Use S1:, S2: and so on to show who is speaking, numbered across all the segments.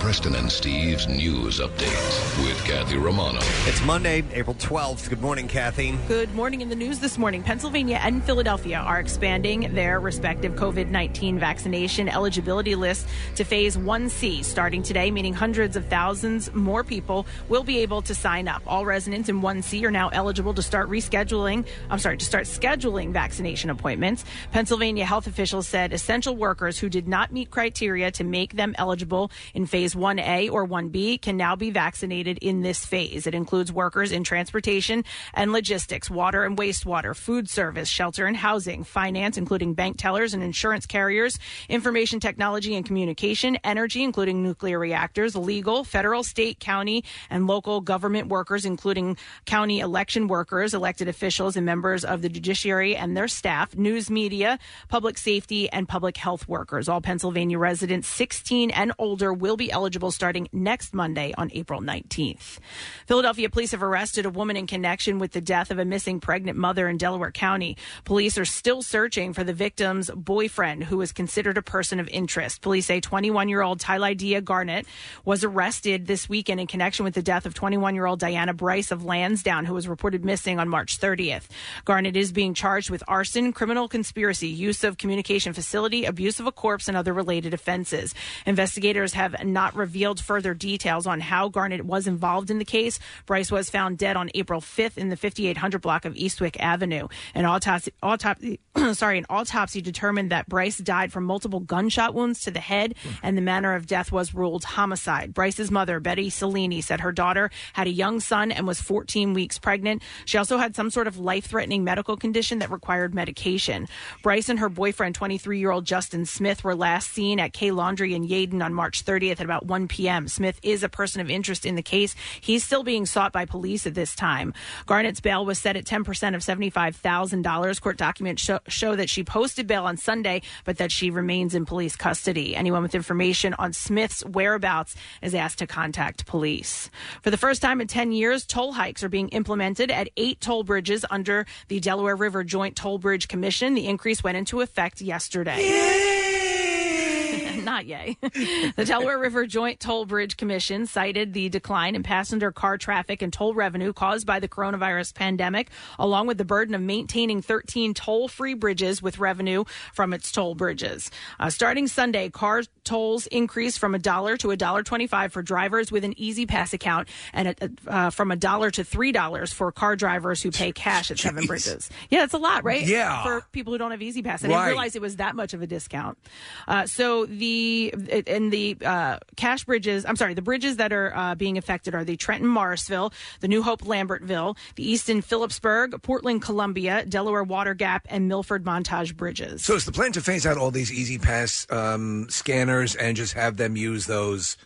S1: Preston and Steve's news update with Kathy Romano.
S2: It's Monday, April 12th. Good morning, Kathy.
S3: Good morning. In the news this morning, Pennsylvania and Philadelphia are expanding their respective COVID 19 vaccination eligibility lists to phase 1C starting today, meaning hundreds of thousands more people will be able to sign up. All residents in 1C are now eligible to start rescheduling, I'm sorry, to start scheduling vaccination appointments. Pennsylvania health officials said essential workers who did not meet criteria to make them eligible in phase 1A or 1B can now be vaccinated in this phase. It includes workers in transportation and logistics, water and wastewater, food service, shelter and housing, finance, including bank tellers and insurance carriers, information technology and communication, energy, including nuclear reactors, legal, federal, state, county, and local government workers, including county election workers, elected officials, and members of the judiciary and their staff, news media, public safety, and public health workers. All Pennsylvania residents 16 and older will be eligible starting next Monday on April 19th. Philadelphia police have arrested a woman in connection with the death of a missing pregnant mother in Delaware County. Police are still searching for the victim's boyfriend, who is considered a person of interest. Police say 21 year old Tylidea Garnett was arrested this weekend in connection with the death of 21 year old Diana Bryce of Lansdowne, who was reported missing on March 30th. Garnett is being charged with arson, criminal conspiracy, use of communication facility, abuse of a corpse, and other related offenses. Investigators have not revealed further details on how Garnett was involved in the case. Bryce was found dead on April 5th in the 5800 block of Eastwick Avenue. An autopsy, autopsy sorry, an autopsy determined that Bryce died from multiple gunshot wounds to the head, and the manner of death was ruled homicide. Bryce's mother, Betty Cellini, said her daughter had a young son and was 14 weeks pregnant. She also had some sort of life-threatening medical condition that required medication. Bryce and her boyfriend, 23-year-old Justin Smith, were last seen at K Laundry in Yaden on March 30th at about 1 p.m. Smith is a person of interest in the case. He's still being sought by police at this time. Garnett's bail was set at 10% of $75,000. Court documents show, show that she posted bail on Sunday, but that she remains in police custody. Anyone with information on Smith's whereabouts is asked to contact police. For the first time in 10 years, toll hikes are being implemented at eight toll bridges under the Delaware River Joint Toll Bridge Commission. The increase went into effect yesterday. Not yay. the Delaware River Joint Toll Bridge Commission cited the decline in passenger car traffic and toll revenue caused by the coronavirus pandemic, along with the burden of maintaining 13 toll free bridges with revenue from its toll bridges. Uh, starting Sunday, car tolls increased from a dollar to a dollar 25 for drivers with an easy pass account and a, uh, from a dollar to three dollars for car drivers who pay cash at seven bridges. Yeah, it's a lot, right?
S4: Yeah.
S3: For people who don't have easy pass. I
S4: Right.
S3: didn't realize it was that much of a discount. Uh, so the and the uh, cash bridges, I'm sorry, the bridges that are uh, being affected are the Trenton Morrisville, the New Hope Lambertville, the Easton Phillipsburg, Portland Columbia, Delaware Water Gap, and Milford Montage bridges.
S4: So it's the plan to phase out all these Easy Pass um, scanners and just have them use those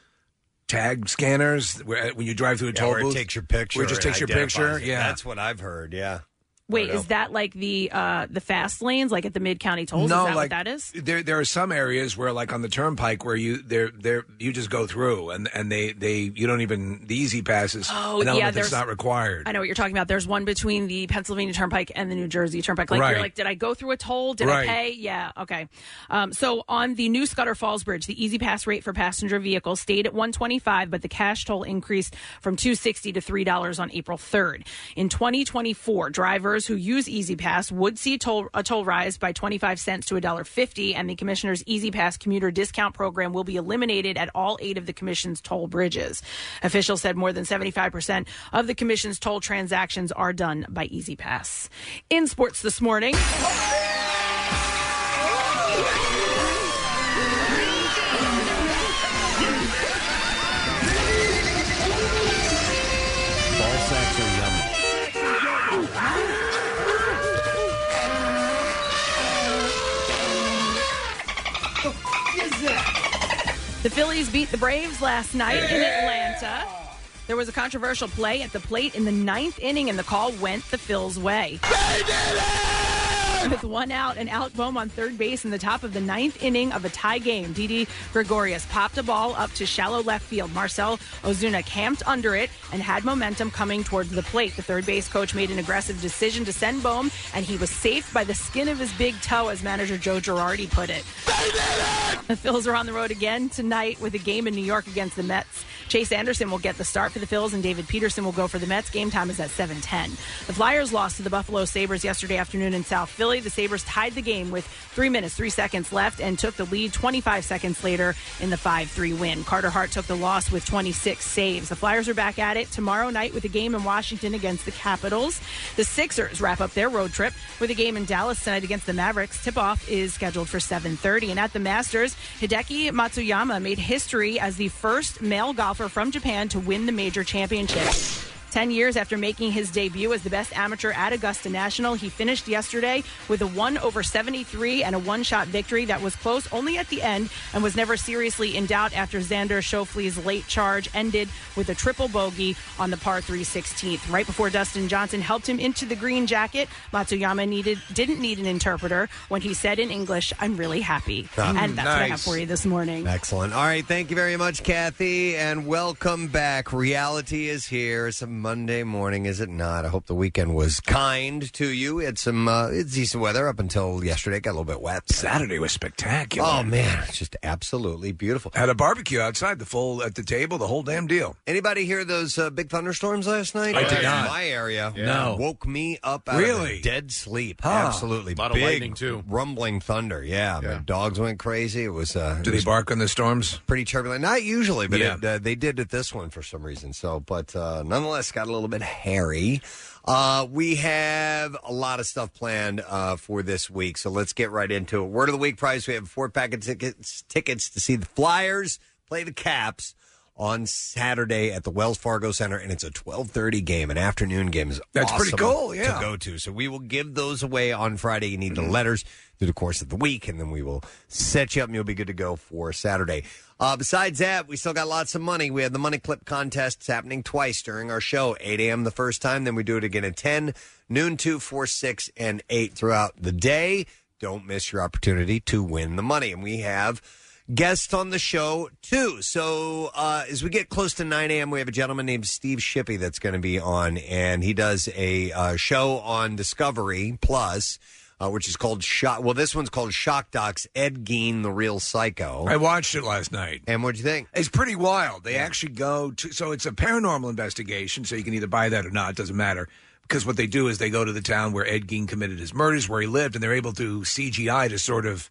S4: tag scanners where, uh, when you drive through a toll
S5: where it
S4: booth.
S5: takes your picture
S4: Where it just
S5: and
S4: takes your
S5: identifies
S4: picture.
S5: it.
S4: Yeah,
S5: That's what I've heard. Yeah.
S3: Wait, is that like the uh, the fast lanes, like at the mid county tolls? is that
S4: like
S3: what that is?
S4: There, there are some areas where, like on the turnpike, where you there, there, you just go through, and and they, they, you don't even the easy pass is
S3: Oh,
S4: an
S3: yeah,
S4: element that's
S3: there's-
S4: not required.
S3: I know what you're talking about. There's one between the Pennsylvania Turnpike and the New Jersey Turnpike. Like
S4: Right.
S3: you're like, did I go through a toll? Did
S4: Right.
S3: I pay? Yeah, okay. Um, so on the new Scudder Falls Bridge, the easy pass rate for passenger vehicles stayed at 125, but the cash toll increased from 260 to three dollars on April 3rd. In 2024, drivers who use Easy Pass would see toll a toll rise by 25 cents to $1.50, and the commissioner's Easy Pass commuter discount program will be eliminated at all eight of the commission's toll bridges. Officials said more than 75% of the commission's toll transactions are done by Easy Pass. In sports this morning.
S5: Ball sacks are yummy.
S3: The Phillies beat the Braves last night in Atlanta. There was a controversial play at the plate in the ninth inning, and the call went the Phil's way. With one out and Alec Bohm on third base in the top of the ninth inning of a tie game, Didi Gregorius popped a ball up to shallow left field. Marcel Ozuna camped under it and had momentum coming towards the plate. The third base coach made an aggressive decision to send Bohm, and he was safe by the skin of his big toe, as manager Joe Girardi put it. The Phils are on the road again tonight with a game in New York against the Mets. Chase Anderson will get the start for the Phils, and David Peterson will go for the Mets. Game time is at 7:10. The Flyers lost to the Buffalo Sabers yesterday afternoon in South Philly. The Sabers tied the game with three minutes three seconds left and took the lead 25 seconds later in the 5-3 win. Carter Hart took the loss with 26 saves. The Flyers are back at it tomorrow night with a game in Washington against the Capitals. The Sixers wrap up their road trip with a game in Dallas tonight against the Mavericks. Tip-off is scheduled for 7:30, and at the Masters, Hideki Matsuyama made history as the first male golfer from Japan to win the major championship. 10 years after making his debut as the best amateur at Augusta National, he finished yesterday with a 1 over 73 and a one shot victory that was close only at the end and was never seriously in doubt after Xander Schauffele's late charge ended with a triple bogey on the par 3 16th. Right before Dustin Johnson helped him into the green jacket, Matsuyama needed didn't need an interpreter when he said in English, I'm really happy.
S2: Ah,
S3: and that's what I have
S2: nice.
S3: for you this morning.
S2: Excellent. All right. Thank you very much, Kathy, and welcome back. Reality is here. It's a Monday morning, is it not? I hope the weekend was kind to you. We had some uh, it's decent weather up until yesterday. It got a little bit wet.
S4: Saturday was spectacular.
S2: Oh, man. It's just absolutely beautiful.
S4: Had a barbecue outside, the full at the table, the whole damn deal.
S2: Anybody hear those uh, big thunderstorms last night?
S4: I did
S2: In
S4: not.
S2: My area
S4: Yeah. No.
S2: woke me up out of
S4: Really?
S2: a dead sleep.
S4: Huh.
S2: Absolutely,
S4: Lot of
S2: big
S4: lightning, too.
S2: Rumbling thunder. Yeah, my dogs went crazy. It was. Uh,
S4: Do they bark on the storms?
S2: Pretty turbulent. Not usually, but
S4: Yeah.
S2: it, uh, they did at this one for some reason. So, but uh, nonetheless, got a little bit hairy. Uh, we have a lot of stuff planned uh, for this week, so let's get right into it. Word of the week prize: We have four pack of tickets tickets to see the Flyers play the Caps on Saturday at the Wells Fargo Center, and it's a twelve thirty game, an afternoon game. Is
S4: That's pretty cool, yeah.
S2: to go to. So we will give those away on Friday. You need the letters through the course of the week, and then we will set you up, and you'll be good to go for Saturday. Uh, besides that, we still got lots of money. We had the money clip contests happening twice during our show, 8 a.m. the first time, then we do it again at 10, noon, 2, 4, 6, and 8 throughout the day. Don't miss your opportunity to win the money. And we have guests on the show too. So uh, as we get close to 9 a.m., we have a gentleman named Steve Shippey that's going to be on, and he does a uh, show on Discovery Plus. Uh, which is called Shock. Well, this one's called Shock Docs. Ed Gein, the real psycho.
S4: I watched it last night.
S2: And what'd you think?
S4: It's pretty wild. They actually go to so it's a paranormal investigation, so you can either buy that or not, it doesn't matter. Because what they do is they go to the town where Ed Gein committed his murders, where he lived, and they're able to CGI to sort of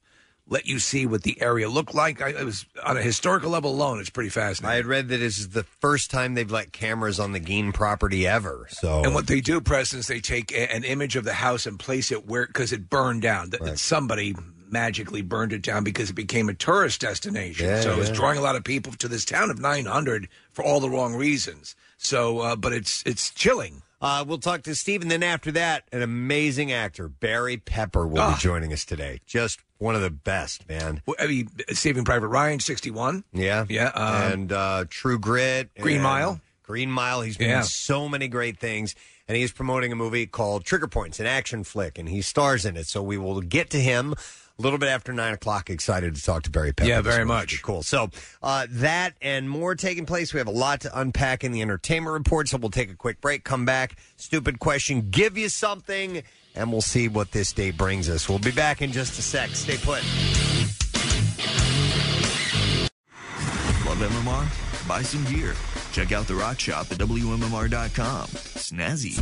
S4: let you see what the area looked like. I, it was on a historical level alone. It's pretty fascinating.
S2: I had read that this is the first time they've let cameras on the Gein property ever. So
S4: And what they do, Preston, is they take a, an image of the house and place it where because it burned down. That that Somebody magically burned it down because it became a tourist destination.
S2: Yeah,
S4: so it was
S2: yeah.
S4: drawing a lot of people to this town of 900 for all the wrong reasons. So, uh, but it's it's chilling.
S2: Uh, we'll talk to Steve, and then after that, an amazing actor, Barry Pepper, will
S4: Ah.
S2: be joining us today. Just one of the best, man.
S4: I mean, Saving Private Ryan, 61.
S2: Yeah,
S4: Yeah, um,
S2: and uh, True Grit,
S4: Green
S2: and
S4: Mile.
S2: Green Mile. He's been
S4: Yeah.
S2: in so many great things, and he's promoting a movie called Trigger Points, an action flick, and he stars in it. So we will get to him a little bit after nine o'clock. Excited to talk to Barry Pepper.
S4: Yeah,
S2: this
S4: very
S2: morning.
S4: much.
S2: Should be Cool. So uh, that and more taking place. We have a lot to unpack in the entertainment report. So we'll take a quick break, come back. Stupid question, give you something, and we'll see what this day brings us. We'll be back in just a sec. Stay put.
S6: Love MMR? Buy some gear. Check out the rock shop at WMMR.com. Snazzy.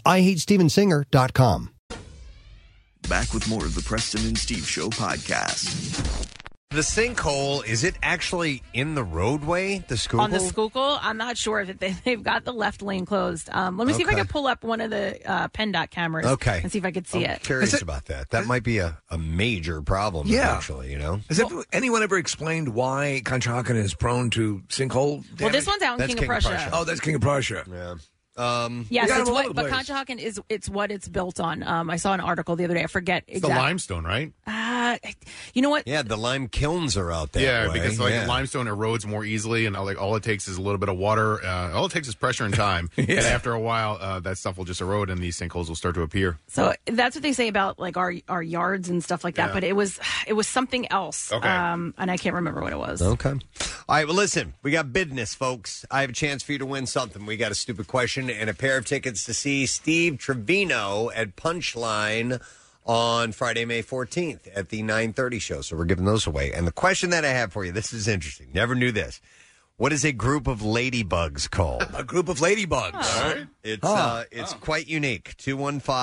S7: IHateStevensinger.com.
S6: Back with more of the Preston and Steve Show podcast.
S2: The sinkhole, is it actually in the roadway? The school?
S8: On the Schuylkill, I'm not sure if it, they, they've got the left lane closed. Um, let me see if I
S2: Okay.
S8: can pull up one of the uh, PennDOT cameras.
S2: Okay.
S8: And see if I could see
S2: I'm
S8: it.
S2: curious about that. That might be a, a major problem,
S4: Yeah.
S2: actually, you know?
S4: Has ever- anyone ever explained why Conshohocken is prone to sinkhole?
S8: Well, this
S4: damage?
S8: one's out in That's King of King of Prussia. Prussia.
S4: Oh, that's King of Prussia. Yeah.
S2: Um,
S8: Yes, it's what, but
S9: place.
S8: Conshohocken is it's what it's built on. Um, I saw an article the other day. I forget
S2: It's
S9: the
S8: exactly.
S9: limestone, right?
S8: Uh, you know what?
S2: Yeah, the lime kilns are out there.
S9: yeah, because like
S2: yeah.
S9: limestone erodes more easily, and all, like all it takes is a little bit of water. Uh, all it takes is pressure and time.
S2: Yeah.
S9: And after a while, uh, that stuff will just erode, and these sinkholes will start to appear.
S8: So that's what they say about like our our yards and stuff like that.
S9: Yeah.
S8: But it was it was something else.
S2: Okay.
S8: Um, and I can't remember what it was.
S2: Okay. All right, well, listen, we got business, folks. I have a chance for you to win something. We got a stupid question and a pair of tickets to see Steve Trevino at Punchline on Friday, May 14th at the 930 show. So we're giving those away. And the question that I have for you, this is interesting. Never knew this. What is a group of ladybugs called?
S4: A group of ladybugs.
S2: It's uh, it's quite unique.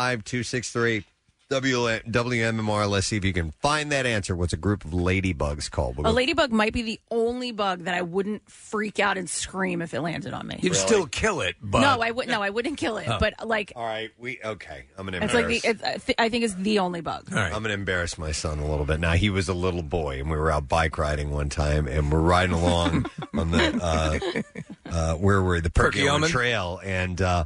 S2: 215-263 W WMMR. Let's see if you can find that answer. What's a group of ladybugs called?
S8: A ladybug might be the only bug that I wouldn't freak out and scream if it landed on me.
S2: You'd Really? still kill it, but-
S8: no, I wouldn't. No, I wouldn't kill it.
S2: Oh.
S8: But like,
S2: All right, we okay. I'm gonna
S8: it's like
S2: embarrass.
S8: the, it's, I thi- I think it's the only bug.
S2: I'm gonna embarrass my son a little bit. Now he was a little boy, and we were out bike riding one time, and we're riding along on the uh, uh, where were we? the Perkiomen
S4: Perkiomen.
S2: Trail, and uh,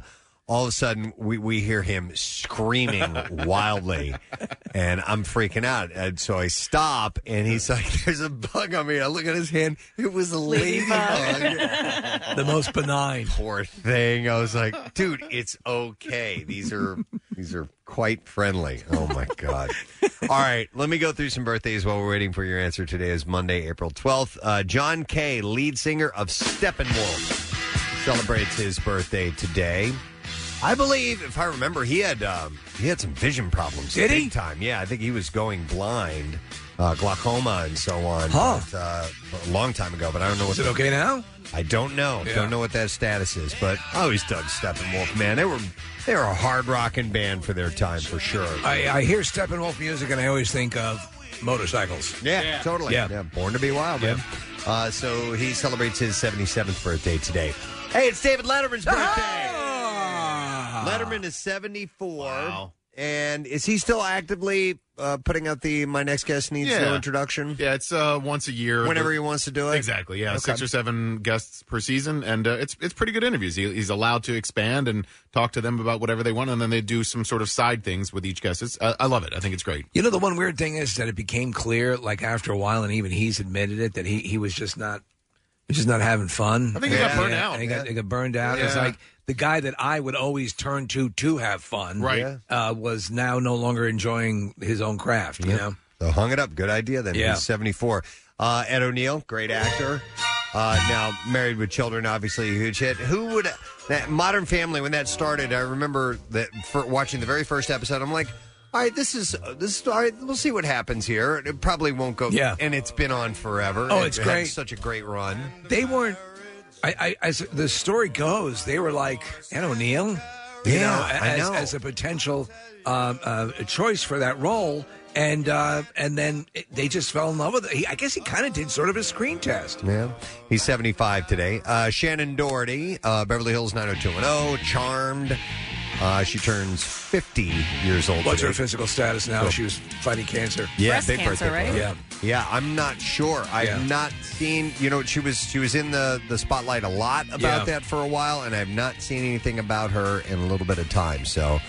S2: all of a sudden we we hear him screaming wildly, and I'm freaking out. And so I stop, and he's like, "There's a bug on me." I look at his hand; it was a ladybug,
S4: the most benign.
S2: Poor thing. I was like, "Dude, it's okay. These are these are quite friendly." Oh my god! All right, let me go through some birthdays while we're waiting for your answer. Today is Monday, April twelfth. Uh, John Kay, lead singer of Steppenwolf, celebrates his birthday today. I believe, if I remember, he had um, he had some vision problems.
S4: Did
S2: big
S4: he?
S2: Time, yeah. I think he was going blind, uh, glaucoma, and so on.
S4: Huh.
S2: But, uh, a long time ago, but I don't know. What
S4: Is it
S2: the-
S4: okay now?
S2: I don't know.
S4: Yeah.
S2: Don't know what that status is, but I always dug Steppenwolf. Man, they were they were a hard rocking band for their time for sure.
S4: I, I hear Steppenwolf music and I always think of motorcycles.
S2: Yeah, totally.
S4: Yeah.
S2: born to be wild, man. Uh, so he celebrates his 77th birthday today. Hey, it's David Letterman's birthday. Letterman is 74. And is he still actively uh, putting out the My Next Guest Needs No Introduction?
S9: Yeah, it's uh, once a year.
S2: Whenever he wants to do it?
S9: Exactly. Yeah,
S2: Okay.
S9: six or seven guests per season, and uh, it's it's pretty good interviews. He, he's allowed to expand and talk to them about whatever they want, and then they do some sort of side things with each guest. It's, uh, I love it. I think it's great.
S4: You know, the one weird thing is that it became clear, like after a while, and even he's admitted it, that he, he was just not. He's just not having fun.
S9: I think he got
S4: Yeah.
S9: burned
S4: Yeah,
S9: out.
S4: and He got, he got burned out. It's
S9: Yeah.
S4: like the guy that I would always turn to to have fun,
S9: Right. Yeah.
S4: Uh, was now no longer enjoying his own craft. You
S2: Yep.
S4: know,
S2: So hung it up. Good idea then.
S4: Yeah.
S2: He's 74. Uh, Ed O'Neill, great actor. Uh, now married with children, obviously a huge hit. Who would that Modern Family when that started? I remember that for watching the very first episode. I'm like, all right, this is uh, this. is- All right, we'll see what happens here. It probably won't go.
S4: Yeah.
S2: and it's been on forever.
S4: Oh,
S2: It
S4: it's
S2: had
S4: great.
S2: Such a great run.
S4: they weren't. I, I as the story goes, they were like Ed O'Neill. you
S2: Yeah,
S4: know,
S2: I
S4: as,
S2: know.
S4: as a potential um, uh, choice for that role, and uh, and then it- they just fell in love with it. He, I guess he kind of did sort of a screen test.
S2: Yeah, he's 75 today. Uh, Shannon Doherty, uh, Beverly Hills 90210, oh, Charmed. Uh, she turns 50 years old.
S4: What's her
S2: today.
S4: physical status now?
S2: Cool.
S4: She was fighting cancer.
S2: Yeah, big birthday.
S4: Yeah.
S2: party. Yeah, I'm not sure. I've
S4: Yeah.
S2: not seen. You know, she was she was in the the spotlight a lot about
S4: Yeah.
S2: that for a while, and I've not seen anything about her in a little bit of time. So,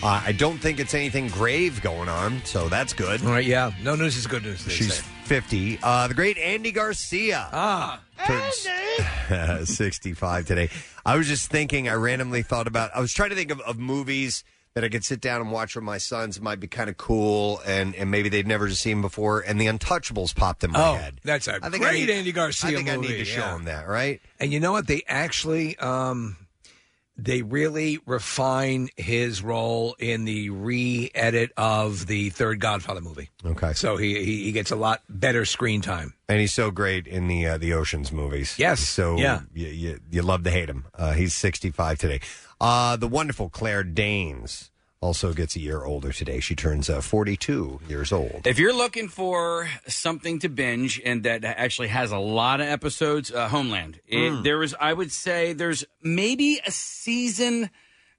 S2: uh, I don't think it's anything grave going on. So that's good.
S4: All right. Yeah. No news is good news. They
S2: She's
S4: say.
S2: 50. Uh, the great Andy Garcia.
S4: Ah.
S2: Turns 65 today. I was just thinking, I randomly thought about, I was trying to think of, of movies that I could sit down and watch with my sons. It might be kind of cool, and, and maybe they'd never seen before. And The Untouchables popped in my
S4: Oh,
S2: head.
S4: that's a
S2: I think I
S4: great
S2: need-
S4: Andy Garcia
S2: I think I need
S4: movie.
S2: to show
S4: yeah.
S2: him that, right?
S4: And you know what? They actually, um, they really refine his role in the re-edit of the third Godfather movie.
S2: Okay.
S4: So he he, he gets a lot better screen time.
S2: And he's so great in the uh, the Ocean's movies.
S4: Yes.
S2: He's so
S4: Yeah.
S2: you, you, you love to hate him. Uh, he's 65 today. Uh, the wonderful Claire Danes also gets a year older today. She turns uh, 42 years old.
S10: If you're looking for something to binge and that actually has a lot of episodes, uh, Homeland. It,
S4: Hmm.
S11: Mm.
S10: There was, I would say, there's maybe a season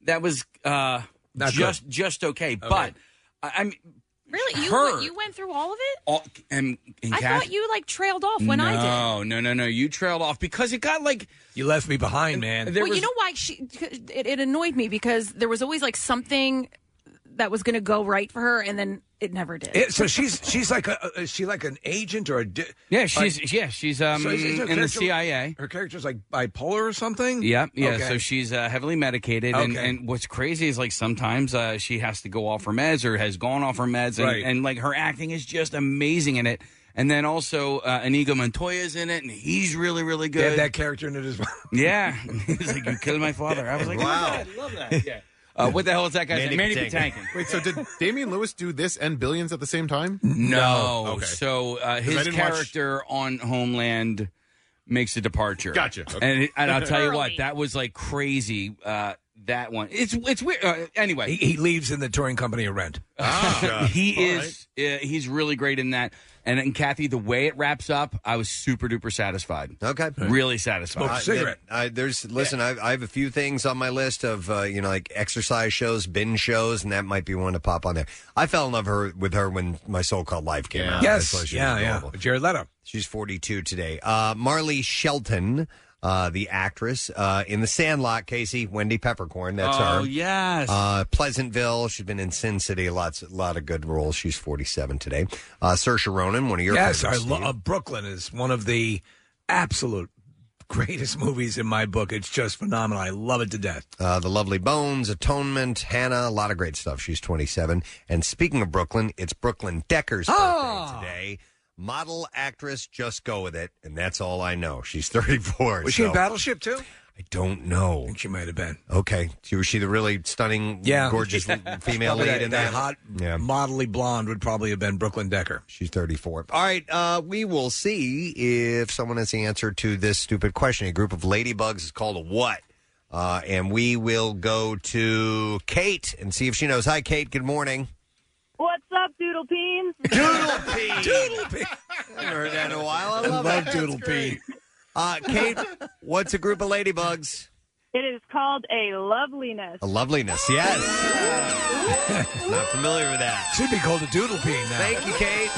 S10: that was uh,
S11: Not
S10: just just okay, but I, I'm
S3: Really, you
S10: Her.
S3: you went through all of it?
S10: all, and, and
S3: I
S10: Kath-
S3: thought you like trailed off when
S10: no,
S3: I did.
S10: No, no, no. You trailed off because it got like
S4: you left me behind, man.
S3: well, you know why she it, it annoyed me because there was always like something that was going to go right for her, and then it never did.
S4: It- so she's she's like a is she like an agent or a di-
S10: Yeah,
S4: like-
S10: she's yeah, she's um
S4: So is- is her
S10: in the
S4: character-
S10: CIA.
S4: Her character's like bipolar or something.
S10: Yeah, yeah.
S4: Okay.
S10: So she's uh, heavily medicated, and,
S4: Okay.
S10: and what's crazy is like sometimes uh, she has to go off her meds or has gone off her meds, and,
S12: Right.
S10: and like her acting is just amazing in it. And then also uh, Inigo Montoya's in it, and he's really, really
S4: They
S10: good.
S4: have that character in it as well.
S10: yeah, he's like you killed my father. I was like, wow, I love that. Yeah. Uh, what the hell is that guy's name? Manny Patinkin.
S9: Wait, so did Damian Lewis do this and Billions at the same time?
S10: No.
S9: Okay.
S10: So uh,
S9: 'Cause I
S10: his
S9: didn't watch-
S10: character on Homeland makes a departure.
S9: Gotcha. Okay.
S10: And, and I'll tell you what,
S9: Early.
S10: that was like crazy. Uh, that one. It's it's weird. Uh, anyway,
S4: he, he leaves in the touring company a rent. Ah.
S10: he is uh, he's really great in that. And, and Kathy, the way it wraps up, I was super duper satisfied.
S2: Okay.
S10: Really satisfied.
S2: I- I, there's listen. I, I have a few things on my list of uh, you know like exercise shows, binge shows, and that might be one to pop on there. I fell in love her with her when my soul called life came out.
S4: Yes.
S2: That's why she was
S4: Yeah, yeah.
S2: adorable.
S4: Jared Leto.
S2: She's 42 today. Uh, Marley Shelton, uh, the actress uh, in The Sandlot, Casey Wendy Peppercorn. That's her.
S10: Oh, yes.
S2: Uh, Pleasantville. She's been in Sin City. Lots, a lot of good roles. She's 47 today. Uh, Saoirse Ronan, one of your
S4: yes, I
S2: favorites,
S4: lo-
S2: Steve.
S4: uh, Brooklyn is one of the absolute greatest movies in my book. It's just phenomenal. I love it to death.
S2: Uh, the Lovely Bones, Atonement, Hannah, a lot of great stuff. She's 27. And speaking of Brooklyn, it's Brooklyn Decker's
S4: Ah!
S2: birthday today. Model, actress, just go with it. And that's all I know. She's 34.
S4: Was she in
S2: so
S4: Battleship too?
S2: I don't know. I think
S4: she might have been.
S2: Okay. She- Was she the really stunning,
S4: Yeah,
S2: gorgeous female
S4: Probably
S2: lead
S4: that,
S2: in
S4: that
S2: that?
S4: hot,
S2: Yeah.
S4: modelly blonde would probably have been Brooklyn Decker.
S2: She's 34. All right, uh, we will see if someone has the answer to this stupid question. A group of ladybugs is called a what? Uh, and we will go to Kate and see if she knows. Hi, Kate. Good morning.
S13: What's up, Doodle Peens?
S2: Doodle Peen.
S13: Doodle
S4: Peen.
S2: I haven't heard that in a while. I love, it.
S4: Doodle Peen.
S2: Uh, Kate, what's a group of ladybugs?
S13: It is called a loveliness.
S2: A loveliness, yes. Not familiar with that.
S4: Should be called a doodle bean now.
S2: Thank you, Kate.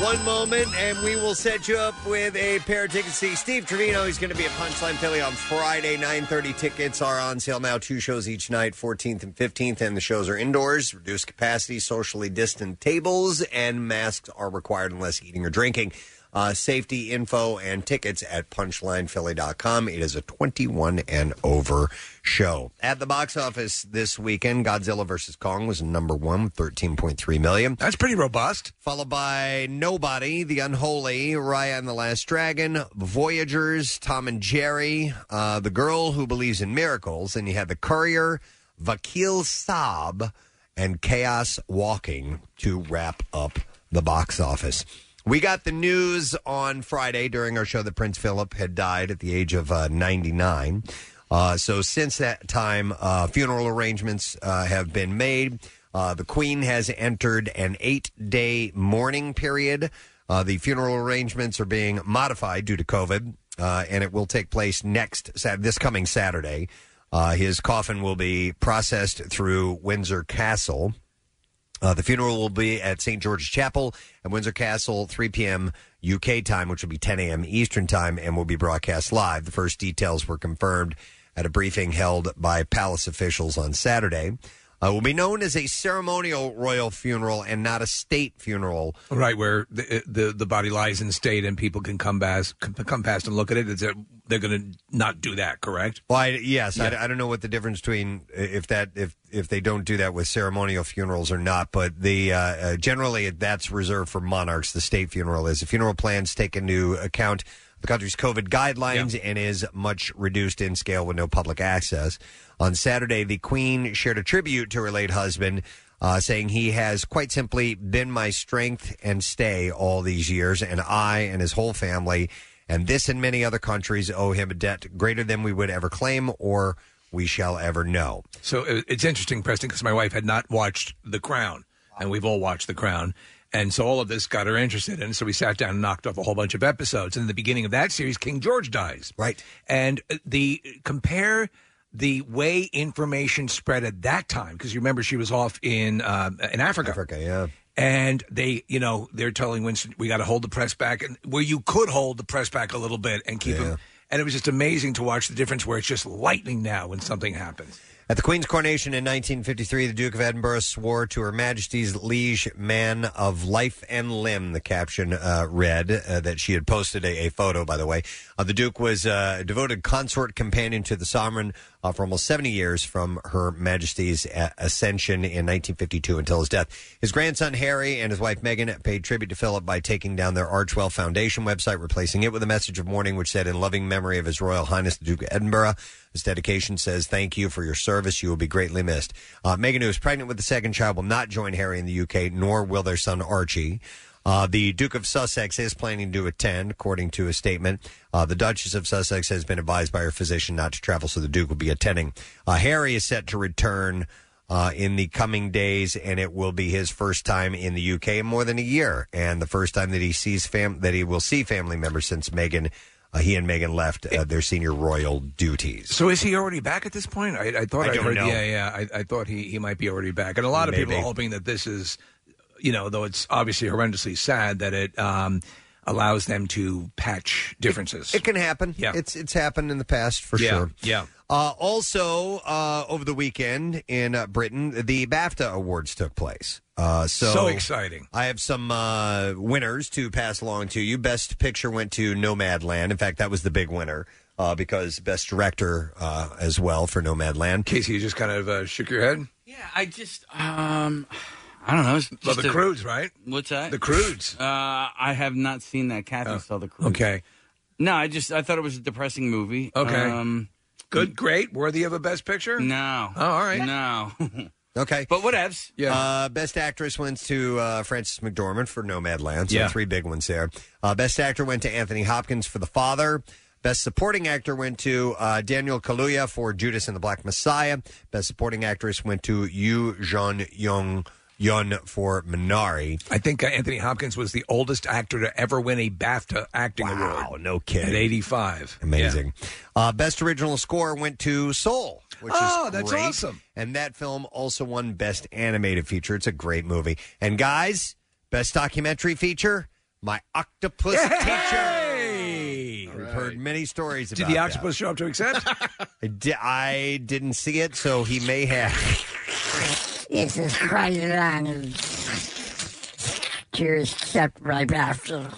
S2: One moment, and we will set you up with a pair of tickets to see Steve Trevino. He's going to be at Punchline Philly on Friday. 9.30 tickets are on sale now. Two shows each night, 14th and 15th, and the shows are indoors, reduced capacity, socially distant tables, and masks are required unless eating or drinking. Uh, safety info and tickets at punchlinephilly.com. It is a 21 and over show. At the box office this weekend, Godzilla vs. Kong was number one, with 13.3 million.
S4: That's pretty robust.
S2: Followed by Nobody, The Unholy, Raya and the Last Dragon, Voyagers, Tom and Jerry, uh, The Girl Who Believes in Miracles, and you had The Courier, Vakil Saab, and Chaos Walking to wrap up the box office. We got the news on Friday during our show that Prince Philip had died at the age of uh, 99. Uh, so since that time, uh, funeral arrangements uh, have been made. Uh, the Queen has entered an eight day mourning period. Uh, the funeral arrangements are being modified due to COVID, uh, and it will take place next Sat- this coming Saturday. Uh, his coffin will be processed through Windsor Castle. Uh, the funeral will be at St. George's Chapel at Windsor Castle, 3 p.m. UK time, which will be 10 a.m. Eastern time, and will be broadcast live. The first details were confirmed at a briefing held by palace officials on Saturday. Uh, it will be known as a ceremonial royal funeral and not a state funeral.
S4: Right where the, uh, the the body lies in state, and people can come past come- come past and look at it. Is it they're going to not do that? Correct.
S2: Well, I, yes,
S4: Yeah.
S2: I, I don't know what the difference between uh, if that if if they don't do that with ceremonial funerals or not, but the uh, uh, generally that's reserved for monarchs. The state funeral is the funeral plans take into account the country's COVID guidelines and is much reduced in scale with no public access. On Saturday, the Queen shared a tribute to her late husband. Uh, saying he has quite simply been my strength and stay all these years, and I and his whole family and this and many other countries owe him a debt greater than we would ever claim or we shall ever know.
S4: So it- it's interesting, Preston, because my wife had not watched The Crown, and we've all watched The Crown. And so all of this got her interested. And so we sat down and knocked off a whole bunch of episodes. And in the beginning of that series, King George dies.
S2: Right.
S4: And uh, the compare the way information spread at that time, because you remember she was off in um, in Africa. Africa,
S2: yeah.
S4: And they, you know, they're telling Winston, we got to hold the press back, and where you could hold the press back a little bit and keep them. And it was just amazing to watch the difference where it's just lightning now when something happens.
S2: At the Queen's coronation in 1953, the Duke of Edinburgh swore to Her Majesty's liege man of life and limb. The caption uh, read uh, that she had posted a, a photo, by the way. Uh, the Duke was uh, a devoted consort companion to the sovereign uh, for almost 70 years from Her Majesty's uh, ascension in 1952 until his death. His grandson Harry and his wife Meghan paid tribute to Philip by taking down their Archwell Foundation website, replacing it with a message of mourning which said, In loving memory of His Royal Highness the Duke of Edinburgh. This dedication says, Thank you for your service. You will be greatly missed. Uh, Meghan, who is pregnant with the second child, will not join Harry in the UK, nor will their son Archie. Uh, the Duke of Sussex is planning to attend, according to a statement. Uh, the Duchess of Sussex has been advised by her physician not to travel, so the Duke will be attending. Uh, Harry is set to return uh, in the coming days, and it will be his first time in the UK in more than a year, and the first time that he sees fam- that he will see family members since Meghan, uh, he and Meghan left uh, their senior royal duties.
S4: So is he already back at this point? I, I thought
S2: I
S4: I,
S2: don't
S4: heard.
S2: know.
S4: Yeah, yeah. I, I thought he, he might be already back, and a lot of people
S2: Maybe.
S4: are hoping that this is, you know, though it's obviously horrendously sad that it um, allows them to patch differences.
S2: It can happen.
S4: Yeah.
S2: it's it's happened in the past for
S4: yeah,
S2: sure.
S4: Yeah.
S2: Uh, also, uh, over the weekend in uh, Britain, the BAFTA awards took place. Uh, so,
S4: So exciting.
S2: I have some uh, winners to pass along to you. Best picture went to Nomadland. In fact, that was the big winner uh, because best director uh, as well for Nomadland.
S4: Casey, you just kind of uh, shook your head.
S10: Yeah, I just um, I don't know. It's
S4: Well,
S10: just
S4: the
S10: a-
S4: Croods, right?
S10: What's that?
S4: The Croods.
S10: Uh, I have not seen that. Kathy saw the Croods.
S4: Okay.
S10: No, I just I thought it was a depressing movie.
S4: Okay.
S10: Um,
S4: Good, great, worthy of a Best Picture.
S10: No.
S4: Oh, all right.
S10: No.
S2: Okay.
S10: But whatevs.
S4: Yeah.
S2: Uh, best actress went to uh, Frances McDormand for Nomadland. So
S4: Yeah.
S2: three big ones there. Uh, best actor went to Anthony Hopkins for The Father. Best supporting actor went to uh, Daniel Kaluuya for Judas and the Black Messiah. Best supporting actress went to Yoo Jeon Young Yun for Minari.
S4: I think uh, Anthony Hopkins was the oldest actor to ever win a BAFTA acting award.
S2: Wow, no kidding.
S4: At 85.
S2: Amazing. Uh, best original score went to Soul, which
S4: Oh,
S2: is
S4: that's
S2: great.
S4: awesome.
S2: And that film also won Best Animated Feature. It's a great movie. And guys, Best Documentary Feature, My Octopus Teacher. We've heard many stories
S4: Did
S2: about
S4: the
S2: that.
S4: octopus show up to accept?
S2: I, di- I didn't see it, so he may have.
S11: This is quite long. Tears stepped right after.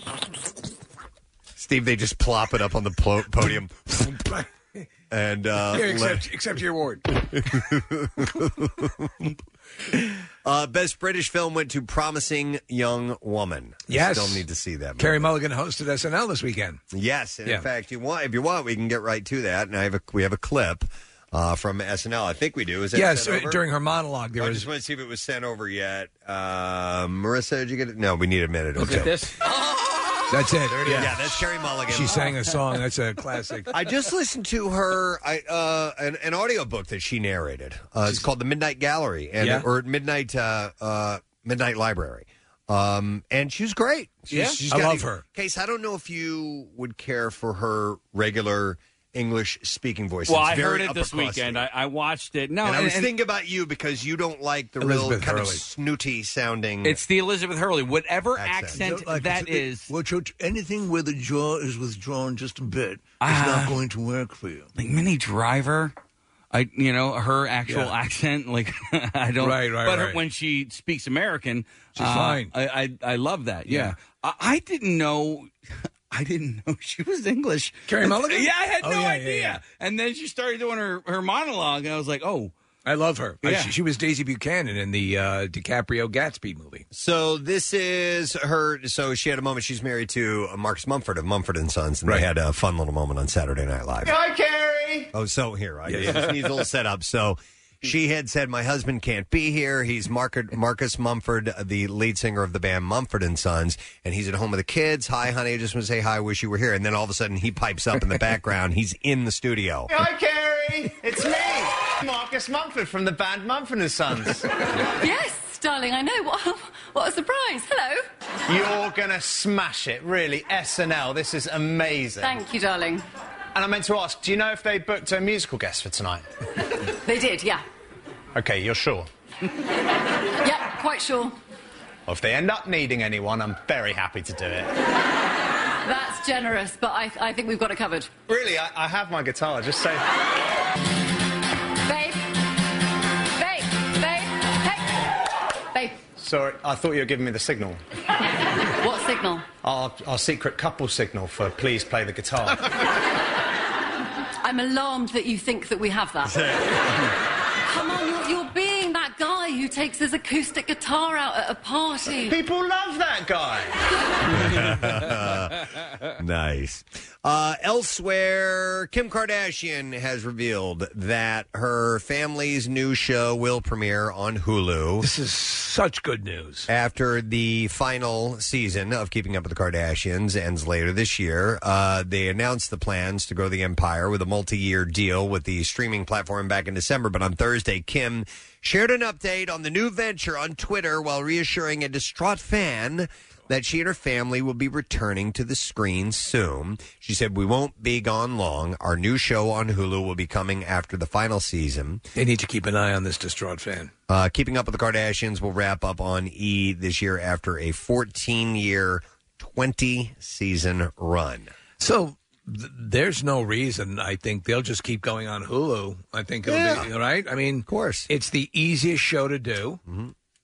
S2: Steve, they just plop it up on the po- podium. and uh,
S4: Here,
S2: let-
S4: accept, accept your award.
S2: uh, Best British Film went to Promising Young Woman. I
S4: Yes.
S2: still need to see that movie.
S4: Carrie Mulligan hosted SNL this weekend.
S2: Yes, and
S4: Yeah.
S2: in fact, you want if you want, we can get right to that. And I have a we have a clip uh, from SNL. I think we do. Is that
S4: Yes,
S2: sent over?
S4: during her monologue, there
S2: I
S4: was.
S2: just want to see if it was sent over yet. Uh, Marissa, did you get it? No, we need a minute. Or
S10: Look at
S2: two.
S10: this.
S4: That's it.
S2: There it is. Yeah, that's Carrie Mulligan.
S4: She sang a song. That's a classic.
S2: I just listened to her I, uh, an, an audiobook that she narrated. Uh, it's called The Midnight Gallery and
S4: Yeah.
S2: or Midnight uh, uh, Midnight Library. Um, and she was great. She's,
S4: Yeah.
S2: she's
S4: I
S2: got
S4: love
S2: a-
S4: her.
S2: Case, I don't know if you would care for her regular English speaking voice.
S10: Well,
S2: It's
S10: I
S2: very
S10: heard it this
S2: upper crust.
S10: weekend. I, I watched it. No,
S2: and, I
S10: and-
S2: was
S10: and
S2: thinking about you because you don't like the real
S4: Elizabeth
S2: kind of
S4: Hurley.
S2: snooty
S4: Mm.
S2: sounding.
S10: it's the Elizabeth Hurley. Whatever accent, that is.
S12: Which anything where the jaw is withdrawn just a bit is
S10: Ah.
S12: not going to work for you.
S10: like Minnie Driver. I, you know, her actual
S12: Yeah.
S10: accent, like I don't.
S4: Right, right,
S10: But her-
S4: right.
S10: when she speaks American,
S4: She's
S10: uh,
S4: fine.
S10: I, I, I love that. Yeah,
S4: Yeah.
S10: I, I didn't know. I didn't know she was English.
S4: Carey Mulligan?
S10: Yeah, I had
S4: Oh,
S10: no
S4: yeah, yeah,
S10: idea.
S4: yeah.
S10: And then she started doing her her monologue, and I was like, oh,
S4: I love her.
S10: Yeah.
S4: Uh, She, she was Daisy Buchanan in the uh, DiCaprio Gatsby movie.
S2: So this is her. So she had a moment. She's married to uh, Marcus Mumford of Mumford and Sons, and
S4: Right.
S2: they had a fun little moment on Saturday Night Live.
S12: Hi, Carrie.
S2: Oh, so here I
S4: Yeah,
S2: just need a little setup. So She had said, "My husband can't be here. He's Marcus, Marcus Mumford, the lead singer of the band Mumford and Sons, and he's at home with the kids. Hi, honey. I just want to say hi. Wish you were here." And then all of a sudden, he pipes up in the background. He's in the studio.
S14: Hi, Carrie. It's me, Marcus Mumford from the band Mumford and Sons.
S15: Yes, darling, I know. What, what a surprise. Hello.
S14: You're gonna smash it, really. SNL. This is amazing.
S15: Thank you, darling.
S14: And I meant to ask, do you know if they booked a musical guest for tonight?
S15: They did, yeah.
S14: Okay, you're sure.
S15: Yeah, quite sure.
S14: Well, if they end up needing anyone, I'm very happy to do it.
S15: That's generous, but I, I think we've got it covered.
S14: Really, I, I have my guitar. Just say.
S15: Babe. Babe. Babe. Hey.
S14: Sorry, I thought you were giving me the signal.
S15: Babe. What signal?
S14: Our, our secret couple signal for please play the guitar.
S15: I'm alarmed that you think that we have that. Come on, you're, you're being that guy who takes his acoustic guitar out at a party.
S14: People love that guy.
S2: nice. Uh, elsewhere, Kim Kardashian has revealed that her family's new show will premiere on Hulu. This
S4: is such good news.
S2: After the final season of Keeping Up with the Kardashians ends later this year, uh, they announced the plans to grow the empire with a multi year deal with the streaming platform back in December. But on Thursday, Kim shared an update on the new venture on Twitter while reassuring a distraught fan that she and her family will be returning to the screen soon. She said, We won't be gone long. Our new show on Hulu will be coming after the final season.
S4: They need to keep an eye on this distraught fan.
S2: Uh, Keeping Up with the Kardashians will wrap up on E this year after a 14 year, 20 season run.
S4: So th- there's no reason. I think they'll just keep going on Hulu. I think it'll be all right. I mean, of
S2: course, Mm-hmm.
S4: it's the easiest show to do.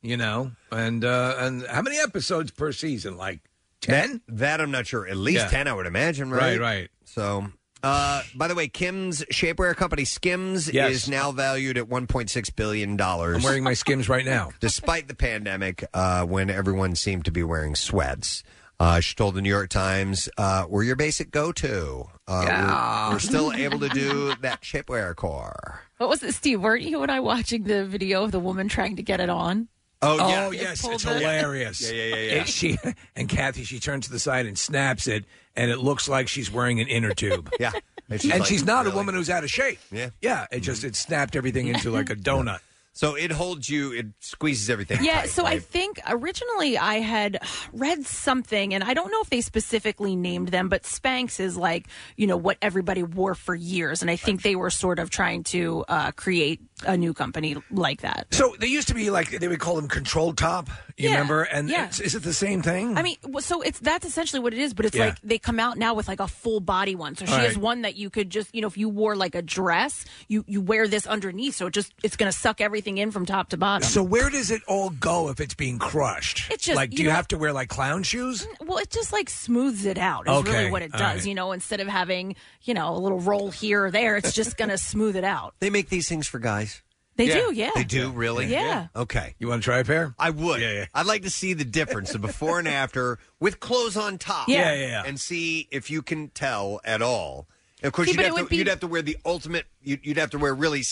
S4: You know, and uh, and how many episodes per season? Like ten?
S2: That, I'm not sure. At least 10, I would imagine, right?
S4: Right, right.
S2: So. Uh, by the way, Kim's shapewear company Skims
S4: Yes.
S2: is now valued at 1.6 billion dollars.
S4: I'm wearing my Skims right now.
S2: Despite the pandemic, uh, when everyone seemed to be wearing sweats, uh, she told the New York Times, uh, "We're your basic go-to. Uh, we're-
S3: Yeah.
S2: we're, still able to do that shapewear core."
S3: What was it, Steve? Weren't you and I watching the video of the woman trying to get it on?
S4: Oh, yes, it's
S3: pulled it.
S4: hilarious.
S3: Yeah, yeah, yeah, yeah.
S4: It- she and Kathy, she turns to the side and snaps it, and it looks like she's wearing an inner tube.
S2: yeah,
S4: and
S2: And
S4: she's,
S2: she's like,
S4: not a woman who's out of shape.
S2: Yeah,
S4: yeah. It just it snapped everything into like a donut.
S2: So it holds you, it squeezes everything.
S3: Yeah, so I think originally I had read something, and I don't know if they specifically named them, but Spanx is like, you know, what everybody wore for years. And I think they were sort of trying to uh, create a new company like that.
S4: So they used to be like they would call them control top. You
S3: Yeah,
S4: remember? And
S3: yeah.
S4: it's- is it the same thing?
S3: I mean, w- so it's that's essentially what it is, but it's
S4: Yeah.
S3: like they come out now with like a full body one. So she
S4: All
S3: has
S4: right.
S3: one that you could just, you know, if you wore like a dress, you you wear this underneath, so it just it's going to suck everything in from top to bottom.
S4: so where does it all go if it's being crushed?
S3: It's just-
S4: like, do
S3: you
S4: you
S3: know-
S4: have to wear like clown shoes?
S3: well, it just like smooths it out. Is
S4: Okay,
S3: really what it
S4: all
S3: does.
S4: right.
S3: You know, instead of having you know a little roll here or there, it's just going to smooth it out.
S2: They make these things for guys.
S3: They do, yeah.
S2: They do, really?
S3: Yeah.
S2: Okay.
S4: You want to try a pair?
S2: I would. Yeah, yeah. I'd like to see the difference of before and after with clothes on top.
S3: Yeah. Yeah, yeah, yeah.
S2: And see if you can tell at all. Of course,
S3: See,
S2: you'd,
S3: but it
S2: have to,
S3: would be-
S2: you'd have to wear the ultimate, you'd, you'd have to wear really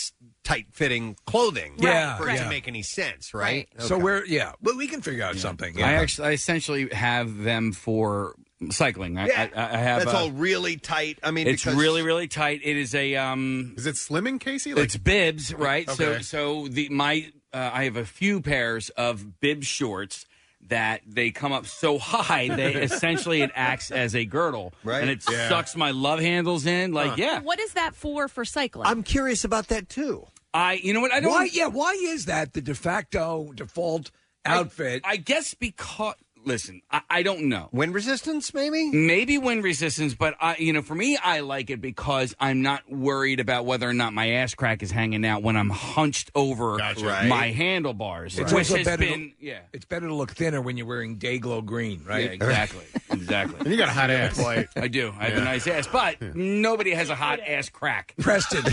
S2: tight fitting clothing
S10: Yeah,
S2: for it
S10: yeah.
S2: to make any sense, right?
S10: So
S4: we're, yeah, but we can figure out something.
S10: I actually, I essentially have them for cycling. I,
S2: Yeah.
S10: I, I have.
S2: That's
S10: uh,
S2: all really tight. I mean,
S10: it's
S2: because-
S10: really, really tight. It is a. um
S9: Is it slimming, Casey?
S10: it's bibs, right? So,
S9: Okay.
S10: so the my uh, I have a few pairs of bib shorts that they come up so high they essentially it acts as a girdle,
S2: Right.
S10: And it
S2: Yeah.
S10: sucks my love handles in. Like,
S2: Huh.
S10: yeah,
S3: What is that for for cycling?
S2: I'm curious about that too.
S10: I, you know what? I don't.
S4: Why? Yeah. Why is that the de facto default outfit?
S10: I guess because listen, I, I don't know.
S2: Wind resistance, maybe?
S10: Maybe wind resistance, but I, you know, for me, I like it because I'm not worried about whether or not my ass crack is hanging out when I'm hunched over
S4: Right.
S10: my handlebars,
S4: It's
S10: which
S4: also
S10: has
S4: better to-
S10: been, yeah.
S4: It's better to look thinner when you're wearing day glow green, right?
S10: Yeah, exactly. exactly.
S9: And you got a hot ass.
S10: I do. I have a
S4: Yeah.
S10: nice ass, but nobody has a hot ass crack.
S4: Preston.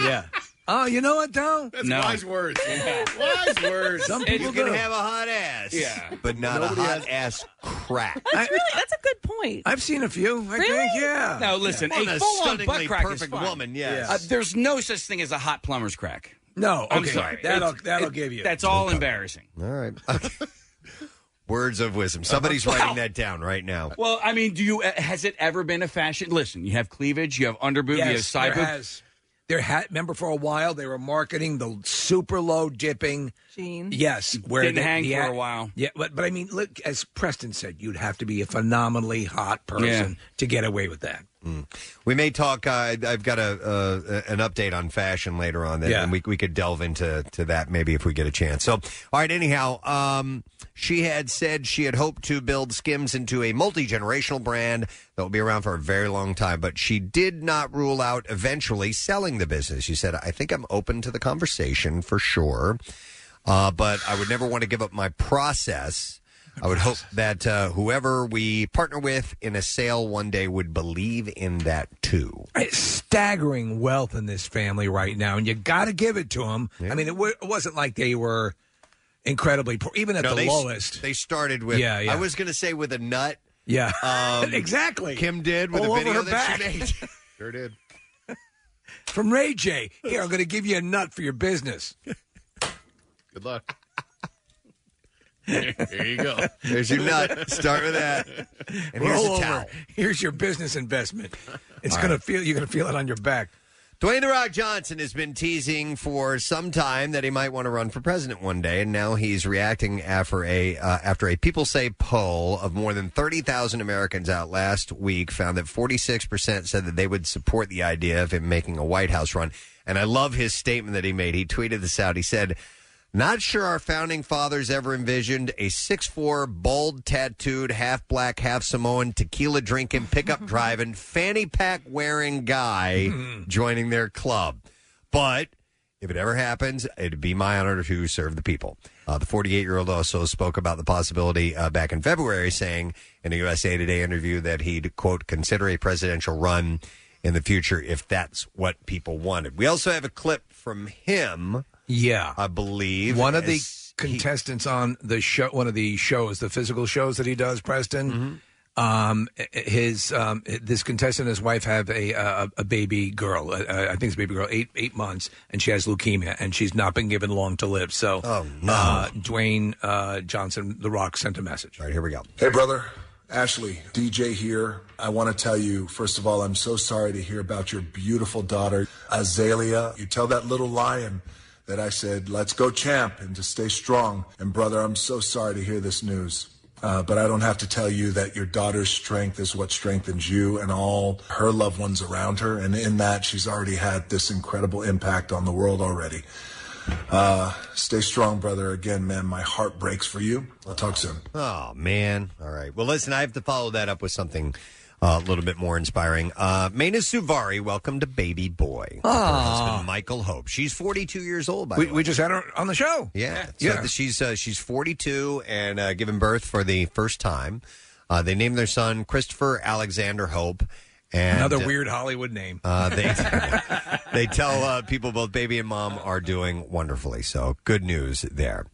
S4: yeah. Oh, you know what, though?
S9: That's wise words. wise words.
S4: Some
S2: you
S4: people
S2: can
S4: do.
S2: have a hot ass.
S4: Yeah.
S2: But not
S4: Nobody Uh,
S2: a hot ass crack.
S4: That's
S3: really that's a good point.
S4: I've seen a few. I
S3: Really?
S4: think, yeah.
S10: Now listen,
S4: Yeah.
S10: a full-on butt
S2: stunningly
S10: crack is
S2: perfect
S10: fine.
S2: woman, yes.
S10: Uh, there's no such thing as a hot plumber's crack.
S4: No,
S10: I'm
S2: okay.
S10: sorry.
S2: That'll-
S10: It's-
S2: that'll
S10: it-
S2: give you.
S10: That's all
S2: Okay.
S10: embarrassing.
S2: All right. Okay. Words of wisdom. Somebody's
S10: Wow.
S2: writing that down right now.
S10: Well, I mean, do you? uh, Has it ever been a fashion? Listen, you have cleavage, you have underboob, you have
S4: Yes,
S10: side
S4: there
S10: boob.
S4: has. There had remember for a while they were marketing the super low dipping
S3: jeans.
S4: Yes, where
S10: Didn't
S4: the-
S10: hang
S4: the
S10: for
S4: ad-
S10: a while.
S4: Yeah, but but I mean, look, as Preston said, you'd have to be a phenomenally hot person to get away with that.
S2: We may talk. Uh, I've got a uh, an update on fashion later on, that,
S4: Yeah.
S2: and we we could delve into to that maybe if we get a chance. So, all right. Anyhow, um, she had said she had hoped to build Skims into a multi generational brand that will be around for a very long time, but she did not rule out eventually selling the business. She said, "I think I'm open to the conversation for sure, uh, but I would never want to give up my process." I would hope that uh, whoever we partner with in a sale one day would believe in that too.
S4: It's staggering wealth in this family right now, and you got to give it to them. I mean, it, w- it wasn't like they were incredibly poor, even at
S2: No,
S4: the
S2: they s-
S4: lowest.
S2: They started with.
S4: Yeah, yeah.
S2: I was going to say with a nut.
S4: Yeah.
S2: um,
S4: exactly.
S2: Kim did with
S4: All
S2: a
S4: over
S2: video
S4: her
S2: that
S4: back.
S2: she made.
S9: Sure did.
S4: From Ray J, here I'm going to give you a nut for your business.
S9: Good luck. there you go.
S2: There's your nut. Start with that. And
S4: Roll
S2: here's a
S4: over.
S2: towel.
S4: Here's your business investment. It's
S2: All
S4: going
S2: right.
S4: to feel you're going to feel it on your back.
S2: Dwayne The Rock Johnson has been teasing for some time that he might want to run for president one day, and now he's reacting after a uh, after a People Say poll of more than thirty thousand Americans out last week found that forty six percent said that they would support the idea of him making a White House run. And I love his statement that he made. He tweeted this out. He said. Not sure our founding fathers ever envisioned a 6'4, bald, tattooed, half black, half Samoan, tequila drinking, pickup driving, fanny pack wearing guy joining their club. But if it ever happens, it'd be my honor to serve the people. Uh, the 48 year old also spoke about the possibility uh, back in February, saying in a USA Today interview that he'd, quote, consider a presidential run in the future if that's what people wanted. We also have a clip from him.
S4: Yeah.
S2: I believe
S4: One of the
S2: as-
S4: contestants on the show, one of the shows, the physical shows that he does, Preston. Um, his um, this contestant and his wife have a a, a baby girl. Uh, I think it's a baby girl, eight eight months, and she has leukemia, and she's not been given long to live. So, oh
S2: no.
S4: uh, Dwayne uh, Johnson, The Rock, sent a message.
S2: All right, here we go.
S16: Hey, brother. Ashley, DJ here. I want to tell you, first of all, I'm so sorry to hear about your beautiful daughter, Azalea. You tell that little lion that I said, let's go champ and to stay strong. And brother, I'm so sorry to hear this news. Uh, but I don't have to tell you that your daughter's strength is what strengthens you and all her loved ones around her. And in that, she's already had this incredible impact on the world already. Uh, stay strong, brother. Again, man, my heart breaks for you. I'll talk soon.
S2: Oh man! All right. Well, listen, I have to follow that up with something uh, a little bit more inspiring. Uh, Mena Suvari, welcome to baby boy. Her
S4: Aw.
S2: husband Michael Hope. She's 42 years old. By
S4: Ah. We,
S2: the way.
S4: we just had her on the show.
S2: Yeah,
S4: yeah.
S2: So th- she's uh, she's 42 and uh, given birth for the first time. Uh, they named their son Christopher Alexander Hope. And
S4: Another
S2: uh,
S4: weird Hollywood name.
S2: Uh, they they tell uh, people both baby and mom are doing wonderfully. So good news there.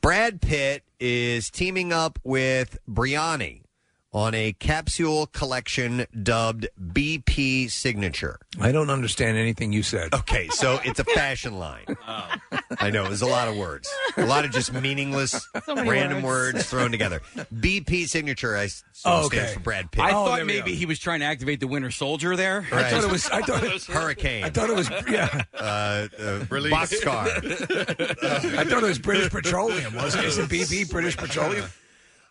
S2: Brad Pitt is teaming up with Briani on a capsule collection dubbed BP Signature.
S4: I don't understand anything you said.
S2: Okay, so it's a fashion line. I know Oh, it was a lot of words, a lot of just meaningless,
S10: So many
S2: random words.
S10: words.
S2: thrown together. BP Signature, I s-
S10: Oh,
S2: stands
S10: okay.
S2: for Brad Pitt.
S10: I thought maybe he was trying to activate the Winter Soldier there.
S2: Right.
S10: Hurricane.
S2: I
S4: thought it was yeah.
S2: Uh, uh,
S4: Release.
S2: boxcar.
S4: I thought it was British Petroleum, wasn't it? Isn't BP British Petroleum?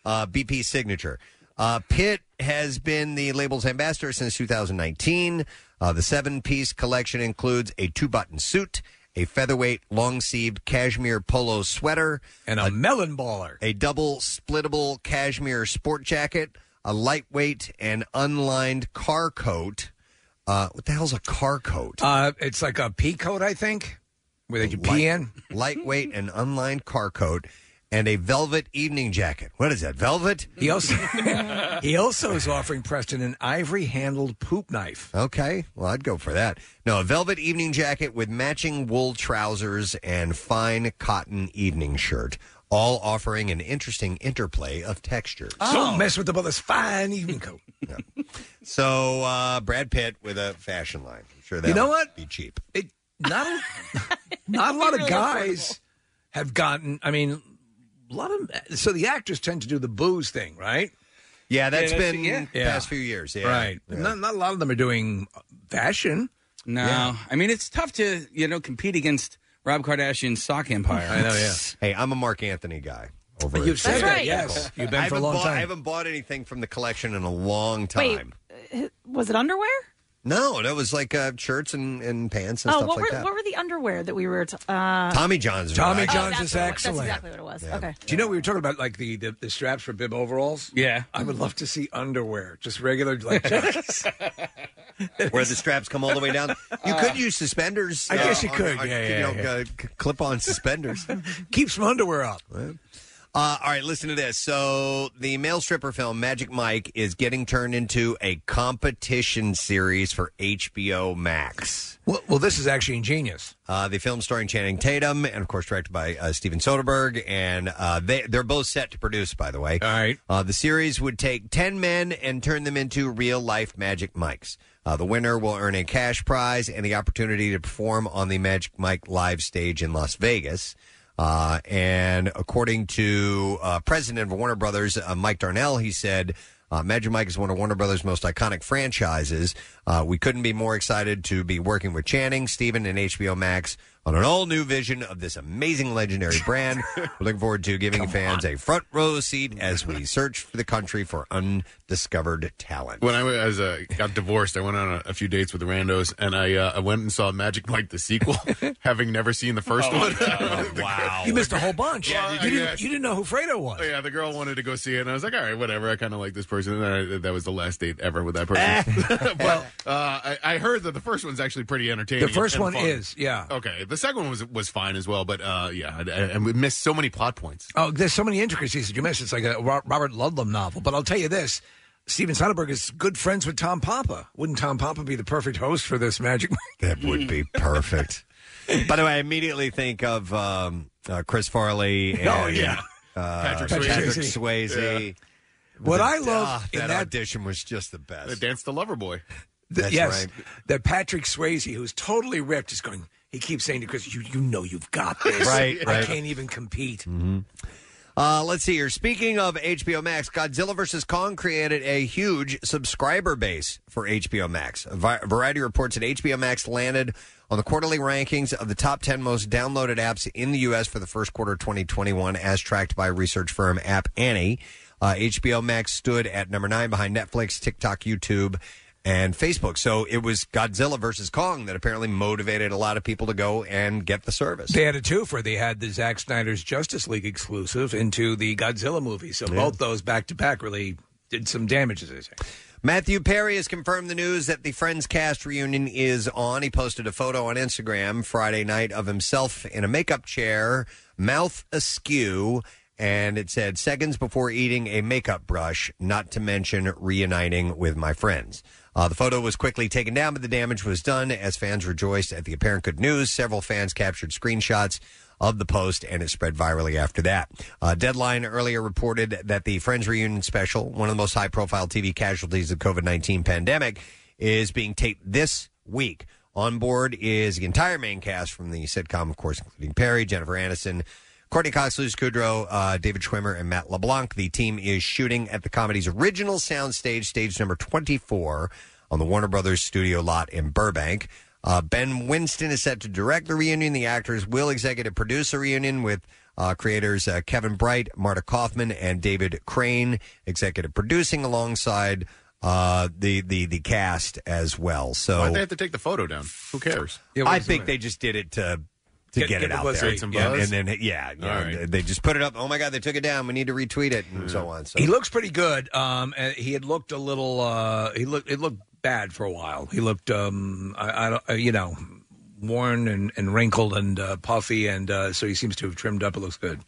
S2: Uh, BP signature. Uh, Pitt has been the label's ambassador since 2019. Uh, the seven piece collection includes a two button suit, a featherweight long sleeved cashmere polo sweater,
S4: and a, melon baller,
S2: a double splittable cashmere sport jacket, a lightweight and unlined car coat. Uh, what the hell's a car coat?
S4: Uh, it's like a pea coat, I think, where they can pee in.
S2: Lightweight and unlined car coat. and a velvet evening jacket. What is that? Velvet?
S4: He also he also is offering Preston an ivory handled poop knife.
S2: Okay, well, I'd go for that. No, a velvet evening jacket with matching wool trousers and fine cotton evening shirt, all offering an interesting interplay of textures.
S4: Don't mess with the brother's fine evening coat.
S2: So, uh, Brad Pitt with a fashion line. I'm sure that
S4: You know
S2: would
S4: what?
S2: be cheap.
S4: It, not a, not a lot of
S2: Really
S4: guys have gotten. I mean, a lot of so the actors tend to do the booze thing, right?
S2: Yeah,
S4: that's
S2: that's Yeah, that's- been yeah. past few years, yeah.
S4: right.
S2: Yeah.
S4: Not, not a lot of them are doing fashion.
S10: No, I mean it's tough to you know compete against Rob Kardashian's sock empire.
S2: I know, yeah. Hey, I'm a Mark Anthony guy. Over
S10: You've said That's that, right.
S4: yes. You've been
S2: I
S4: for a
S2: haven't
S4: long
S2: bought-
S4: time.
S2: I haven't bought anything from the collection in a long
S3: Wait,
S2: time.
S3: uh, was it underwear?
S2: No, that was like uh, shirts and, and pants and
S3: Oh,
S2: stuff
S3: what
S2: like
S3: were
S2: that.
S3: what were the underwear that we were? T- uh...
S2: Tommy John's.
S4: Tommy
S2: right.
S4: John's
S3: Oh,
S4: is
S3: that's what it
S4: excellent.
S3: was. That's exactly what it was. Okay.
S4: Do you know we were talking about like the, the, the straps for bib overalls?
S10: Yeah,
S4: I would love to see underwear, just regular like jackets.
S2: Where the straps come all the way down. You could
S3: uh,
S2: use suspenders.
S4: Uh, I guess you
S2: on-
S4: could.
S2: on-
S4: Yeah,
S2: you
S4: yeah,
S2: know,
S4: yeah.
S2: uh, c- clip-on suspenders.
S4: Keep some underwear up.
S2: Uh, all right, listen to this. So the male stripper film Magic Mike is getting turned into a competition series for HBO Max.
S4: Well, well this is actually ingenious.
S2: Uh, the film starring Channing Tatum and, of course, directed by uh, Steven Soderbergh, and uh, they they're both set to produce. By the way, all
S4: right.
S2: Uh, the series would take ten men and turn them into real life Magic Mics. Uh, the winner will earn a cash prize and the opportunity to perform on the Magic Mike live stage in Las Vegas. Uh, and according to uh, president of Warner Brothers, uh, Mike Darnell, he said. Uh, Magic Mike is one of Warner Brothers' most iconic franchises. Uh, we couldn't be more excited to be working with Channing, Steven, and HBO Max on an all new vision of this amazing legendary brand. We're looking forward to giving fans a front row seat as we search for the country for undiscovered talent.
S9: When I was uh, got divorced, I went on a, a few dates with the randos, and I uh, I went and saw Magic Mike the sequel, having never seen the first
S4: Oh,
S9: one.
S2: wow,
S4: You missed a whole bunch.
S9: Yeah,
S4: you,
S9: I
S4: didn't,
S9: guess.
S4: you didn't know who Fredo was.
S9: Oh, yeah, the girl wanted to go see it, and I was like, all right, whatever. I kind of like this person. And then I, that was the last date ever with that
S10: Eh.
S9: person. but uh, I, I heard that the first one's actually pretty entertaining.
S4: The first
S9: and
S4: one
S9: fun.
S4: is, yeah.
S9: Okay, the second one was was fine as well, but uh, yeah, and- and we missed so many plot points.
S4: Oh, there's so many intricacies that you miss. It's like a Ro- Robert Ludlum novel. But I'll tell you this: Steven Soderbergh is good friends with Tom Papa. Wouldn't Tom Papa be the perfect host for this Magic Mike?
S2: That would be perfect. By the way, I immediately think of um, uh, Chris Farley and
S4: Oh, yeah.
S2: uh,
S4: Patrick
S2: Patrick
S4: Swayze.
S2: Swayze.
S4: Yeah. What
S2: The-
S4: I love
S2: ah,
S4: in
S2: that,
S4: that-
S2: audition was just the best.
S9: The dance the lover boy.
S2: That's
S4: yes,
S2: right.
S4: that Patrick Swayze, who's totally ripped, is going. He keeps saying to Chris, "You, you know, you've got this.
S2: Right, Mm-hmm.
S4: I
S2: right.
S4: can't even compete."
S2: Uh, let's see here. Speaking of HBO Max, Godzilla vs. Kong created a huge subscriber base for HBO Max. A vi- variety reports that HBO Max landed on the quarterly rankings of the top 10 most downloaded apps in the U.S. for the first quarter of 2021, as tracked by research firm App Annie. Uh, HBO Max stood at number nine behind Netflix, TikTok, YouTube, and Facebook. So it was Godzilla vs. Kong that apparently motivated a lot of people to go and get the service.
S4: They had a twofer. They had the Zack Snyder's Justice League exclusive into the Godzilla movie. So both those back to back really did some damage, as they say.
S2: Matthew Perry has confirmed the news that the Friends cast reunion is on. He posted a photo on Instagram Friday night of himself in a makeup chair, mouth askew, and it said seconds before eating a makeup brush, not to mention reuniting with my friends. Uh, the photo was quickly taken down, but the damage was done as fans rejoiced at the apparent good news. Several fans captured screenshots of the post, and it spread virally after that. Uh, Deadline earlier reported that the Friends reunion special, one of the most high profile TV casualties of COVID 19 pandemic, is being taped this week. On board is the entire main cast from the sitcom, of course, including Perry, Jennifer Aniston, Courtney Cox, Luis Kudrow, uh, David Schwimmer, and Matt LeBlanc. The team is shooting at the comedy's original soundstage, stage number 24, on the Warner Brothers studio lot in Burbank. Uh, ben Winston is set to direct the reunion. The actors will executive produce the reunion with uh, creators uh, Kevin Bright, Marta Kaufman, and David Crane executive producing alongside uh, the, the the cast as well. So
S9: Why'd they have to take the photo down? Who cares?
S2: I think they just did it to to
S9: Get-
S2: get,
S9: get
S2: it
S9: the
S2: out
S9: buzz,
S2: there,
S9: get some
S2: Yeah,
S9: buzz.
S2: and then yeah,
S9: All
S2: yeah
S9: right. Mm.
S2: they just put it up. Oh my God, they took it down. We need to retweet it and so on. So
S4: He looks pretty good. Um, and he had looked a little. Uh, he looked. It looked bad for a while. He looked. Um, I, I don't. uh, You know, worn and, and wrinkled and uh, puffy, and uh, so he seems to have trimmed up. It looks good.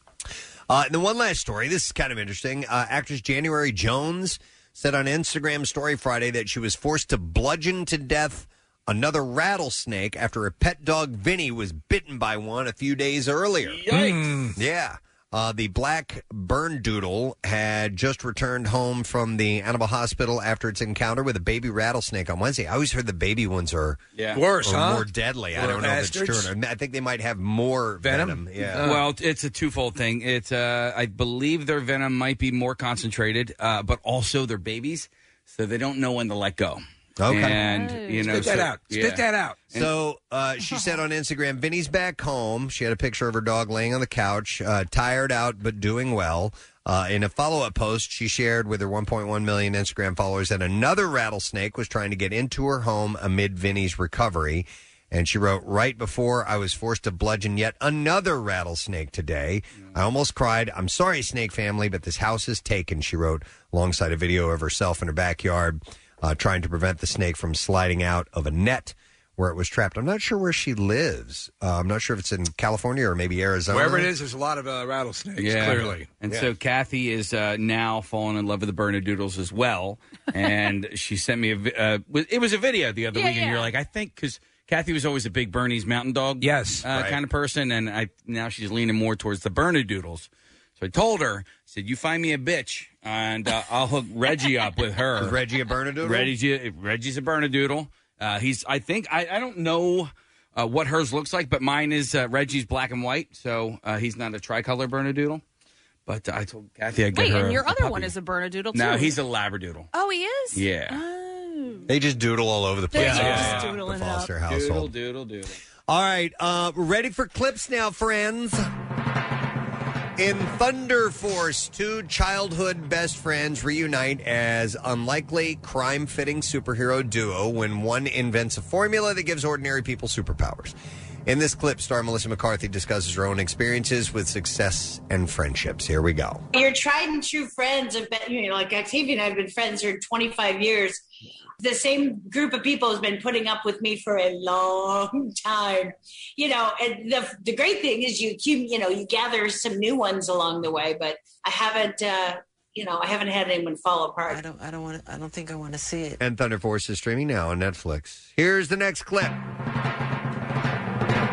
S2: Uh, and then one last story. This is kind of interesting. Uh, actress January Jones said on Instagram story Friday that she was forced to bludgeon to death another rattlesnake after her pet dog Vinny was bitten by one a few days earlier.
S10: Hmm.
S2: Yeah. Uh, the black burn doodle had just returned home from the animal hospital after its encounter with a baby rattlesnake on Wednesday. I always heard the baby ones are
S10: Yeah.
S2: are
S10: Worse, huh?
S2: more deadly. I
S10: Poor
S2: don't know if it's
S10: bastards.
S2: true. or not. I think they might have more venom. Yeah.
S10: Uh, Well, it's a twofold thing. It's uh, I believe their venom might be more concentrated, uh, but also they're babies, so they don't know when to let go.
S2: Okay.
S10: And you know, so- yeah. And-
S2: So uh, she said on Instagram, Vinny's back home. She had a picture of her dog laying on the couch, uh, tired out but doing well. Uh, in a follow-up post, she shared with her 1.1 million Instagram followers that another rattlesnake was trying to get into her home amid Vinny's recovery. And she wrote, right before I was forced to bludgeon yet another rattlesnake today, I almost cried. I'm sorry, snake family, but this house is taken, she wrote, alongside a video of herself in her backyard uh, trying to prevent the snake from sliding out of a net where it was trapped. I'm not sure where she lives. Uh, I'm not sure if it's in California or maybe Arizona.
S4: Wherever it is, there's a lot of uh, rattlesnakes.
S10: Yeah.
S4: Clearly,
S10: And so Kathy is uh, now falling in love with the Bernadoodles as well. And she sent me a. vi- Uh, w- it was a video the other
S17: Yeah,
S10: week, and You're
S17: yeah.
S10: like, I think because Kathy was always a big Bernie's Mountain Dog, yes, uh, kind of person, and I now she's leaning more towards the Bernadoodles. So I told her, I said, "You find me a bitch, and uh, I'll hook Reggie up with her."
S2: Is Reggie a Bernadoodle?
S10: Reggie, Reggie's a Bernadoodle. Uh, he's. I think I. I don't know. Uh, what hers looks like, but mine is uh, Reggie's black and white, so uh, he's not a tricolor Bernadoodle. But uh, I told Kathy I'd get
S3: Wait,
S10: her.
S3: and
S10: a-
S3: your
S10: a
S3: other
S10: puppy.
S3: one is a Bernadoodle, too.
S10: No, he's a Labradoodle.
S3: Oh, he is?
S10: Yeah.
S2: They just doodle all over the
S3: Oh. They
S2: place.
S3: just
S2: Yeah.
S3: doodle
S2: The
S3: it
S2: Foster
S3: up.
S2: household.
S10: Doodle, doodle, doodle.
S2: All right, uh, we're ready for clips now, friends. In Thunder Force, two childhood best friends reunite as unlikely crime fitting superhero duo when one invents a formula that gives ordinary people superpowers. In this clip, star Melissa McCarthy discusses her own experiences with success and friendships. Here we go.
S18: Your tried and true friends have been, you know, like Octavia and I have been friends for 25 years. The same group of people has been putting up with me for a long time, you know. And the the great thing is you you, you know you gather some new ones along the way. But I haven't, uh, you know, I haven't had anyone fall apart. I don't, I don't want, I don't think I want to see it.
S2: And Thunder Force is streaming now on Netflix. Here's the next clip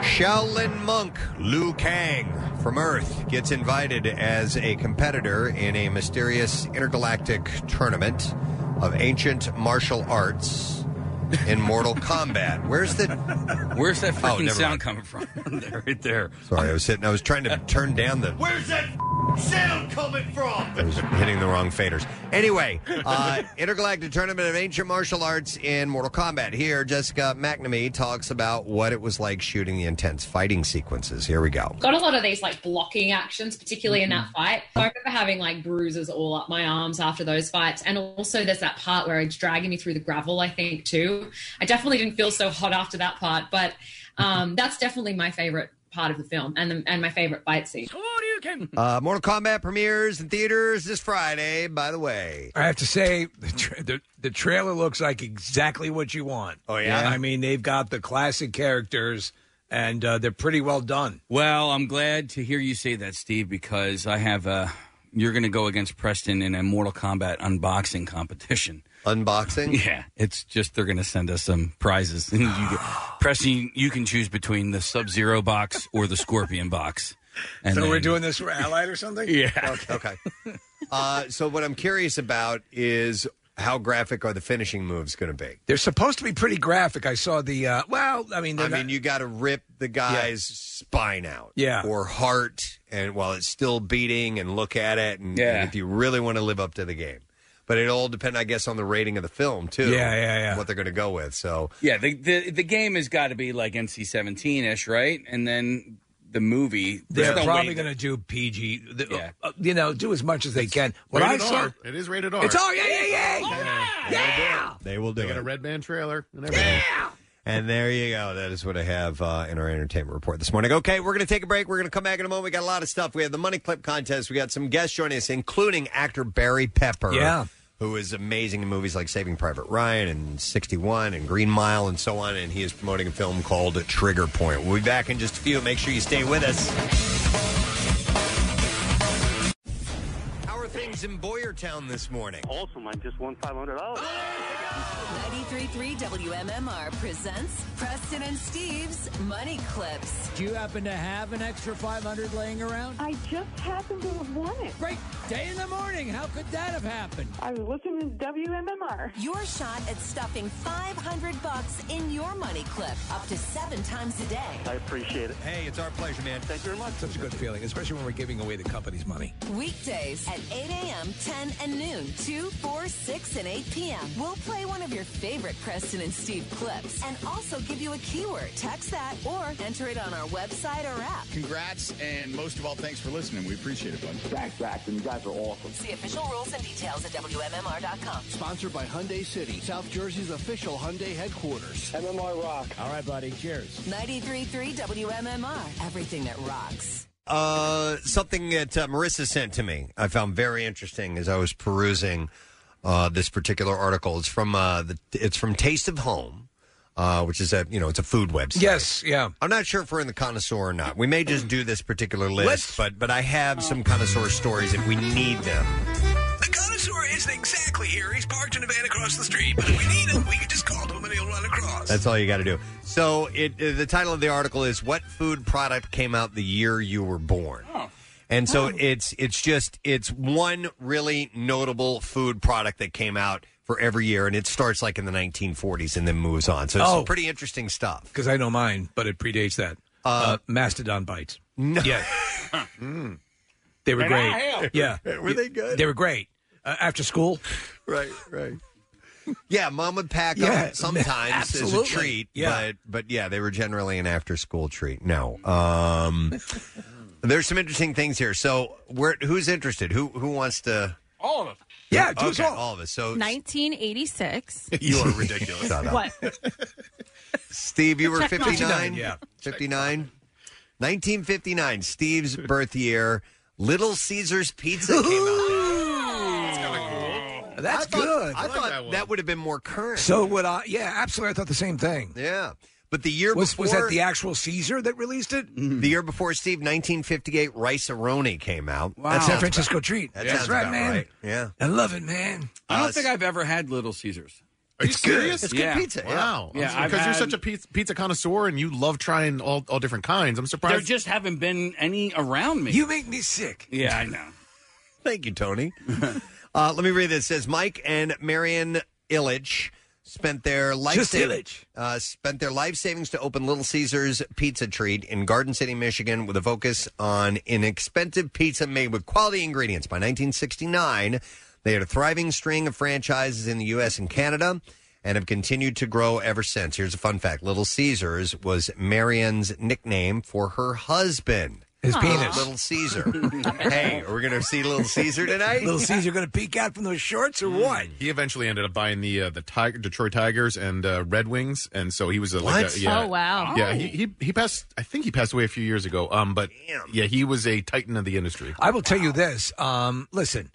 S2: Shaolin monk Liu Kang from Earth gets invited as a competitor in a mysterious intergalactic tournament of ancient martial arts in Mortal Kombat. Where's the.
S10: Where's that
S2: Oh,
S10: freaking
S2: never
S10: sound
S2: mind.
S10: coming from? There, right there.
S2: Sorry, I was sitting. I was trying to turn down the.
S10: Where's that
S2: sound coming from? I was hitting the wrong faders. Anyway, uh, Intergalactic Tournament of Ancient Martial Arts in Mortal Kombat. Here, Jessica McNamee talks about what it was like shooting the intense fighting sequences. Here we go.
S19: got a lot of these like blocking actions, particularly in that fight. I remember having like bruises all up my arms after those fights. And also there's that part where it's dragging me through the gravel, I think, too. I definitely didn't feel so hot after that part, but um, that's definitely my favorite part of the film and, the, and my favorite fight scene.
S2: Uh, Mortal Kombat premieres in theaters this Friday, by the way.
S4: I have to say the, tra- the the trailer looks like exactly what you want. Oh
S2: yeah?
S4: I mean they've got the classic characters, and uh, they're pretty well done.
S10: Well, I'm glad to hear you say that, Steve, because I have Uh, you're going to go against Preston in a Mortal Kombat unboxing competition.
S2: Unboxing?
S10: Yeah, it's just they're going to send us some prizes. And you get- Preston, you can choose between the Sub Zero box or the Scorpion box.
S4: so
S10: then-
S4: we're doing this for Allied or something.
S10: Yeah.
S2: Okay. Uh, so, what I'm curious about is how graphic are the finishing moves going to be?
S4: They're supposed to be pretty graphic. I saw the uh, well. I mean,
S2: I mean, you got to rip the guy's spine out,
S4: Yeah.
S2: or heart, and while it's still beating, and look at it, and, and
S4: Yeah.
S2: if you really want to live up to the game. But it all depends, I guess, on the rating of the film too.
S10: Yeah, yeah, yeah.
S2: What they're going to go with. So
S10: Yeah, the the, the game has got to be like NC seventeen ish, right? And then the movie.
S4: they're probably going to do PG. the-
S10: Yeah.
S4: uh, you know, do as much as they can. What I
S9: rated
S4: saw,
S9: R. It is rated R.
S4: It's R, yeah, yeah, yeah.
S9: Yeah.
S2: they will do
S9: They got
S2: it.
S9: a Red Band trailer and everything.
S2: And there you go. That is what I have uh, in our entertainment report this morning. Okay, we're going to take a break. We're going to come back in a moment. We got a lot of stuff. We have the money clip contest. We got some guests joining us, including actor Barry Pepper.
S4: Yeah.
S2: Who is amazing in movies like Saving Private Ryan and 61 and Green Mile and so on. And he is promoting a film called Trigger Point. We'll be back in just a few. Make sure you stay with us. was in Boyertown this morning. Oh!
S17: Awesome. I just won $500.
S20: 93.3 WMMR presents Preston and Steve's Money Clips.
S21: Do you happen to have an extra 500 laying around?
S22: I just happened to have won it.
S21: Great day in the morning. How could that have happened?
S22: I was listening to WMMR.
S20: Your shot at stuffing 500 bucks in your money clip up to seven times a day.
S17: I appreciate it.
S2: Hey, it's our pleasure, man.
S4: Thank you very much. Such a good feeling, especially when we're giving away the company's money.
S20: Weekdays at 8 a.m., 10 and noon, 2, 4, 6, and 8 p.m. We'll play one of your favorite Preston and Steve clips and also give you a keyword. Text that or enter it on our website or app.
S6: Congrats, and most of all, thanks for listening. We appreciate it, bud. Back, back, and you guys are awesome.
S20: See official rules and details at WMMR.com.
S23: Sponsored by Hyundai City, South Jersey's official Hyundai headquarters. MMR Rock. All right, buddy. Cheers.
S20: 93.3 WMMR. Everything that rocks.
S2: Uh, something that uh, Marissa sent to me, I found very interesting as I was perusing uh, this particular article. It's from uh, the, it's from Taste of Home, uh, which is a you know it's a food website.
S4: Yes, yeah.
S2: I'm not sure if we're in the connoisseur or not. We may just do this particular list, but but I have some connoisseur stories if we need them.
S4: The connoisseur isn't exactly here. He's parked in a van across the street, but if we need him, we can just call to him and he'll run across.
S2: That's all you got to do. So it uh, the title of the article is "What food product came out the year you were born?" And so it's it's just it's one really notable food product that came out for every year, and it starts like in the 1940s and then moves on. So it's
S4: Oh.
S2: pretty interesting stuff.
S4: Because I know mine, but it predates that. Uh, Mastodon bites.
S2: No.
S4: Yeah. They were
S2: And
S4: great.
S2: I am.
S4: Yeah.
S2: Were they good?
S4: They were great. Uh, after school.
S2: Right, right. Yeah, mom would pack
S4: Yeah,
S2: up sometimes as a
S4: absolutely.
S2: treat,
S4: Yeah.
S2: but but yeah, they were generally an after school treat. No, um, there's some interesting things here. So, where who's interested? Who who wants to?
S21: All of us.
S2: Yeah, do okay, all. of us. So
S3: 1986.
S2: you are ridiculous.
S3: What?
S2: Steve, you were
S3: Check mark.
S2: 59?
S3: 59, yeah.
S2: 59? 1959, Steve's birth year. Little Caesar's Pizza came out.
S4: That's
S2: I thought-
S4: good.
S2: I,
S4: I like
S2: thought
S4: that
S2: that,
S4: one.
S2: would have been more current.
S4: So would I. Yeah, absolutely. I thought the same thing.
S2: Yeah. But the year
S4: was,
S2: before.
S4: Was that the actual Caesar that released it?
S2: The year before, Steve, 1958, Rice Aroni came out.
S4: Wow.
S2: That
S4: San
S2: sounds
S4: Francisco
S2: about-
S4: treat.
S2: That
S4: That's
S2: sounds
S4: right,
S2: about
S4: man.
S2: right. Yeah. Uh,
S4: I love it, man.
S10: I don't
S4: Us.
S10: think I've ever had Little Caesars.
S9: Are you
S10: It's good.
S9: serious?
S10: It's good Yeah. pizza, yeah.
S9: Wow.
S10: Yeah, I've
S9: because you're
S10: had-
S9: such a pizza, pizza connoisseur and you love trying all, all different kinds. I'm surprised.
S10: There just haven't been any around me.
S4: You make me sick.
S10: Yeah, I know.
S2: Thank you, Tony. uh, let me read this. It says Mike and Marion Illich spent their life
S4: Just
S2: sav-
S4: Illich.
S2: uh, spent their life savings to open Little Caesars Pizza Treat in Garden City, Michigan, with a focus on inexpensive pizza made with quality ingredients. By 1969, they had a thriving string of franchises in the U.S. and Canada. And have continued to grow ever since. Here's a fun fact: Little Caesars was Marion's nickname for her husband, Uh,
S4: His Aw. penis.
S2: Little Caesar. hey, are we going to see Little Caesar tonight? Hmm.
S4: Little Caesar going to peek out from those shorts or what?
S9: Hmm. He eventually ended up buying the uh, the Tiger, Detroit Tigers and uh, Red Wings, and so he was a like
S3: What?
S9: a, yeah,
S3: Oh, wow.
S9: yeah he, he he passed I think he passed away a few years ago um but yeah he was a titan of the industry
S4: I will tell you this. Um, listen,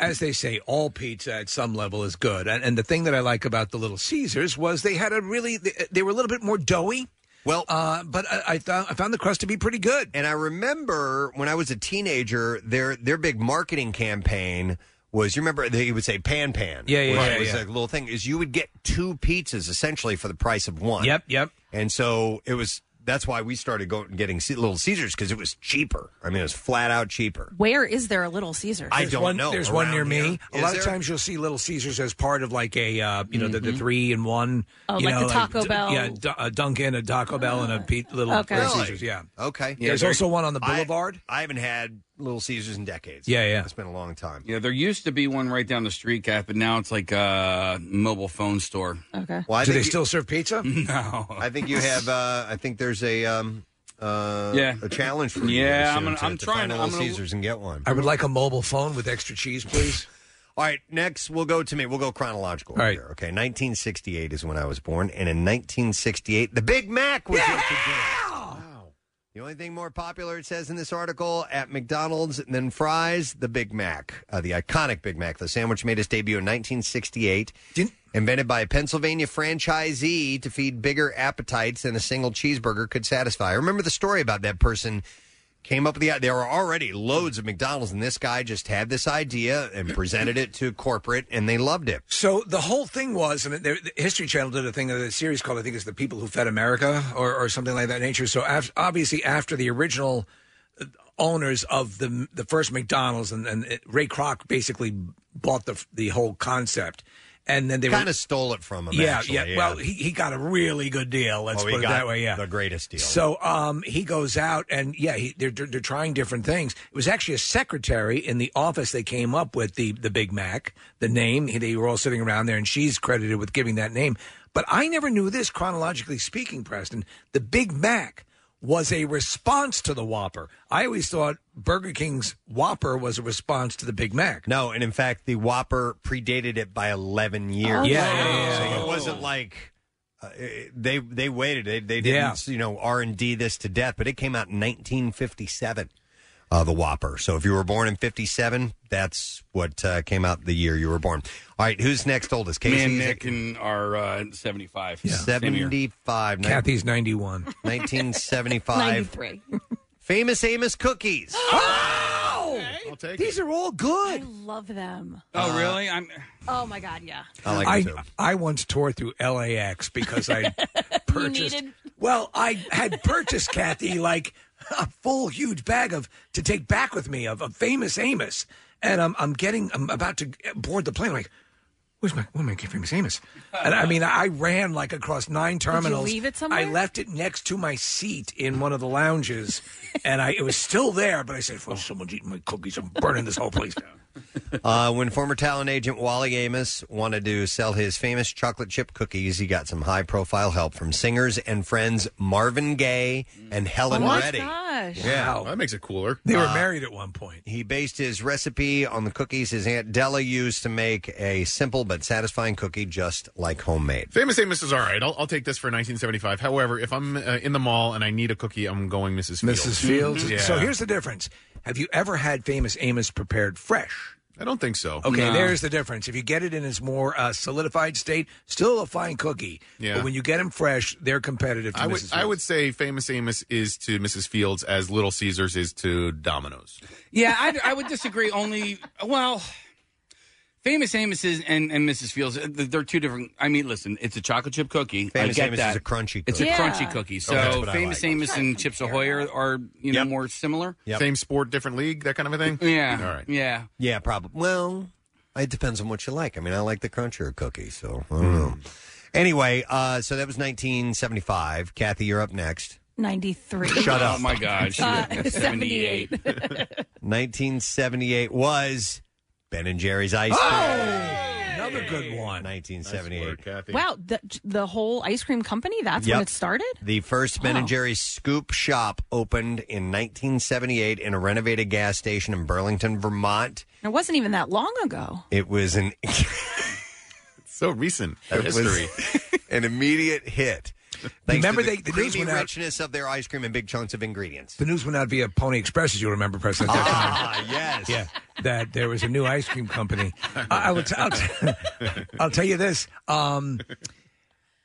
S4: as they say, all pizza at some level is good. And, and the thing that I like about the Little Caesars was they had a really they, they were a little bit more doughy.
S2: Well,
S4: uh, but I, I thought I found the crust to be pretty good.
S2: And I remember when I was a teenager, their their big marketing campaign was you remember they would say pan pan.
S4: Yeah, yeah,
S2: which
S4: yeah,
S2: was
S4: yeah.
S2: a little thing is you would get two pizzas essentially for the price of one.
S4: Yep, yep.
S2: And so it was that's why we started going getting Ce- little Caesars because it was cheaper. I mean, it was flat out cheaper.
S3: Where is there a Little Caesar?
S2: I don't
S4: one,
S2: know.
S4: There's one
S2: around
S4: near me.
S2: here. Is
S4: A lot
S2: there? Mm-hmm.
S4: of times you'll see Little Caesars as part of like a uh, you know the, the
S3: Mhm.
S4: three and one.
S3: Oh,
S4: you
S3: like
S4: know,
S3: the Taco
S4: d-
S3: Bell. Ah,
S4: Yeah, d- a Dunkin', a Taco Bell, and a pe- Little
S3: okay.
S4: Little
S3: Really?
S4: Caesars. Yeah.
S2: Okay.
S4: There's also one on the
S2: I-
S4: boulevard.
S2: I, haven't had Little Caesars in decades.
S4: Yeah, yeah.
S2: It's been a long time.
S10: Yeah, there used to be one right down the street, Kath, but now it's like a mobile phone store.
S3: Okay.
S2: Well, I
S4: Do
S2: think
S4: they
S2: you-
S4: still serve pizza?
S10: No.
S2: I think you have. Uh, I think there's a um, uh,
S4: Yeah.
S2: a challenge for you.
S4: Yeah,
S2: really
S4: I'm
S2: soon
S4: gonna-
S2: to,
S4: I'm
S2: to
S4: trying
S2: find
S4: to-
S2: a Little
S4: I'm gonna-
S2: Caesars and get one.
S4: I would like a mobile phone with extra cheese, please.
S2: All right, next we'll go to me. We'll go chronological
S4: All right.
S2: here. Okay, 1968 is when I was born, and in 1968, the Big Mac was introduced. The only thing more popular, it says in this article, at McDonald's than fries, the Big Mac, uh, the iconic Big Mac. The sandwich made its debut in 1968, invented by a Pennsylvania franchisee to feed bigger appetites than a single cheeseburger could satisfy. I remember the story about that person Came up with the idea. There were already loads of McDonald's, and this guy just had this idea and presented it to corporate, and they loved it.
S4: So the whole thing was, and the the History Channel did a thing, a series called, I think it's The People Who Fed America or, or something like that nature. So af- obviously, after the original uh, owners of the the first McDonald's, and, and it- Ray Kroc basically bought the the whole concept. And then they
S2: Kinda
S4: were-
S2: stole it from him,
S4: Yeah,
S2: actually,
S4: yeah.
S2: yeah.
S4: Well, he, he got a really good deal. Let's
S2: Oh, he
S4: put it
S2: got
S4: that way. Yeah,
S2: the greatest deal.
S4: So um, he goes out and yeah, he, they're, they're they're trying different things. It was actually a secretary in the office they came up with the the Big Mac, the name. They were all sitting around there, and she's credited with giving that name. But I never knew this chronologically speaking, Preston. The Big Mac was a response to the Whopper. I always thought Burger King's Whopper was a response to the Big Mac.
S2: No, and in fact, the Whopper predated it by 11 years.
S4: Oh, Yeah, wow. yeah, yeah,
S2: So
S4: yeah.
S2: it wasn't like uh, it- they they waited. They, they didn't,
S4: Yeah.
S2: you know, R&D this to death, but it came out in 1957. Uh, the Whopper. So if you were born in 57, that's what uh, came out the year you were born. All right, who's next oldest?
S10: Me
S2: Casey?
S10: and
S2: is it
S10: Nick and are uh, 75. Same year.
S2: 75.
S10: Kathy's
S4: 91.
S2: 1975. Famous Amos cookies.
S3: Oh,
S9: I'll take
S4: These are all good.
S3: I love them.
S10: Oh, really? I'm.
S3: Oh my god, yeah.
S4: Uh, I, I once tore through LAX because I purchased.
S3: needed-
S4: Well, I had purchased Kathy like a full huge bag of to take back with me of, of famous Amos, and I'm I'm getting I'm about to board the plane. I'm like, where's my where my famous Amos? And I mean, I ran like across nine
S3: you
S4: terminals.
S3: leave it somewhere?
S4: I left it next to my seat in one of the lounges, and I it was still there. But I said, well, someone's eating my cookies. I'm burning this whole place down.
S2: Uh, when former talent agent Wally Amos wanted to sell his famous chocolate chip cookies, he got some high profile help from singers and friends Marvin Gaye and Helen
S4: Oh my
S2: Reddy. Uh,
S4: gosh.
S9: Wow, that makes it cooler.
S4: They were married at one point.
S2: He based his recipe on the cookies his Aunt Della used to make a simple but satisfying cookie just like homemade.
S9: Famous Amos is all right. I'll, I'll take this for 1975. However, if I'm uh, in the mall and I need a cookie, I'm going Mrs. Fields.
S4: Mrs. Fields.
S9: Mm-hmm. Yeah.
S4: So here's the difference. Have you ever had Famous Amos prepared fresh?
S9: I don't think so.
S4: Okay,
S9: No.
S4: there's the difference. If you get it in its more uh, solidified state, still a fine cookie.
S9: Yeah.
S4: But when you get them fresh, they're competitive to
S9: I
S4: Mrs.
S9: would,
S4: Fields.
S9: I would say Famous Amos is to Mrs. Fields as Little Caesars is to Domino's.
S10: Yeah, I, I would disagree. Only, well, famous Amos is and, and Mrs. Fields, uh, they're two different. I mean, listen, it's a chocolate chip cookie. I
S2: Famous
S10: get
S2: Amos
S10: that.
S2: is a crunchy
S10: It's
S2: cookie.
S10: a
S2: Yeah.
S10: crunchy cookie.
S2: Okay, that's
S10: So
S2: what I
S10: famous
S2: like.
S10: Amos and Chips Ahoy are, are you know more similar.
S9: Same sport, different league, that kind of a thing.
S10: Yeah.
S9: All right.
S10: Yeah.
S2: Yeah, probably. Well, it depends on what you like. I mean, I like the crunchier cookie, so I don't know. Anyway, uh, so that was 1975. Kathy, you're up next.
S3: 93.
S2: Shut up.
S10: Oh my gosh.
S3: Uh,
S10: 78.
S2: 1978 was Ben and Jerry's ice cream.
S4: Oh! Another good one.
S2: 1978.
S3: Wow, the, the whole ice cream company, that's
S2: Yep.
S3: when it started?
S2: The first Ben and Jerry's scoop shop opened in 1978 in a renovated gas station in Burlington, Vermont.
S3: It wasn't even that long ago.
S2: It was an
S9: so recent
S2: It was
S9: history.
S2: an immediate hit. Thanks
S4: Remember
S2: to the,
S4: they- the news
S2: creamy
S4: went out-
S2: richness of their ice cream and big chunks of ingredients.
S4: The news went out via Pony Express, as you remember, President.
S2: Ah, yes.
S4: Yeah. That there was a new ice cream company. I, I will. T- I'll, t- I'll tell you this. Um,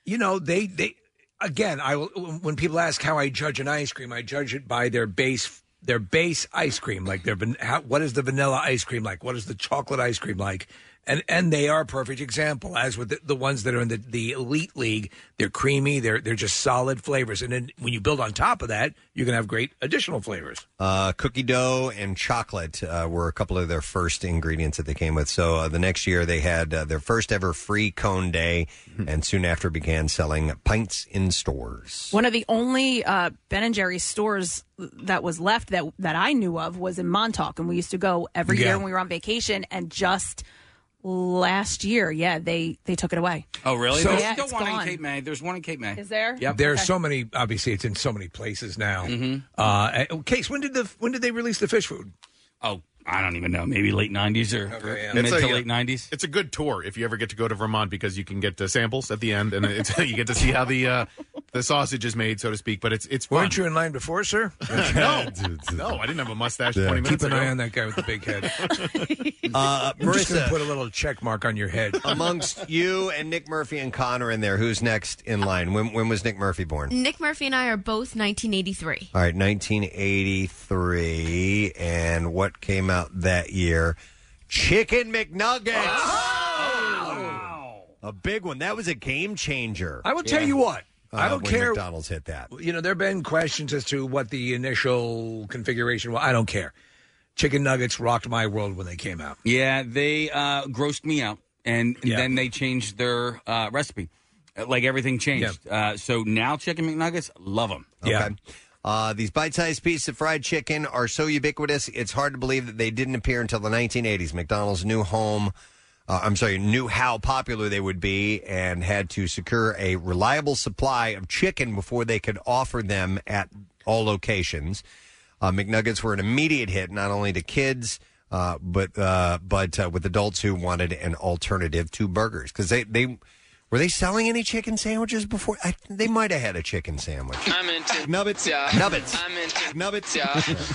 S4: you know, they they again. I will. When people ask how I judge an ice cream, I judge it by their base their base ice cream. Like their van- how, what is the vanilla ice cream like? What is the chocolate ice cream like? And and they are a perfect example. As with the, the ones that are in the, the elite league, they're creamy. They're they're just solid flavors. And then when you build on top of that, you're gonna have great additional flavors.
S2: Uh, cookie dough and chocolate uh, were a couple of their first ingredients that they came with. So uh, the next year they had uh, their first ever free cone day,
S4: Hmm.
S2: and soon after began selling pints in stores.
S3: One of the only uh, Ben and Jerry's stores that was left that that I knew of was in Montauk, and we used to go every
S10: Yeah.
S3: year when we were on vacation. And just last year, yeah, they they took it away.
S10: Oh, really?
S3: So-
S10: There's
S3: Yeah,
S10: still
S3: it's
S10: one
S3: gone.
S10: in Cape May. There's one in Cape May.
S3: Is there?
S10: Yep. Mm-hmm.
S4: There are so many. Obviously, eh, it's in so many places now. Uh, Case, when did the when did they release the fish food?
S10: Oh, I don't even know, maybe late 90s or or
S9: Yeah.
S10: mid
S9: It's
S10: to
S9: a-
S10: late 90s.
S9: It's a good tour if you ever get to go to Vermont because you can get uh, samples at the end and it's, you get to see how the uh, the sausage is made, so to speak. But it's it's fun.
S4: Weren't you in line before, sir?
S9: no, no, I didn't have a mustache
S4: Yeah,
S9: 20
S4: keep
S9: minutes
S4: an
S9: ago.
S4: eye on that guy with the big head.
S2: Uh,
S4: I'm just going
S2: Marissa.
S4: to put a little check mark on your head.
S2: amongst you and Nick Murphy and Connor in there, who's next in line? When when was Nick Murphy born?
S1: Nick Murphy and I are both 1983.
S2: All right, 1983, and what came out that year? Chicken McNuggets. A big one. That was a game changer. Uh,
S4: I will tell you what. I don't
S2: when
S4: care-
S2: McDonald's hit that.
S4: You know, there have been questions as to what the initial configuration was. I don't care. Chicken nuggets rocked my world when they came out.
S10: Yeah, they uh, grossed me out, and then they changed their uh, recipe. Uh, Like everything changed. Uh, so now chicken McNuggets, love them.
S2: Yeah. Uh, these bite-sized pieces of fried chicken are so ubiquitous, it's hard to believe that they didn't appear until the 1980s. McDonald's new home, uh, I'm sorry, knew how popular they would be and had to secure a reliable supply of chicken before they could offer them at all locations. Uh, McNuggets were an immediate hit, not only to kids, uh, but uh, but uh, with adults who wanted an alternative to burgers because they they were they selling any chicken sandwiches before? I, they might have had a chicken sandwich.
S24: I'm into
S2: nubbits. Yeah. Nubbits. I'm
S24: into
S2: nubbits.
S24: Yeah.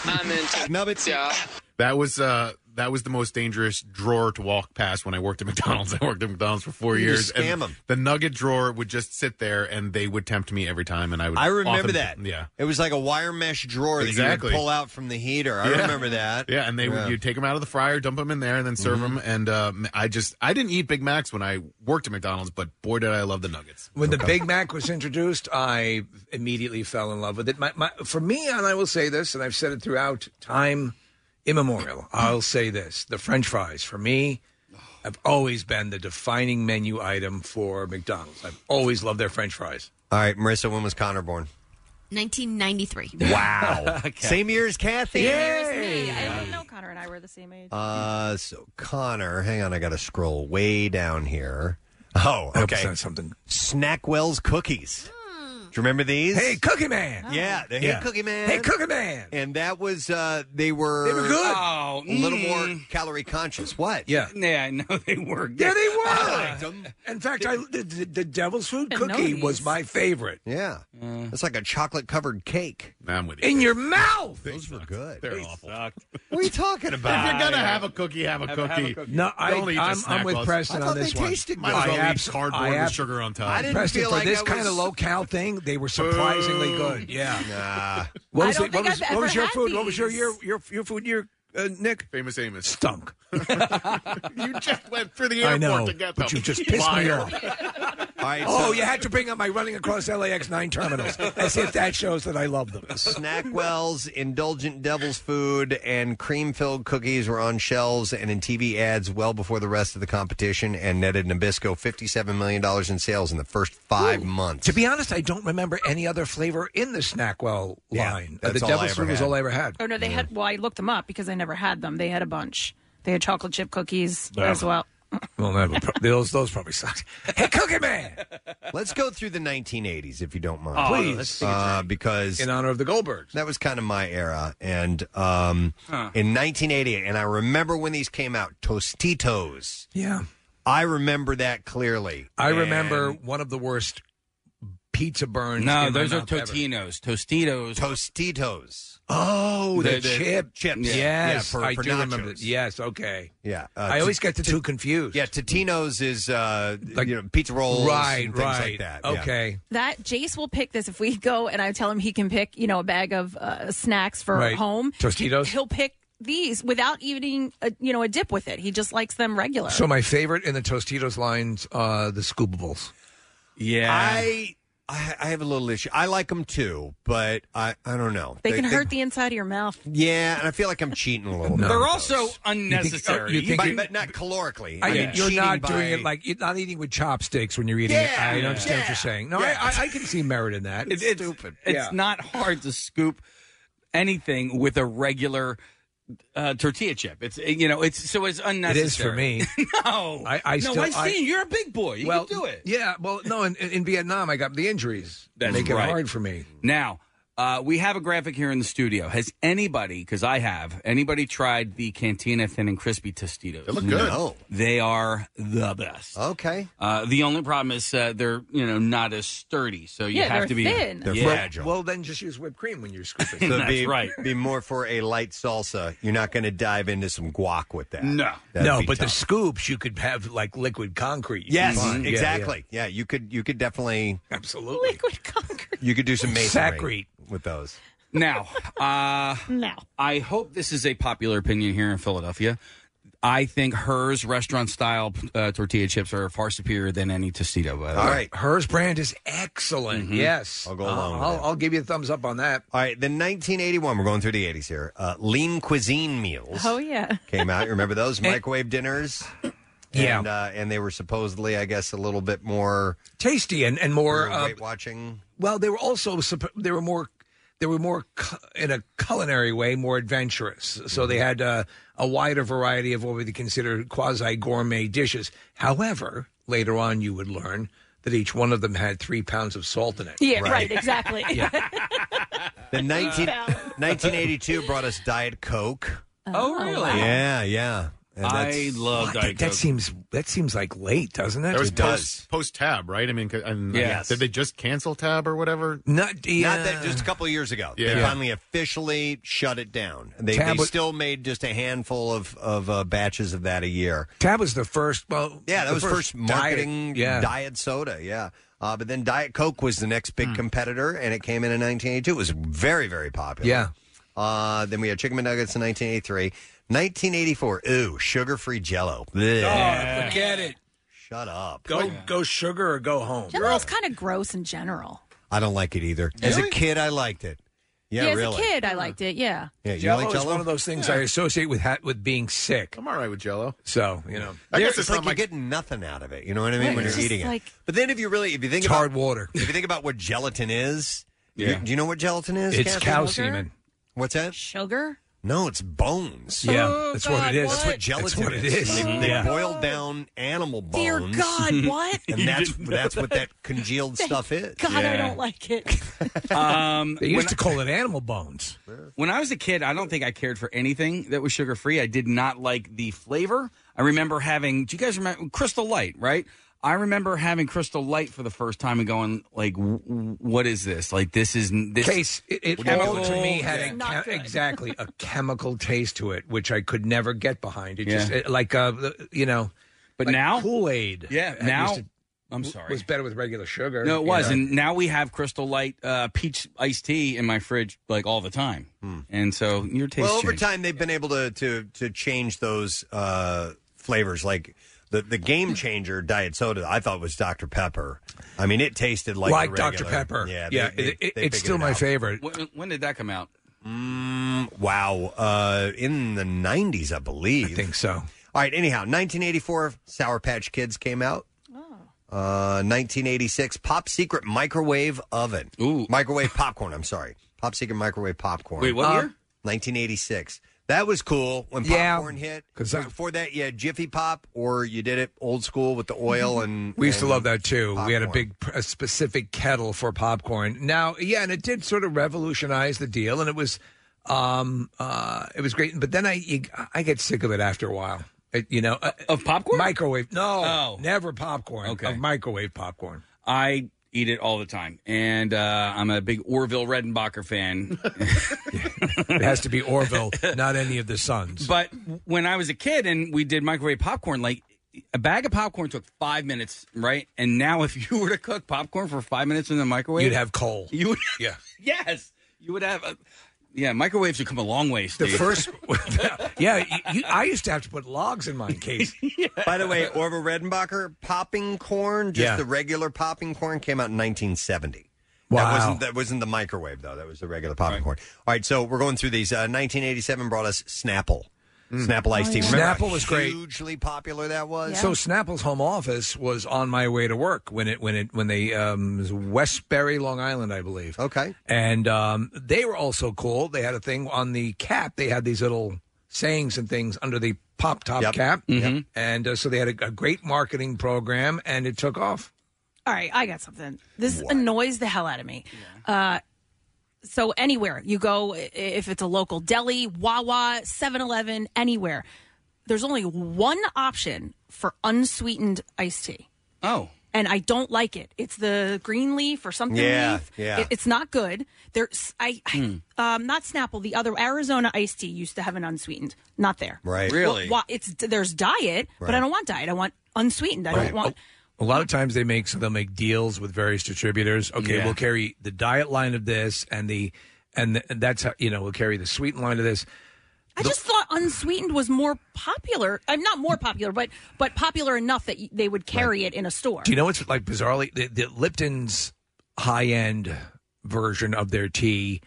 S24: I'm into
S2: nubbits.
S24: Yeah.
S9: That was uh, that was the most dangerous drawer to walk past when I worked at McDonald's. I worked at McDonald's for four
S2: You
S9: years.
S2: scam
S9: and
S2: 'em.
S9: The nugget drawer would just sit there, and they would tempt me every time, and I would.
S2: I remember
S9: often-
S2: that.
S9: Yeah.
S2: It was like a wire mesh drawer that
S9: Exactly.
S2: you would pull out from the heater. I
S9: Yeah.
S2: remember that. Mm-hmm.
S9: Yeah, and they would you take them out of the fryer, dump them in there, and then serve them. And uh, I just I didn't eat Big Macs when I worked at McDonald's, but boy did I love the nuggets.
S4: When the Big Mac was introduced, I immediately fell in love with it. My, my, for me, and I will say this, and I've said it throughout time immemorial, I'll say this the French fries, for me, have always been the defining menu item for McDonald's. I've always loved their French fries.
S2: All right, Marissa, when was Connor born?
S1: 1993.
S2: Wow. Same year as
S1: Same
S2: Kathy.
S1: year as me.
S3: I didn't know Connor and I were the same age.
S2: Uh, so Connor, hang on, I got to scroll way down here. Oh, okay.
S4: something.
S2: Snackwell's cookies. Do you remember these?
S4: Hey, Cookie Man.
S2: Yeah, the Hey
S4: Yeah.
S2: Cookie Man.
S4: Hey, Cookie Man.
S2: And that was uh they were
S4: They were good.
S2: a little
S4: mm.
S2: more calorie conscious. What?
S4: Yeah.
S10: Yeah, no, they were.
S4: Yeah, they were.
S2: I
S4: In fact, I, the, the, the Devil's Food
S2: Didn't know
S4: Cookie
S2: these.
S4: was my favorite.
S2: Yeah. It's like a chocolate covered cake.
S9: I'm with
S4: In your mouth.
S2: Those were good.
S9: They're awful.
S2: What are you talking about?
S9: If you're gonna have a cookie, have a
S2: Have
S9: cookie.
S2: a- have a cookie.
S4: No, I,
S9: Don't eat the
S4: I'm,
S9: snack
S4: I'm with
S9: box.
S4: Preston
S2: I thought
S4: on this
S2: they
S4: one.
S2: tasted
S9: Might as well
S4: I
S9: eat cardboard with sugar on top. I didn't
S4: Preston,
S9: feel
S4: for
S9: like
S4: this
S9: I
S4: kind
S9: was-
S4: of locale thing, they were surprisingly good. Yeah.
S2: Nah.
S4: What
S9: I
S4: was,
S9: don't
S4: it-
S9: think
S4: what was,
S9: I've
S4: what was
S9: ever
S4: your
S9: had
S4: food? What was your
S9: these.
S4: year? Your your food year, uh, Nick?
S9: Famous Amos
S4: stunk.
S9: you just went through the
S4: I
S9: airport
S4: know,
S9: to get them.
S4: but you just pissed me
S9: Liar.
S4: off.
S2: All right,
S4: oh,
S2: so-
S4: you had to bring up my running across LAX nine terminals as if that shows that I love them.
S2: Snackwell's indulgent devil's food and cream filled cookies were on shelves and in TV ads well before the rest of the competition and netted Nabisco $57 million in sales in the first five months.
S4: To be honest, I don't remember any other flavor in the Snackwell
S2: Yeah,
S4: line.
S2: that's
S4: the
S2: all I
S4: Devil's
S2: ever
S4: Food was
S2: had.
S4: all I ever had.
S3: Oh no, they had. Well, I looked them up because I never had them. They had a bunch. They had chocolate chip cookies
S4: Ugh.
S3: as well.
S4: Well, that would pro- those those probably sucked. Hey, Cookie Man.
S2: Let's go through the 1980s, if you don't mind.
S4: Oh, Please. let's take a
S2: Uh, because. In
S4: honor of the Goldbergs.
S2: That was kind of my era. And um, in 1988, and I remember when these came out Tostitos.
S4: Yeah.
S2: I remember that clearly.
S4: I remember
S2: And-
S4: one of the worst pizza burns.
S10: No,
S4: in my
S10: those are
S4: mouth ever.
S10: Totinos. Tostitos.
S2: Tostitos.
S4: Oh, the,
S10: The- the
S4: chip
S2: chips.
S4: Yes,
S2: Yeah, for-
S4: I
S2: for
S4: do remember.
S2: nachos.
S4: This. Yes, okay.
S2: Yeah, uh,
S4: I always
S2: t-
S4: get the
S2: t-
S4: two confused.
S2: Yeah, Totino's is uh, you know pizza rolls,
S4: Right,
S2: and things like
S4: right.
S2: that.
S4: Okay.
S3: That Jace will pick this if we go and I tell him he can pick, you know, a bag of uh, snacks for
S4: Right.
S3: home.
S4: Tostitos?
S3: He'll pick these without eating, a, you know, a dip with it. He just likes them regular.
S4: So my favorite in the Tostitos lines, uh, the Scoopables.
S10: Yeah,
S2: I, I I have a little issue. I like them too, but I I don't know.
S3: they, can hurt the inside of your mouth.
S2: Yeah, and I feel like I'm cheating a little. bit.
S10: They're also unnecessary.
S4: you think
S2: But-
S4: you-
S2: but not calorically.
S4: I mean,
S2: mean,
S4: you're
S2: cheating
S4: not
S2: by-
S4: doing it like you're not eating with chopsticks when you're eating
S2: Yeah,
S4: it. I don't understand what
S2: yeah,
S4: you're saying. No,
S2: yeah.
S4: I, I, I can see merit in that.
S10: It's, it's stupid. It's
S4: Yeah.
S10: not hard to scoop anything with a regular uh, tortilla chip. It's you know, it's so it's unnecessary.
S4: It is for me.
S10: no,
S4: I, I
S10: no,
S4: still.
S10: I've seen you're a big boy. You
S4: well,
S10: can do it.
S4: Yeah. Well, no. In, in Vietnam, I got the injuries.
S10: That's
S4: make it
S10: right.
S4: hard for me.
S10: Now, Uh, we have a graphic here in the studio. Has anybody, because I have, anybody tried the Cantina Thin and Crispy Tostitos? They
S2: look good. No.
S10: They are the best.
S2: Okay.
S10: Uh, the only problem is uh, they're you know not as sturdy, so you
S4: Yeah,
S10: have
S4: they're
S10: to be
S4: thin. They're
S10: yeah.
S2: fragile.
S4: Well, then just use whipped cream when you're scooping.
S2: So
S10: That's
S2: be,
S10: right.
S2: Be more for a light salsa. You're not going to dive into some guac with that.
S10: No.
S2: That'd
S4: no,
S2: be
S4: but the
S2: tough.
S4: scoops you could have like liquid concrete.
S2: Yes,
S4: Fun. Yeah, yeah.
S2: exactly. Yeah, you could you could definitely
S4: absolutely
S3: liquid concrete.
S2: You could do some masonry
S10: Sacrete.
S2: with those.
S10: Now, uh,
S3: now,
S10: I hope this is a popular opinion here in Philadelphia. I think hers restaurant style uh, tortilla chips are far superior than any Tostito. By the
S2: All
S10: way.
S2: right. Mm-hmm.
S4: Hers brand is excellent.
S10: Mhm.
S4: Yes, Uh, Uh-huh.
S2: I'll go along with
S4: I'll,
S2: that.
S4: I'll give you a thumbs up on that.
S2: All right, then 1981. We're going through the 80s here. Uh, lean cuisine meals
S3: Oh yeah.
S2: came out. You remember those microwave dinners?
S4: Yeah.
S2: and, uh, and they were supposedly, I guess, a little bit more
S4: tasty and and more uh,
S2: Weight Watching.
S4: Well, they were also supp- they were more they were more cu- in a culinary way more adventurous.
S2: Mm-hmm.
S4: So they had uh, a wider variety of what would be considered quasi gourmet dishes. However, later on you would learn that each one of them had three pounds of salt in it.
S3: Yeah, right, exactly.
S2: The 19, 1982 brought us Diet Coke.
S10: Oh, really?
S2: Yeah, yeah. And
S10: I love
S4: That,
S10: Diet
S4: that
S10: Coke.
S4: seems that seems like late, doesn't it?
S9: That was post, post tab, right? I mean, 'cause- and,
S4: Yeah.
S9: yes. did they just cancel tab or whatever?
S4: Not,
S2: Not that just a couple of years ago. They
S9: Yeah.
S2: finally officially shut it down. They, they
S4: Tablet-
S2: still made just a handful of, of uh, batches of that a year.
S4: Tab was the first. Well,
S2: Yeah, that
S4: the
S2: was first,
S4: diet-
S2: marketing diet,
S4: yeah.
S2: soda. Yeah. Uh, but then Diet Coke was the next
S4: Hmm.
S2: big competitor, and it came in in 1982. It was very, very popular.
S4: Yeah.
S2: Uh, then we had Chicken McNuggets in 1983. 1984, ooh, sugar free jello. Blech.
S4: Oh, forget it.
S2: Shut up.
S4: Go go sugar or go home.
S3: Jello's kind of gross in general.
S2: I don't like it either. As a kid, I liked it. Yeah,
S3: as
S2: really.
S3: a kid, I liked it. Yeah.
S2: Yeah, you
S4: Jello
S2: like
S4: is
S2: Jello?
S4: one of those things I associate with ha- with being sick. I'm
S9: all right with Jello.
S4: So you know,
S2: I guess it's, like you're getting nothing out of it. You know what I mean?
S4: Right,
S2: when
S4: it's
S2: you're
S4: just
S2: eating
S4: like-
S2: it. But then if you really, if you think
S4: It's
S2: about
S4: hard water.
S2: if you think about what gelatin is, you-
S4: Yeah.
S2: do you know what gelatin is?
S4: It's
S2: Kathy?
S4: cow Sugar? semen.
S2: What's that?
S3: Sugar.
S2: No, it's bones.
S4: Yeah, Oh, that's what God, it is.
S2: That's
S4: what?
S2: what gelatin
S4: That's what it is.
S2: They, they
S4: Yeah.
S2: boiled down animal bones.
S3: Dear God, what?
S2: And
S3: You
S2: that's
S3: didn't know
S2: that's what
S3: that.
S2: that congealed
S3: Thank
S2: stuff is.
S3: God, I don't like it.
S10: Um,
S4: They used
S10: when-
S4: to call it animal bones.
S10: When I was a kid, I don't think I cared for anything that was sugar free. I did not like the flavor. I remember having. Do you guys remember Crystal Light? Right. I remember having Crystal Light for the first time and going like, w- w- "What is this? Like this is this
S4: Case it, it all
S10: chemical-
S4: to me had
S10: Yeah.
S4: a chem- exactly a chemical taste to it, which I could never get behind. It just
S10: Yeah.
S4: it, like uh, the- you know,
S10: But
S4: like
S10: now
S4: Kool Aid.
S10: Yeah, now- I'm sorry.
S4: was better with regular sugar.
S10: No, it
S4: you
S10: was,
S4: know.
S10: and now we have Crystal Light uh, peach iced tea in my fridge like all the time,
S2: Hmm.
S10: and so your taste.
S2: well, over
S10: changed.
S2: time they've been able to to to change those uh, flavors. Like the the game changer diet soda, I thought was Dr Pepper. I mean, it tasted like
S4: Like
S2: the
S4: Dr.
S2: regular-
S4: Pepper.
S2: Yeah,
S4: Yeah,
S2: they- they-
S4: it- it-
S2: they figured
S4: it's still
S2: it
S4: my
S2: out.
S4: favorite.
S10: When, when did that come out?
S2: Mm, wow, uh, in the nineties, I believe. I think
S4: so. All
S2: right. Anyhow, 1984, Sour Patch Kids came out. Uh, 1986, Pop Secret microwave oven.
S10: Ooh,
S2: microwave popcorn. I'm sorry, Pop Secret microwave popcorn.
S10: Wait, what
S2: Uh,
S10: year?
S2: 1986. That was cool when
S4: Yeah.
S2: popcorn hit.
S4: 'Cause I-
S2: before that, you had Jiffy Pop, or you did it old school with the oil and.
S4: Mm-hmm. We used to
S2: and
S4: love that too. We had a
S2: popcorn.
S4: big, a specific kettle for popcorn. Now, yeah, and it did sort of revolutionize the deal, and it was, um, uh, it was great. But then I, you, I get sick of it after a while. It- you know, uh,
S10: of popcorn, Oh.
S4: microwave. No, never popcorn. Okay, of microwave popcorn.
S10: I eat it all the time, and uh, I'm a big Orville Redenbacher fan.
S4: It has to be Orville, not any of the sons.
S10: But when I was a kid and we did microwave popcorn, like a bag of popcorn took five minutes, right? And now if you were to cook popcorn for five minutes in the microwave,
S4: You'd have coal.
S10: You would,
S4: yeah,
S10: yes, you would have. A, yeah, microwaves have come a long way. Steve.
S4: first- yeah, you, I used to have to put logs in my case.
S2: By the way, Orville Redenbacher, popping corn, just
S4: Yeah.
S2: the regular popping corn, came out in 1970.
S4: Wow.
S2: That wasn't, that wasn't the microwave, though. That was the regular popping corn. All right, so we're going through these. Uh, 1987 brought us Snapple. Snapple iced tea. Remember how
S4: Mm. Oh, Snapple was great.
S2: Hugely popular that was.
S4: So Snapple's home office was on my way to work when it when it when they um, it was Westbury, Long Island, I believe.
S2: Okay,
S4: and um, they were also cool. They had a thing on the cap. They had these little sayings and things under the pop top cap,
S3: Mhm.
S4: and uh, so they had a, a great marketing program, and it took off.
S3: All right, I got something. This annoys the hell out of me. Uh, So anywhere you go, i- if it's a local deli, Wawa, 7-Eleven, anywhere, there's only one option for unsweetened iced tea.
S10: Oh.
S3: And I don't like it. It's the green leaf or something
S2: Yeah,
S3: leaf.
S2: yeah.
S3: It- it's not good. There's I, I um, not Snapple. The other Arizona iced tea used to have an unsweetened. Not there.
S2: Right.
S4: Really?
S3: Well, why- it's there's diet, but I
S4: Right.
S3: don't want diet. I want unsweetened. I
S4: Right.
S3: don't want.
S4: A lot of times they make so they'll make deals with various distributors. Okay,
S10: Yeah.
S4: we'll carry the diet line of this and the and, the, and that's how you know we'll carry the sweet line of this.
S3: I just thought unsweetened was more popular. I'm not more popular, but but popular enough that y- they would carry it in a store.
S4: Do you know what's like bizarrely the, the Lipton's high end version of their tea?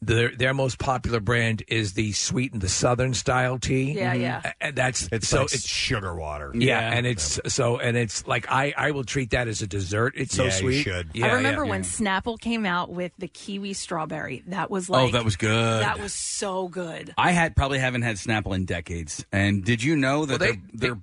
S4: Their their most popular brand is the sweet and the southern style tea.
S2: Yeah,
S3: Mm-hmm.
S2: Mhm. yeah.
S4: A- And that's
S2: It's
S4: so
S2: like
S4: it's
S2: sugar water.
S4: Yeah,
S2: Yeah.
S4: and it's so and it's like I I will treat that as a dessert. It's so
S2: Yeah, you
S4: sweet.
S2: should.
S4: Yeah,
S3: I remember
S4: yeah.
S3: when Snapple came out with the kiwi strawberry. That was like
S10: oh, that was good.
S3: That was so good.
S10: I had probably haven't had Snapple in decades. And did you know that
S4: Well,
S10: they
S4: they-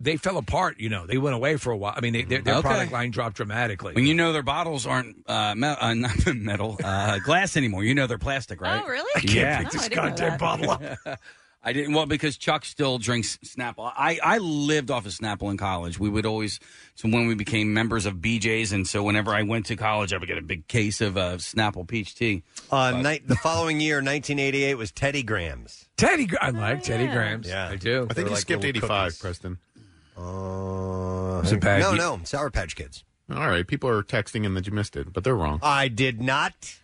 S4: they fell apart. You know, they went away for a while. I mean, they, their, their
S10: Okay.
S4: product line dropped dramatically.
S10: when you know their bottles aren't uh, me- uh, not metal uh, glass anymore, you know they're plastic, right?
S3: Oh, really?
S4: I can't
S10: yeah.
S4: pick this goddamn bottle up.
S10: I didn't. Well, because Chuck still drinks Snapple. I, I lived off of Snapple in college. We would always, so when we became members of BJ's, and so whenever I went to college, I would get a big case of uh, Snapple peach tea.
S2: Uh, night, the following year, 1988, was Teddy Grahams.
S4: Teddy, Gra- I like Teddy
S2: yeah.
S4: Grahams.
S2: Yeah.
S4: I do.
S2: I think you skipped 85,
S9: Preston.
S2: Uh,
S9: Is it bad?
S2: No,
S9: You-
S2: no, Sour Patch Kids.
S9: All right, people are texting in that you missed it, but they're wrong.
S2: I did not.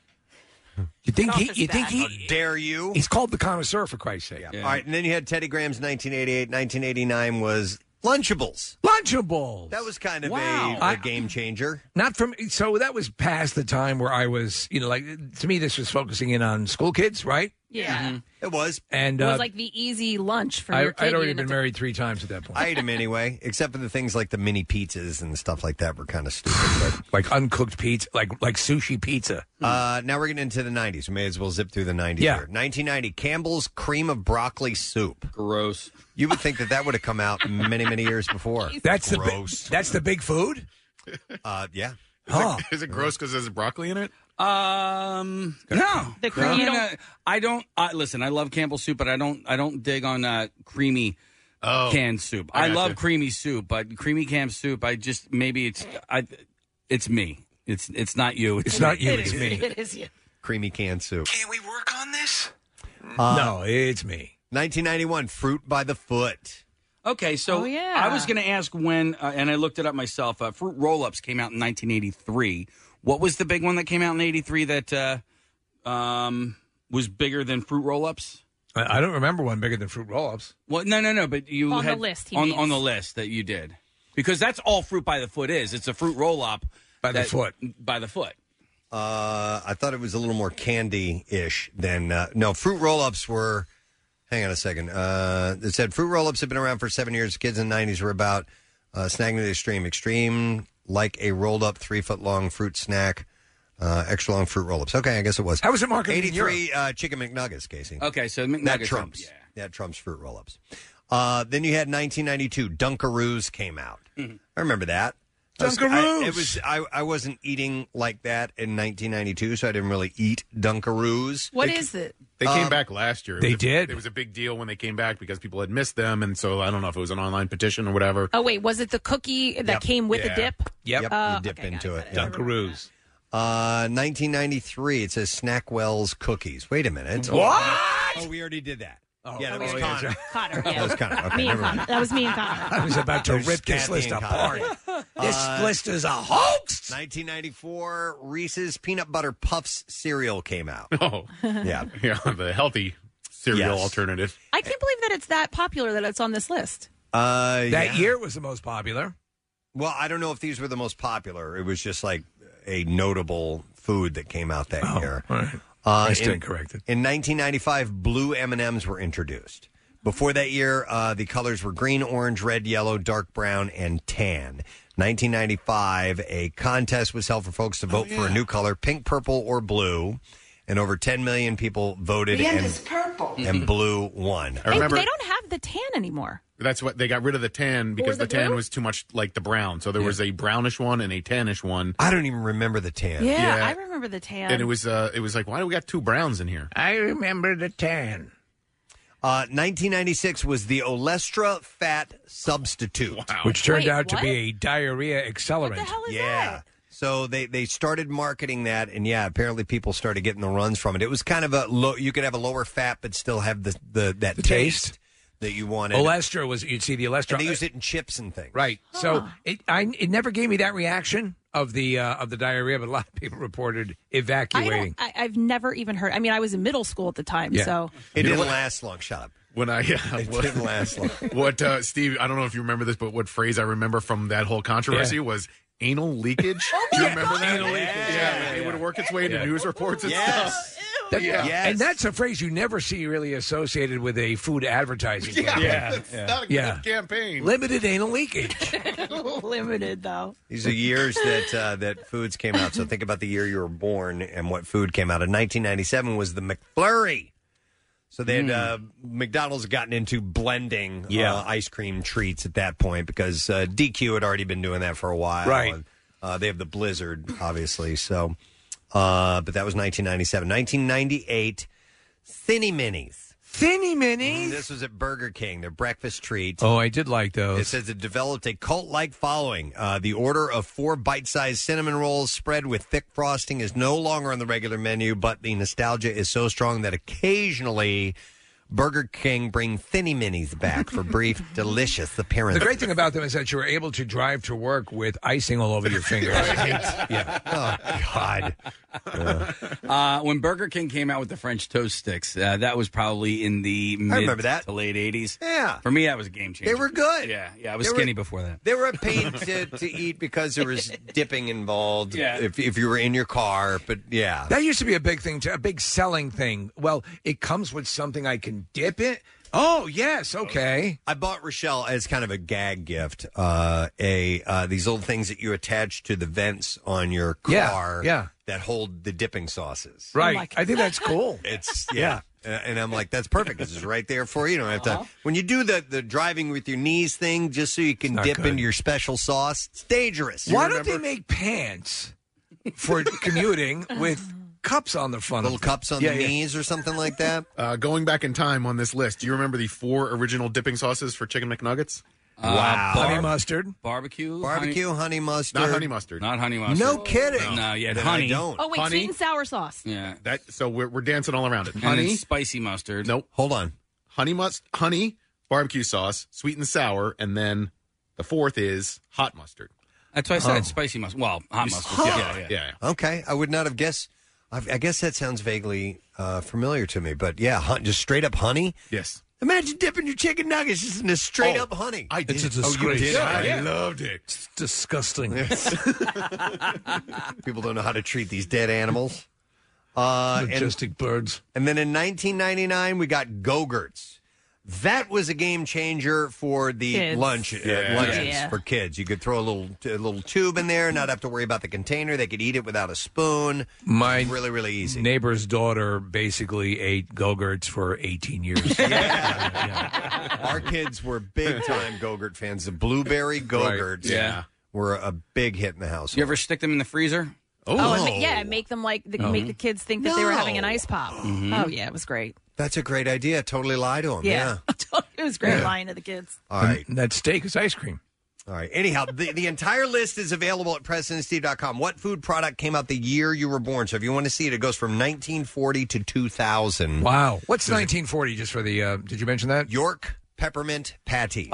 S4: You think
S2: he? You
S4: think
S2: he? dare you?
S4: He's called the connoisseur for Christ's sake.
S2: All right, and then you had Teddy Graham's 1988, 1989 was Lunchables.
S4: Lunchables.
S2: That was kind of
S4: Wow.
S2: a,
S4: I-
S2: a game changer.
S4: Not from so that was past the time where I was, you know, like to me this was focusing in on school kids, right?
S3: Yeah.
S2: It was,
S4: and
S3: it was
S4: uh,
S3: like the easy lunch for
S4: I,
S3: your kid.
S4: I'd already
S3: being
S4: been
S3: a-
S4: married three times at that point.
S2: I ate them anyway, except for the things like the mini pizzas and stuff like that were kind of stupid.
S4: like uncooked pizza, like like sushi pizza.
S2: Uh, now we're getting into the 90s. We may as well zip through the 90s
S4: Yeah.
S2: here. 1990, Campbell's Cream of Broccoli Soup.
S10: Gross.
S2: You would think that that would have come out many, many years before.
S4: That's the bi-
S2: gross.
S4: that's the big food?
S2: Uh, yeah.
S9: Is, it, is it gross because there's broccoli in it?
S10: Um, no,
S9: The cream-
S10: No,
S9: you
S10: no,
S9: don't-
S10: no. I don't. I, listen, I love Campbell soup, but I don't. I don't dig on uh, creamy
S9: Oh.
S10: canned soup.
S9: I
S10: I,
S9: gotcha.
S10: love creamy soup, but creamy canned soup. I just maybe it's I. It's me. It's it's not you. It's,
S3: is you.
S2: Creamy canned soup.
S4: Can we work on this?
S2: no,
S4: it's me.
S2: 1991, Uh, Fruit by the Foot.
S10: Okay, so
S2: Oh, yeah.
S10: I was going to ask when, uh, and I looked it up myself. Uh, fruit roll-ups came out in 1983. What was the big one that came out in '83 that uh, um, was bigger than fruit roll-ups?
S4: I, I don't remember one bigger than fruit roll-ups.
S10: Well, no, no, no. But you
S3: On the
S10: had-
S3: list, he
S10: on
S3: means.
S10: on the list that you did because that's all fruit by the foot is. It's a fruit roll-up by
S2: the foot.
S10: By the foot.
S2: Uh, I thought it was a little more candy ish than. Uh, no, fruit roll ups were. Hang on a second. Uh, it said fruit roll ups have been around for seven years. Kids in the 90s were about uh, snagging to the extreme. Extreme, like a rolled up three foot long fruit snack. Uh, extra long fruit roll ups. Okay, I guess it was.
S4: How was it marketed in
S2: 83 uh, Chicken McNuggets, Casey.
S10: Okay, so McNuggets
S2: That
S10: are-
S2: trumps. That trumps fruit roll ups. Uh, then you had 1992. Dunkaroos came out. I remember that. I was- I-
S4: Mm-hmm. Dunkaroos.
S2: it was I, I wasn't eating like that in 1992, so I didn't really eat Dunkaroos.
S3: What
S2: What
S3: is
S2: is
S3: it?
S9: They came
S2: Um,
S9: back last year. It
S2: they
S9: was a-
S2: did?
S9: It was a big deal when they came back because people had missed them, and so I don't know if it was an online petition or whatever.
S3: Oh wait, was it the cookie that
S9: Yep.
S3: came with
S9: Yeah.
S3: a dip?
S9: Yep.
S3: Uh,
S2: you dip into it.
S4: Dunkaroos.
S2: Uh, 1993. It says Snackwell's cookies. Wait a minute. Oh, we already did that. Oh, yeah, that was Connor.
S3: Connor,
S2: That was Connor. Okay,
S3: me and
S2: never mind.
S3: Connor. That was me and Connor.
S4: I was about to
S2: Oh, There's
S4: rip this
S2: Kathy
S4: list
S2: and
S4: apart.
S2: Connor.
S4: This
S2: Uh,
S4: list is a hoax.
S2: 1994, Reese's Peanut Butter Puffs cereal came out.
S9: Oh,
S2: yeah,
S9: yeah, the healthy cereal
S2: Yes.
S9: alternative.
S3: I can't believe that it's that popular that it's on this list.
S2: Uh,
S4: That
S2: yeah.
S4: year it was the most popular.
S2: Well, I don't know if these were the most popular. It was just like a notable food that came out that
S4: Oh,
S2: year. Uh,
S4: I
S2: in,
S4: stand corrected.
S2: In 1995, blue M&Ms were introduced. Before that year, uh, the colors were green, orange, red, yellow, dark brown, and tan.
S4: Oh,
S2: 1995, a contest was held for folks to vote for a new color, pink, purple, or blue. and over 10 million people voted,
S3: The end
S2: and,
S3: is purple.
S2: and blue won.
S9: I remember
S3: they don't have the tan anymore.
S9: that's what they got rid of the tan because
S3: the
S9: the, tan
S3: blue?
S9: was too much like the brown. So there was a brownish one and a tannish one.
S2: I don't even remember the tan.
S3: Yeah, I remember the tan.
S9: and it was uh, it was like why do we got two browns in here?
S2: I remember the tan. Uh, 1996 was the Olestra fat substitute,
S4: Which turned out to be a diarrhea accelerant.
S2: yeah. So they they started marketing that, and yeah, apparently people started getting the runs from it. It was kind of a low. You could have a lower fat, but still have the the that taste, that you wanted.
S4: Olestra was you'd see the Olestra.
S2: And they used it in chips and things.
S4: Right. So it I it never gave me that reaction of the uh, of the diarrhea, but a lot of people reported
S3: I
S4: evacuating.
S3: don't. I, I've never even heard. I mean, I was in middle school at the time,
S9: Yeah.
S3: so
S2: It
S9: You know
S2: didn't
S9: what-
S2: last long. Shut up.
S9: When I yeah,
S2: It didn't last long.
S9: What uh, Steve? I don't know if you remember this, but what phrase I remember from that whole controversy was anal leakage.
S10: Oh
S9: Do you remember that? Anal leakage. Yeah, it would work its way into
S4: Yeah.
S9: news reports and stuff.
S4: That-
S9: Yeah. Yes.
S4: And that's a phrase you never see really associated with a food advertising
S9: Yeah,
S4: campaign.
S9: that's not a good campaign.
S4: Limited anal leakage.
S3: limited though.
S2: These are years that uh, that foods came out. So think about the year you were born and what food came out. In 1997 was the McFlurry. So they had uh, McDonald's had gotten into blending
S4: Hmm. Yeah.
S2: uh, ice cream treats at that point because uh, DQ had already been doing that for a while.
S4: Right.
S2: And, uh, they have the Blizzard, obviously. So, uh, but that was 1997. 1998, Thinny Minis.
S4: Thinny Minis.
S2: This was at Burger King. Their breakfast treat.
S4: Mm-hmm. Oh, I did like those.
S2: It says it developed a cult like following. Uh, the order of four bite sized cinnamon rolls spread with thick frosting is no longer on the regular menu, but the nostalgia is so strong that occasionally Burger King bring thinny minis back for brief, delicious appearance.
S4: The great thing about them is that you were able to drive to work with icing all over your fingers. yeah.
S2: Oh, God.
S10: Uh, when Burger King came out with the French toast sticks, uh, that was probably in the mid
S2: I remember that.
S10: to late 80s.
S2: Yeah.
S10: For me, that was a game changer.
S2: They were good.
S10: Yeah, yeah. I was
S2: They were-
S10: skinny before that.
S2: They were a pain to, to eat because there was dipping involved
S4: Yeah.
S2: if, if you were in your car, but yeah.
S4: That used to be a big thing, too, a big selling thing. Well, it comes with something I can dip it. Oh, yes. Okay.
S2: I bought Rochelle as kind of a gag gift, uh, a uh, these old things that you attach to the vents on your
S4: Yeah,
S2: car,
S4: yeah.
S2: that hold the dipping sauces.
S4: Right. I think that's cool.
S2: It's yeah. Uh, And I'm like, that's perfect. This is right there for you. You don't have to. When you do the, the driving with your knees thing, just so you can
S4: not
S2: dip
S4: good.
S2: into your special sauce, it's dangerous.
S4: Why don't they make pants for commuting with cups on the front?
S2: Little cups
S4: on the knees
S2: or something like that.
S9: Uh, going back in time on this list, do you remember the four original dipping sauces for chicken McNuggets?
S4: Honey mustard.
S10: Barbecue.
S2: Barbecue, honey, mustard.
S9: Not honey mustard.
S10: Not honey mustard.
S9: No kidding.
S10: No, yeah,
S9: Then I
S10: honey.
S9: don't.
S3: Oh wait,
S9: Honey?
S3: sweet and sour sauce.
S10: Yeah.
S9: That so we're, we're dancing all around it.
S10: And then spicy mustard.
S9: Nope.
S2: Hold on.
S9: Honey must honey barbecue sauce, sweet and sour, and then the fourth is hot mustard. Oh.
S10: That's why I said spicy mustard. Well, hot mustard. Yeah, yeah, yeah.
S2: Okay, I would not have guessed. I, I guess that sounds vaguely uh, familiar to me, but yeah, hun- just straight up honey.
S9: Yes.
S2: Imagine dipping your chicken nuggets just in a straight
S4: Oh,
S2: up honey.
S4: I did. It's a disgrace.
S2: I
S4: Yeah, yeah.
S9: loved it.
S4: It's disgusting.
S2: People don't know how to treat these dead animals. Uh,
S4: Majestic birds.
S2: And then in 1999, we got Go-Gurts. That was a game changer for the
S4: Kids.
S2: lunch uh,
S4: Yeah.
S2: lunches
S4: Yeah.
S2: for kids. You could throw a little a little tube in there, not have to worry about the container. They could eat it without a spoon.
S4: My
S2: really, really easy.
S4: Neighbor's daughter basically ate Go-Gurts for 18 years.
S2: Our kids were big time Go-Gurt fans. The blueberry Go-Gurts
S10: Right. Yeah.
S2: were a big hit in the house.
S10: You ever stick them in the freezer?
S3: Oh, and ma- yeah, and make them like the,
S2: No.
S3: make the kids think that they were having an
S2: No.
S3: ice pop.
S2: Mhm.
S3: Oh yeah, it was great.
S2: That's a great idea. Totally lie to them.
S3: Yeah,
S2: Yeah.
S3: it was great
S2: Yeah.
S3: lying to the kids.
S2: All right.
S4: that steak is ice cream.
S2: All right. Anyhow, the, the entire list is available at PresidentSteve.com. What food product came out the year you were born? So if you want to see it, it goes from 1940 to 2000.
S4: Wow. What's 1940 just for the, uh, did you mention that? Ah.
S2: York peppermint patty.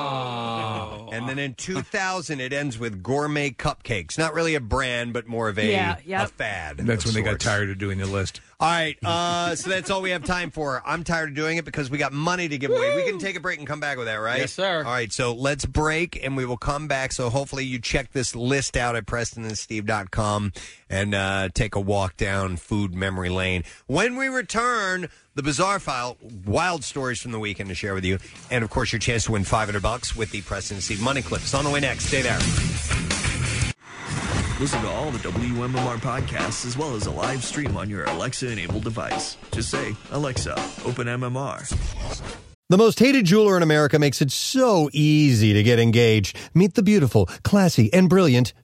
S4: Oh.
S2: And then in 2000, it ends with gourmet cupcakes. Not really a brand, but more of a,
S4: Yeah,
S2: a
S4: yep.
S2: fad.
S4: That's
S2: of
S4: when they got
S2: sorts.
S4: tired of doing the list.
S2: All right, uh, so that's all we have time for. I'm tired of doing it because we got money to give away. We can take a break and come back with that, right?
S4: Yes, sir.
S2: All right, so let's break and we will come back. So hopefully you check this list out at PrestonandSteve.com and uh, take a walk down food memory lane. When we return, the Bizarre File, wild stories from the weekend to share with you, and of course your chance to win 500 bucks with the Preston and Steve Money Clips. On the way next, stay there.
S24: Listen to all the WMMR podcasts as well as a live stream on your Alexa enabled device. Just say, Alexa, open MMR.
S2: The most hated jeweler in America makes it so easy to get engaged. Meet the beautiful, classy, and brilliant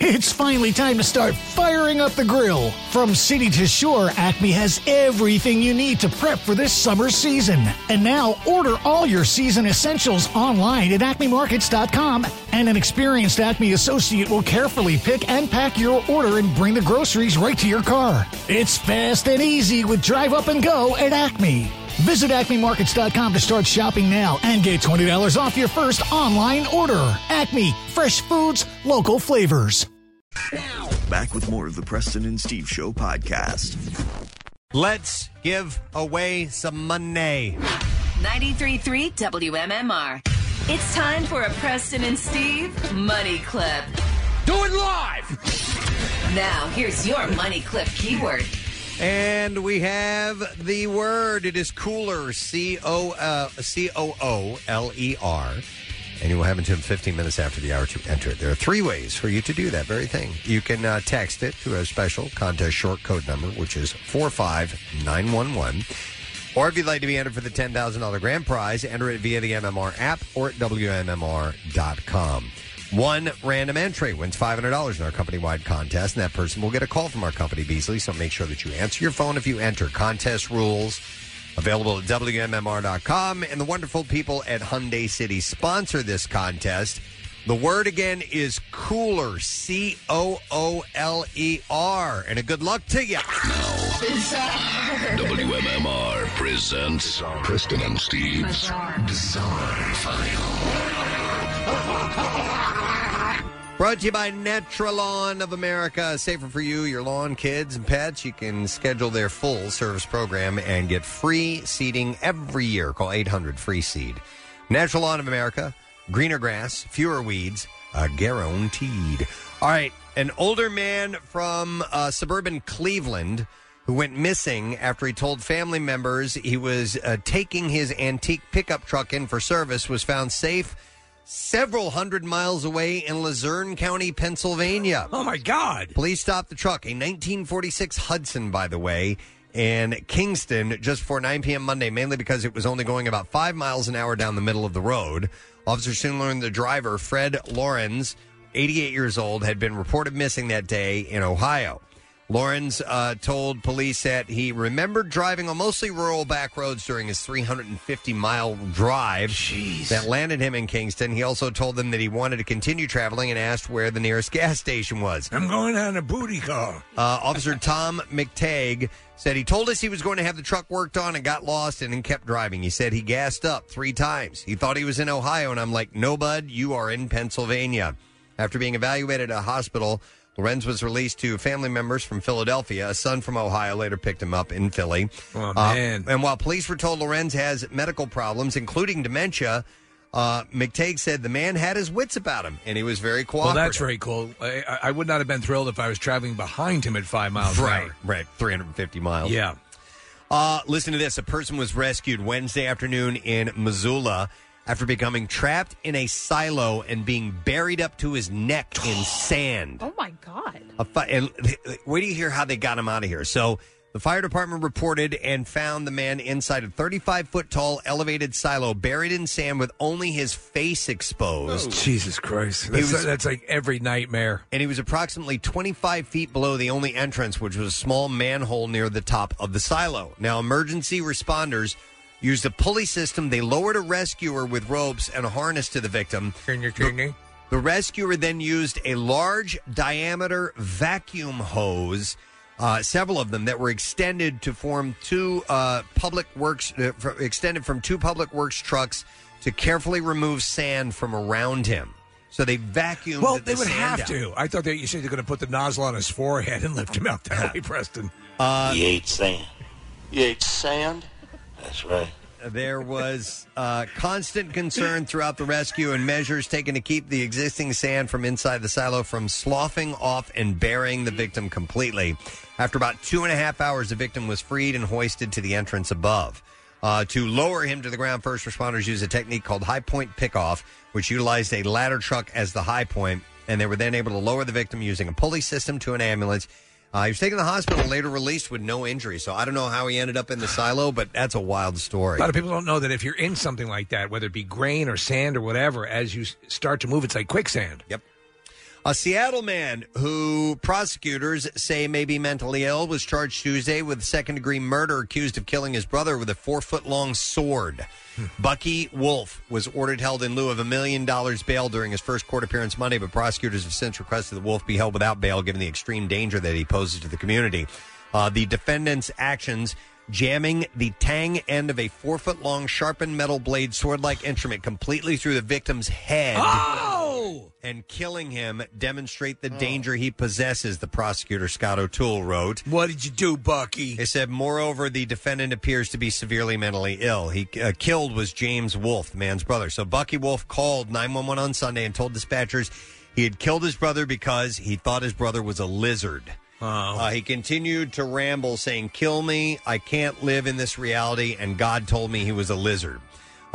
S8: It's finally time to start firing up the grill. From city to shore, Acme has everything you need to prep for this summer season. And now order all your season essentials online at acmemarkets.com, and an experienced Acme associate will carefully pick and pack your order and bring the groceries right to your car. It's fast and easy with Drive Up and Go at Acme. Visit acmemarkets.com to start shopping now and get $20 off your first online order. Acme, fresh foods, local flavors.
S23: Back with more of the Preston and Steve Show podcast.
S2: Let's give away some money.
S20: 93.3 WMMR. It's time for a Preston and Steve money clip.
S21: Do it live!
S20: Now, here's your money clip keyword.
S2: And we have the word. It is cooler. C O uh, C O O L E R. And you will have until 15 minutes after the hour to enter it. There are three ways for you to do that very thing. You can uh, text it to a special contest short code number, which is 45911. Or if you'd like to be entered for the $10,000 grand prize, enter it via the MMR app or at WMMR.com. One random entry wins $500 in our company wide contest, and that person will get a call from our company, Beasley. So make sure that you answer your phone if you enter. Contest rules available at WMMR.com. And the wonderful people at Hyundai City sponsor this contest. The word again is cooler, C O O L E R. And a good luck to you.
S23: WMMR presents Preston and Steve's Bizarre, File.
S2: Brought to you by Naturalawn of America. Safer for you, your lawn, kids, and pets. You can schedule their full service program and get free seeding every year. Call 800 Free Seed. Natural Lawn of America, greener grass, fewer weeds, uh, guaranteed. All right, an older man from uh, suburban Cleveland who went missing after he told family members he was uh, taking his antique pickup truck in for service was found safe several hundred miles away in Luzerne County, Pennsylvania. Oh my God! Police stopped the truck, a 1946 Hudson, by the way, in Kingston just before 9 p.m. Monday, mainly because it was only going about five miles an hour down the middle of the road. Officers soon learned the driver, Fred Lawrence, 88 years old, had been reported missing that day in Ohio. Lawrence uh, told police that he remembered driving on mostly rural back roads during his 350 mile drive that landed him in Kingston. He also told them that he wanted to continue traveling and asked where the nearest gas station was.
S4: I'm going on a booty call.
S2: Uh, Officer Tom McTagg said he told us he was going to have the truck worked on and got lost and then kept driving. He said he gassed up three times. He thought he was in Ohio, and I'm like, no, bud, you are in Pennsylvania. After being evaluated at a hospital, Lorenz was released to family members from Philadelphia. A son from Ohio later picked him up in Philly.
S4: Oh,
S2: Uh,
S4: man.
S2: and while police were told Lorenz has medical problems, including dementia, uh, McTagg said the man had his wits about him and he was very
S4: Well,
S2: cooperative.
S4: that's very cool. I, I- I would not have been thrilled if I was traveling behind him at five miles
S2: Right,
S4: an hour.
S2: right, 350 miles.
S4: Yeah.
S2: Uh, listen to this. A person was rescued Wednesday afternoon in Missoula after becoming trapped in a silo and being buried up to his neck in sand.
S3: Oh my god!
S2: A fi- and wait till you hear how they got him out of here. So the fire department reported and found the man inside a 35 foot tall elevated silo, buried in sand with only his face exposed.
S4: Oh, Jesus Christ.
S2: He
S4: That's,
S2: was-
S4: that's like every nightmare.
S2: And he was approximately 25 feet below the only entrance, which was a small manhole near the top of the silo. Now, emergency responders used a pulley system. They lowered a rescuer with ropes and a harness to the victim. The, the rescuer then used a large diameter vacuum hose. Uh, several of them that were extended to form two uh, public works, uh, fr- extended from two public works trucks to carefully remove sand from around him. So they vacuumed.
S4: Well,
S2: the
S4: they would
S2: sand
S4: have
S2: out.
S4: to. I thought that you said they're going to put the nozzle on his forehead and lift him out that way, Preston.
S2: Uh,
S25: He ate sand.
S2: You ate sand?
S25: That's right.
S2: There was uh, constant concern throughout the rescue and measures taken to keep the existing sand from inside the silo from sloughing off and burying the victim completely. After about two and a half hours, the victim was freed and hoisted to the entrance above. Uh, to lower him to the ground, first responders used a technique called high point pickoff, which utilized a ladder truck as the high point, and they were then able to lower the victim using a pulley system to an ambulance. Uh, he was taken to the hospital, later released with no injury. So I don't know how he ended up in the silo, but that's a wild story.
S4: A lot of people don't know that if you're in something like that, whether it be grain or sand or whatever, as you s- start to move, it's like quicksand.
S2: Yep. A Seattle man who prosecutors say may be mentally ill was charged Tuesday with second degree murder accused of killing his brother with a four foot long sword. Bucky Wolf was ordered held in lieu of a million dollars bail during his first court appearance Monday, but prosecutors have since requested that Wolf be held without bail given the extreme danger that he poses to the community. Uh, the defendant's actions jamming the tang end of a four foot long sharpened metal blade sword like instrument completely through the victim's head and killing him demonstrate the Oh! danger he possesses, the prosecutor Scott O'Toole wrote. What did you do, Bucky? They said, moreover, the defendant appears to be severely mentally ill. He uh, killed was James Wolf, the man's brother. So Bucky Wolf called 911 on Sunday and told dispatchers he had killed his brother because he thought his brother was a lizard. Uh, he continued to ramble, saying, Kill me. I can't live in this reality. And God told me he was a lizard.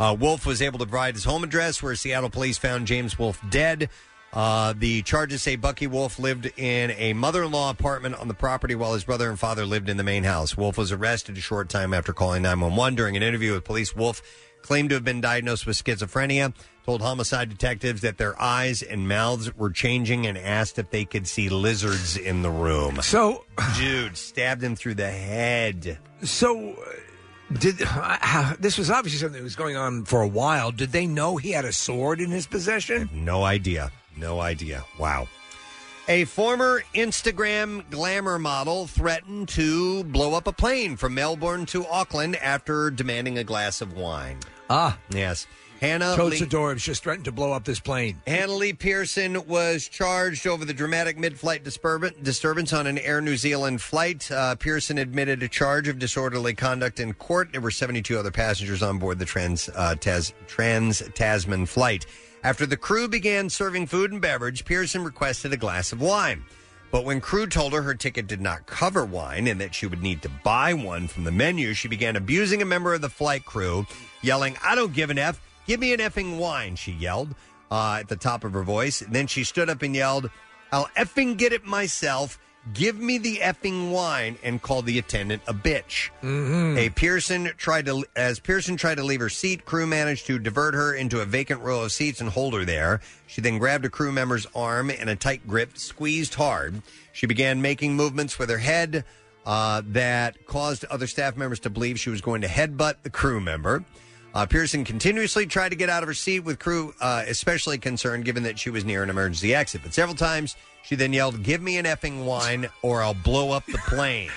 S2: Uh, Wolf was able to provide his home address where Seattle police found James Wolf dead. Uh, the charges say Bucky Wolf lived in a mother in law apartment on the property while his brother and father lived in the main house. Wolf was arrested a short time after calling 911. During an interview with police, Wolf claimed to have been diagnosed with schizophrenia, told homicide detectives that their eyes and mouths were changing, and asked if they could see lizards in the room.
S4: So,
S2: dude, stabbed him through the head.
S4: So, uh, did uh, this was obviously something that was going on for a while? Did they know he had a sword in his possession?
S2: No idea. No idea. Wow. A former Instagram glamour model threatened to blow up a plane from Melbourne to Auckland after demanding a glass of wine.
S4: Ah,
S2: yes. Hannah
S4: Totes
S2: Lee-
S4: Adorbs just threatened to blow up this plane.
S2: Hannah Lee Pearson was charged over the dramatic mid flight disturb- disturbance on an Air New Zealand flight. Uh, Pearson admitted a charge of disorderly conduct in court. There were 72 other passengers on board the trans, uh, Tas- trans Tasman flight. After the crew began serving food and beverage, Pearson requested a glass of wine. But when crew told her her ticket did not cover wine and that she would need to buy one from the menu, she began abusing a member of the flight crew, yelling, I don't give an F. Give me an effing wine, she yelled uh, at the top of her voice. Then she stood up and yelled, I'll effing get it myself. Give me the effing wine and called the attendant a bitch. A Pearson tried to as Pearson tried to leave her seat, crew managed to divert her into a vacant row of seats and hold her there. She then grabbed a crew member's arm in a tight grip, squeezed hard. She began making movements with her head uh, that caused other staff members to believe she was going to headbutt the crew member. Uh, Pearson continuously tried to get out of her seat, with crew uh, especially concerned given that she was near an emergency exit. But several times she then yelled, Give me an effing wine or I'll blow up the plane.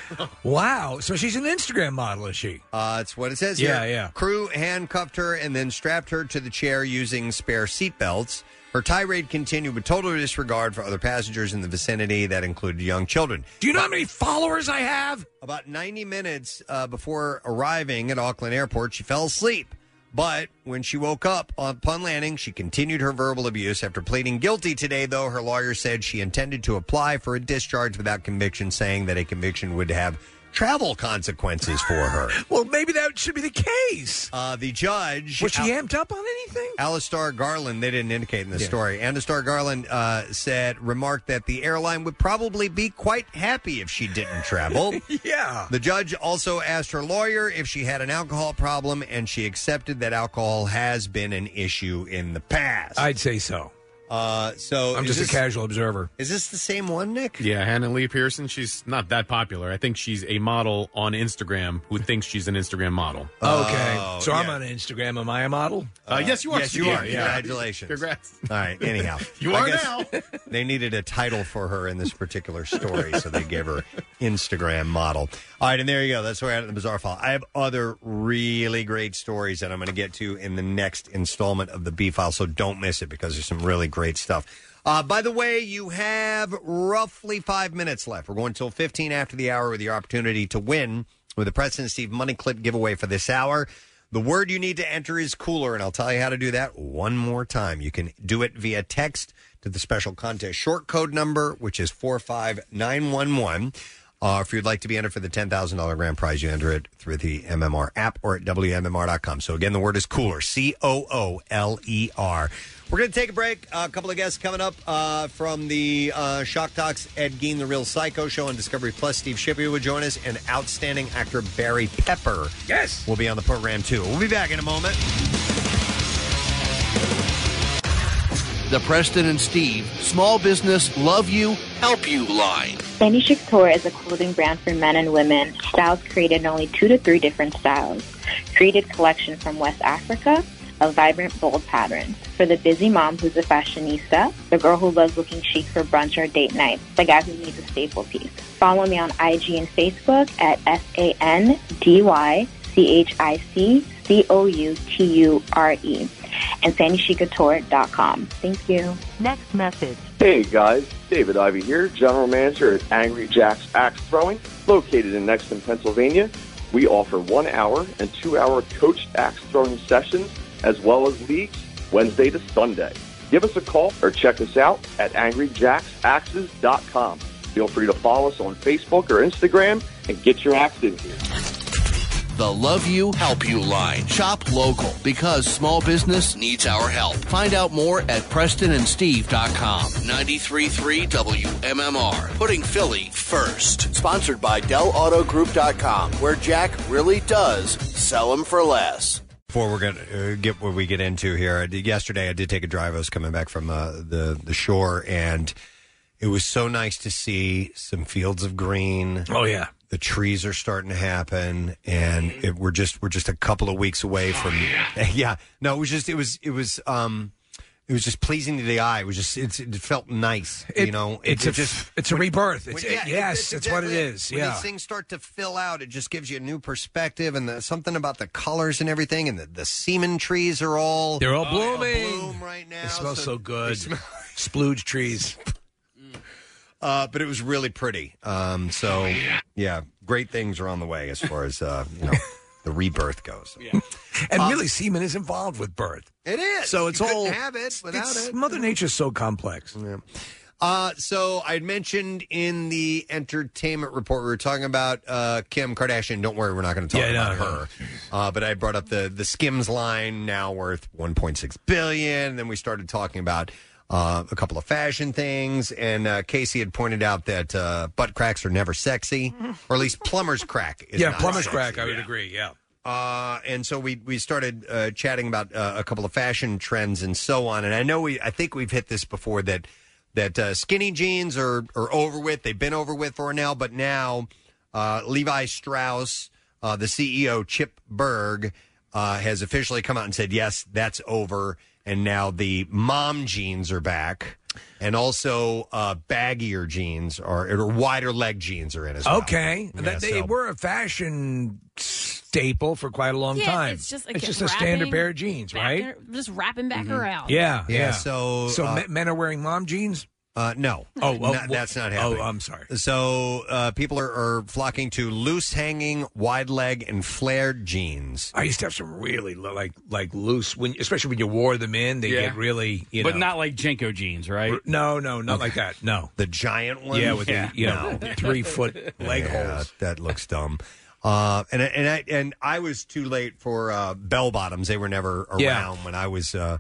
S4: Wow. So she's an Instagram model, is she?
S2: Uh, it's what it says
S4: Yeah,
S2: here.
S4: yeah.
S2: Crew handcuffed her and then strapped her to the chair using spare seatbelts. Her tirade continued with total disregard for other passengers in the vicinity that included young children.
S4: Do you know how many followers I have?
S2: About 90 minutes uh, before arriving at Auckland Airport, she fell asleep. But when she woke up upon landing, she continued her verbal abuse. After pleading guilty today, though, her lawyer said she intended to apply for a discharge without conviction, saying that a conviction would have travel consequences for her.
S4: Well, maybe that should be the case.
S2: Uh, the judge
S4: was she
S2: Al-
S4: amped up on anything?
S2: Alistar Garland, they didn't indicate in the story. Alistar Garland uh, said, remarked that the airline would probably be quite happy if she didn't travel.
S4: yeah.
S2: The judge also asked her lawyer if she had an alcohol problem, and she accepted that alcohol has been an issue in the past.
S4: I'd say so.
S2: Uh, so
S4: I'm
S2: is
S4: just a
S2: this-
S4: casual observer.
S2: Is this the same one, Nick?
S9: Yeah, Hannah Lee Pearson. She's not that popular. I think she's a model on Instagram who thinks she's an Instagram model.
S2: Oh,
S4: Okay. so I'm on Instagram. Am I a model?
S9: Uh, yes, you are.
S2: Yes, you
S9: Yeah,
S2: are.
S9: yeah.
S2: Congratulations.
S9: Congrats.
S2: All right. Anyhow,
S9: You
S2: I
S9: are
S2: guess
S9: now.
S2: They needed a title for her in this particular story, so they gave her Instagram model. All right, and there you go. That's where I had the bizarre file. I have other really great stories that I'm going to get to in the next installment of the B file, so don't miss it because there's some really great stuff. Uh, by the way, you have roughly five minutes left. We're going till 15 after the hour with your opportunity to win with the President Steve Money Clip giveaway for this hour. The word you need to enter is cooler, and I'll tell you how to do that one more time. You can do it via text to the special contest short code number, which is 45911. Uh, if you'd like to be entered for the $10,000 grand prize, you enter it through the MMR app or at WMMR.com. So again, the word is cooler. C O O L E R. We're going to take a break. A couple of guests coming up uh, from the uh, Shock Talks. Ed Gein, The Real Psycho Show on Discovery Plus. Steve Shippey will join us, and outstanding actor Barry Pepper. Yes. Will be on the program too. We'll be back in a moment.
S23: The Preston and Steve Small Business Love You, Help You line.
S25: Sandy Chic Couture is a clothing brand for men and women. Styles created in only two to three different styles. Created collection from West Africa of vibrant, bold patterns. For the busy mom who's a fashionista, the girl who loves looking chic for brunch or date night, the guy who needs a staple piece. Follow me on IG and Facebook at S A N D Y C H I C C O U T U R E and sandychicouture.com. Thank you. Next message.
S11: Hey guys, David Ivy here, General Manager at Angry Jack's Axe Throwing, located in Nexton, Pennsylvania. We offer one hour and two hour coached axe throwing sessions as well as leagues Wednesday to Sunday. Give us a call or check us out at angryjacksaxes.com. Feel free to follow us on Facebook or Instagram and get your axe in here.
S23: The Love You, Help You line. Shop local because small business needs our help. Find out more at PrestonandSteve.com. 93.3 WMMR. Putting Philly first. Sponsored by DellAutoGroup.com, where Jack really does sell them for less.
S2: Before we're gonna uh, get what we get into here, I did, yesterday I did take a drive. I was coming back from uh, the the shore, and it was so nice to see some fields of green.
S4: Oh, yeah. Mm-hmm.
S2: the trees are starting to happen, and it, we're just we're just a couple of weeks
S4: Oh,
S2: away from. yeah. no, it was just it was it was um it was just pleasing to the eye. It was just it's, it felt nice, you know.
S4: it's
S2: it
S4: a f- it's a rebirth. It's- it- yes,
S2: that's
S4: it's what it is,
S2: When
S4: yeah.
S2: these things start to fill out, it just gives you a new perspective, and the, something about the colors and everything, and the, the semen trees are all
S4: They're all
S2: Oh,
S4: blooming.
S2: bloom right now.
S4: It smells so, good.
S2: smell-
S4: Splooge trees.
S2: Uh, but it was really pretty. Um, so
S4: Oh,
S2: yeah. great things are on the way as far as uh, you know the rebirth goes. Yeah.
S4: And really, semen is involved with birth.
S2: It is.
S4: So it's
S2: You couldn't
S4: all
S2: have it
S4: it's-
S2: without
S4: it's-
S2: it.
S4: Mother Nature's so complex.
S2: Uh, so I had mentioned in the entertainment report we were talking about uh, Kim Kardashian. Don't worry, we're not going to talk
S4: Yeah, no,
S2: about her. Uh, but I brought up the the Skims line now worth 1.6 billion. Then we started talking about uh, a couple of fashion things, and uh, Casey had pointed out that uh, butt cracks are never sexy, or at least plumber's crack. Is
S4: yeah,
S2: not
S4: plumber's
S2: sexy.
S4: crack. I would agree. Yeah.
S2: Uh, and so we we started uh, chatting about uh, a couple of fashion trends and so on. And I know we I think we've hit this before that that uh, skinny jeans are are over with. They've been over with for now, but now uh, Levi Strauss, uh, the CEO Chip Berg, uh, has officially come out and said yes, that's over. And now the mom jeans are back, and also uh, baggier jeans are or wider leg jeans are in as well.
S4: Okay,
S2: Yeah,
S4: That- they
S2: so-
S4: were a fashion staple for quite a long
S3: yeah,
S4: time.
S3: it's just,
S4: it's just a standard pair of jeans, right?
S3: Just wrapping back around.
S4: Yeah,
S2: Yeah, so,
S4: so
S2: uh,
S4: men, men are wearing mom jeans.
S2: Uh, no.
S4: Oh,
S2: N-
S4: oh,
S2: that's not
S4: oh,
S2: happening.
S4: I'm sorry.
S2: So uh, people are, are flocking to loose hanging, wide leg, and flared jeans.
S4: I used to have some really lo- like like loose when, especially when you wore them in, they
S2: Yeah.
S4: get really you know.
S10: but not like Jenko jeans, right?
S4: no, no, not like that. No,
S2: the giant one.
S4: Yeah, with the you know three foot leg
S2: Yeah,
S4: holes.
S2: That looks dumb. Uh, and I- and I and I was too late for uh, bell bottoms. They were never around
S4: Yeah.
S2: when I was uh,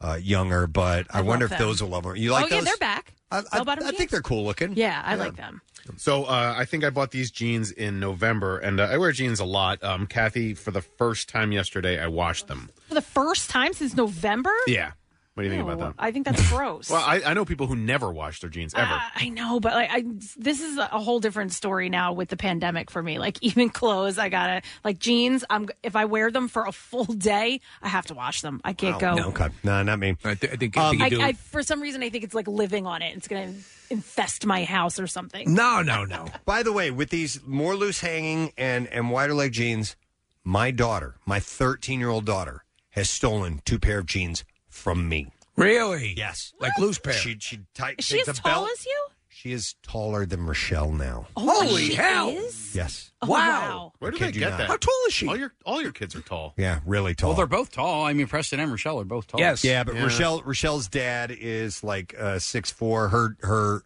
S2: uh, younger. But I, wonder if
S3: Love
S2: those
S3: them.
S2: will love them. You like
S3: oh,
S2: those?
S3: yeah, they're back.
S2: I,
S3: Bell-bottom
S2: I think
S3: jeans?
S2: they're cool looking.
S3: Yeah, I like them.
S9: So uh, I think I bought these jeans in November, and uh, I wear jeans a lot. Um, Kathy, for the first time yesterday, I washed them.
S3: For the first time since November?
S9: Yeah. What do you think
S3: No,
S9: about that?
S3: I think that's gross.
S9: Well, I, I know people who never wash their jeans ever.
S3: I, I know, but like, I this is a whole different story now with the pandemic for me. Like even clothes, I gotta like jeans. I'm if I wear them for a full day, I have to wash them. I can't
S2: Oh,
S3: go.
S2: No, okay. no, not me. Um,
S4: I, think
S3: I, I, for some reason, I think it's like living on it. It's gonna infest my house or something.
S4: No, no, no.
S2: By the way, with these more loose hanging and and wider leg jeans, my daughter, my 13 year old daughter, has stolen two pair of jeans from me.
S4: Really?
S2: Yes.
S4: Like loose pair.
S2: She she tight.
S3: Is she
S2: takes
S3: as
S2: a
S3: tall
S2: belt.
S3: as you?
S2: She is taller than Rochelle now.
S3: Oh,
S4: Holy
S3: she
S4: hell.
S3: is?
S2: Yes.
S3: Oh, wow.
S9: Where do
S2: I
S9: they
S2: kid you
S9: get
S2: not.
S9: that?
S2: How
S4: tall is she?
S9: All your all your kids are tall.
S2: Yeah, really tall.
S10: Well, they're both tall. I mean, Preston and Rochelle are both tall.
S2: Yeah, but Rochelle Rochelle's dad is like uh six four. Her her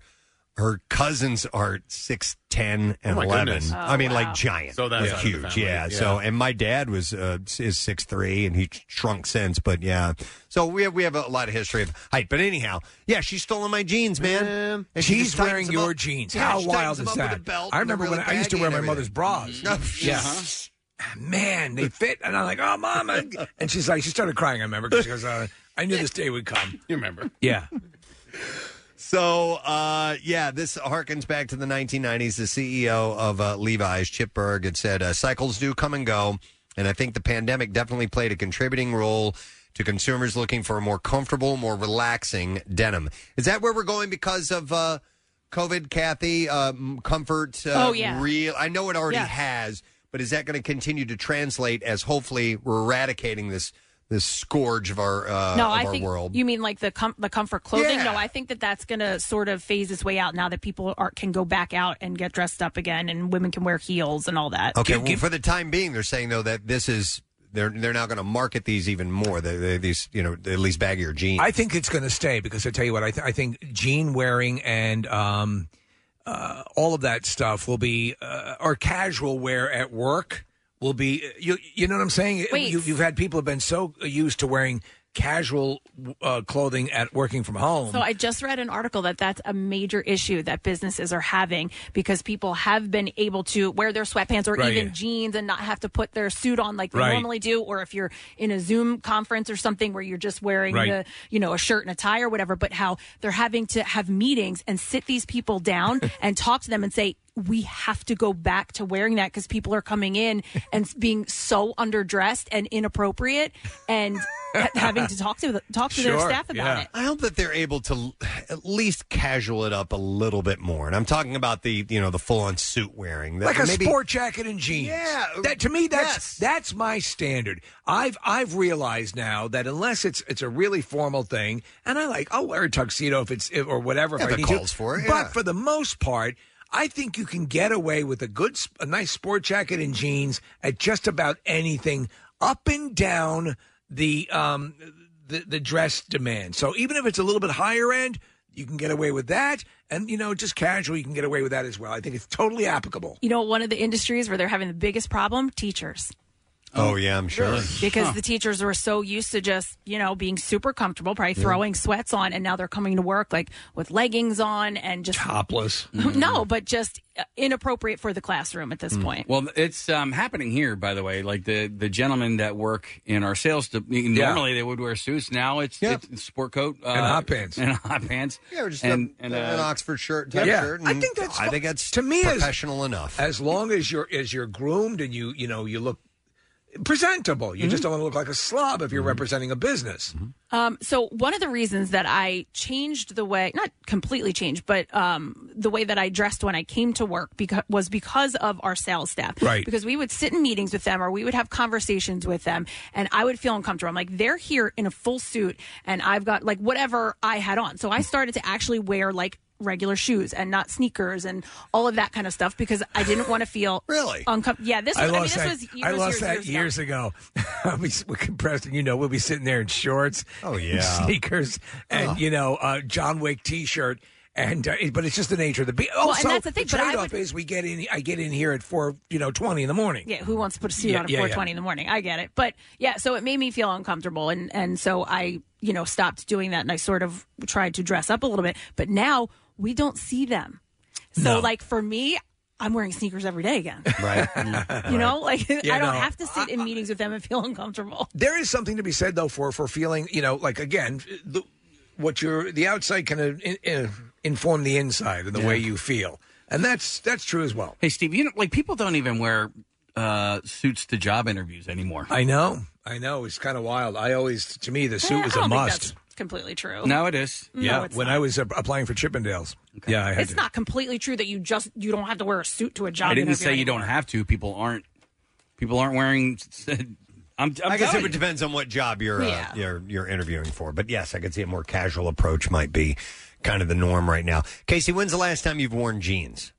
S2: her cousins are six ten and
S9: Oh, my
S2: eleven.
S9: goodness.
S2: I mean,
S9: Oh, wow.
S2: like giant.
S9: So that's
S2: Yeah.
S9: out of the
S2: huge.
S9: family. Yeah.
S2: Yeah. So and my dad was uh is six three and he shrunk since, but yeah. So we have we have a lot of history of height. But anyhow, yeah, she's stolen my jeans, man. And she
S4: She's
S2: just tightens
S4: wearing
S2: them
S4: your
S2: up.
S4: jeans.
S2: Yeah,
S4: How
S2: she tightens
S4: wild
S2: them
S4: is
S2: up with
S4: that?
S2: a belt
S4: I
S2: and a
S4: remember when
S2: really
S4: I used to
S2: baggy
S4: wear
S2: and
S4: my mother's
S2: everything. Uh-huh.
S4: bras. Ah,
S2: Yeah.
S4: Man, they fit. And I'm like, oh, mama. And she's like, she started crying, I remember, because she goes, uh, I knew this day would come.
S9: You remember.
S4: Yeah.
S2: So, uh, yeah, this harkens back to the 1990s. The CEO of uh, Levi's, Chip Berg, had said uh, cycles do come and go. And I think the pandemic definitely played a contributing role to consumers looking for a more comfortable, more relaxing denim. Is that where we're going because of uh, COVID, Kathy? Um, comfort? Uh,
S3: Oh, yeah.
S2: Real? I know it already
S3: Yes.
S2: has, but is that going to continue to translate as hopefully we're eradicating this this scourge of our, uh,
S3: no,
S2: of
S3: I
S2: our
S3: think
S2: world?
S3: you mean like the com- the comfort clothing.
S2: Yeah.
S3: No, I think that that's going to sort of phase its way out now that people are can go back out and get dressed up again, and women can wear heels and all
S4: Uh,
S3: that.
S2: Okay, well, for the time being, they're saying though that this is they're they're now going to market these even more. they they these you know at least baggier jeans.
S4: I think it's going to stay because I tell you what, I, th- I think jean wearing and um, uh, all of that stuff will be, uh, or casual wear at work will be, you, you know what I'm saying?
S3: Wait.
S4: You, you've had people have been so used to wearing casual uh, clothing at working from home.
S3: So I just read an article that that's a major issue that businesses are having because people have been able to wear their sweatpants or
S4: Right.
S3: even jeans and not have to put their suit on like they
S12: Right.
S3: normally do or if you're in a Zoom conference or something where you're just wearing
S12: Right.
S3: the, you know, a shirt and a tie or whatever, but how they're having to have meetings and sit these people down and talk to them and say we have to go back to wearing that because people are coming in and being so underdressed and inappropriate and ha- having to talk to the, talk to their staff about it.
S2: I hope that they're able to l- at least casual it up a little bit more. And I'm talking about the you know the full on suit wearing, That
S4: like a
S2: maybe-
S4: sport jacket and jeans.
S2: Yeah.
S4: that to me that's that's my standard. I've I've realized now that unless it's it's a really formal thing, and I like I'll wear a tuxedo if it's if, or whatever.
S2: Yeah,
S4: if I
S2: that
S4: need
S2: calls
S4: to.
S2: for it,
S4: But
S2: yeah.
S4: for the most part. I think you can get away with a good, sp- a nice sport jacket and jeans at just about anything up and down the um the, the dress demand. So even if it's a little bit higher end, you can get away with that, and you know just casual, you can get away with that as well. I think it's totally applicable.
S3: You know, one of the industries where they're having the biggest problem, teachers.
S2: Oh yeah, I'm sure.
S3: Because the teachers were so used to just, you know, being super comfortable, probably
S2: Yeah.
S3: throwing sweats on, and now they're coming to work like with leggings on and just
S4: topless.
S10: Mm-hmm.
S3: No, but just uh, inappropriate for the classroom at this
S4: Mm.
S2: Mm.
S3: point.
S10: Well, it's um, happening here, by the way. Like the, the gentlemen that work in our sales, de- normally they would wear suits. Now it's, it's sport coat uh,
S4: And hot pants.
S10: and hot pants.
S2: Yeah, or just
S10: and, uh,
S2: a- an Oxford shirt, type shirt,
S4: I
S2: and
S4: think that's.
S2: I
S4: fi-
S2: think that's
S4: to me
S2: professional
S4: as,
S2: enough.
S4: As long as you're as you're groomed and you you know you look presentable. You just don't want to look like a slob
S2: Mm-hmm.
S4: if you're representing a business.
S3: Um, so one of the reasons that I changed the way, not completely changed, but um, the way that I dressed when I came to work beca- was because of our sales staff.
S13: Right.
S3: Because we would sit in meetings with them or we would have conversations with them and I would feel uncomfortable. I'm like, they're here in a full suit and I've got like whatever I had on. So I started to actually wear like regular shoes and not sneakers and all of that kind of stuff because I didn't want to feel really uncomfortable. Yeah, this was, I, mean, this
S4: that.
S3: was years,
S4: I lost
S3: years,
S4: that
S3: years ago.
S4: years ago. I'll be we Preston, you know, we'll be sitting there in shorts, oh
S2: yeah. Oh.
S4: sneakers, and you know, uh, John Wick T-shirt. And uh, it- but it's just the nature of the beat.
S3: Well, and
S4: Also,
S3: that's the thing, but I
S4: trade-off is we get in. I get in here at four, you know, twenty in the morning.
S3: Yeah, who wants to put a suit
S4: Yeah,
S3: on at
S4: yeah, yeah.
S3: 4:20 in the morning? I get it, but yeah, so it made me feel uncomfortable, and and so I you know stopped doing that, and I sort of tried to dress up a little bit, but now we don't see them. So
S4: No.
S3: like for me, I'm wearing sneakers every day again.
S2: Right. Mm.
S3: You know, like
S4: Yeah,
S3: I
S4: no.
S3: don't have to sit in meetings with them and feel uncomfortable.
S4: There is something to be said though for for feeling, you know, like again, the, what you're the outside can uh, in, in, inform the inside and the way you feel, and that's that's true as well.
S10: Hey, Steve, you know, like people don't even wear uh, suits to job interviews anymore.
S4: I know, I know, it's kind of wild. I always, to me, the
S3: Eh,
S4: suit was
S3: I
S4: a
S3: don't think
S4: must.
S3: that's completely true.
S10: No, it is.
S3: No,
S4: yeah,
S3: it's
S4: when I was uh, applying for Chippendales, yeah, I had
S3: It's
S4: to.
S3: not completely true that you just you don't have to wear a suit to a job.
S10: I didn't
S3: interview
S10: say you don't have to. People aren't. People aren't wearing I'm, I'm
S2: I guess
S10: telling
S2: it
S10: you.
S2: depends on what job you're,
S10: Yeah.
S2: uh, you're you're interviewing for. But yes, I could see a more casual approach might be kind of the norm right now. Casey, when's the last time you've worn jeans?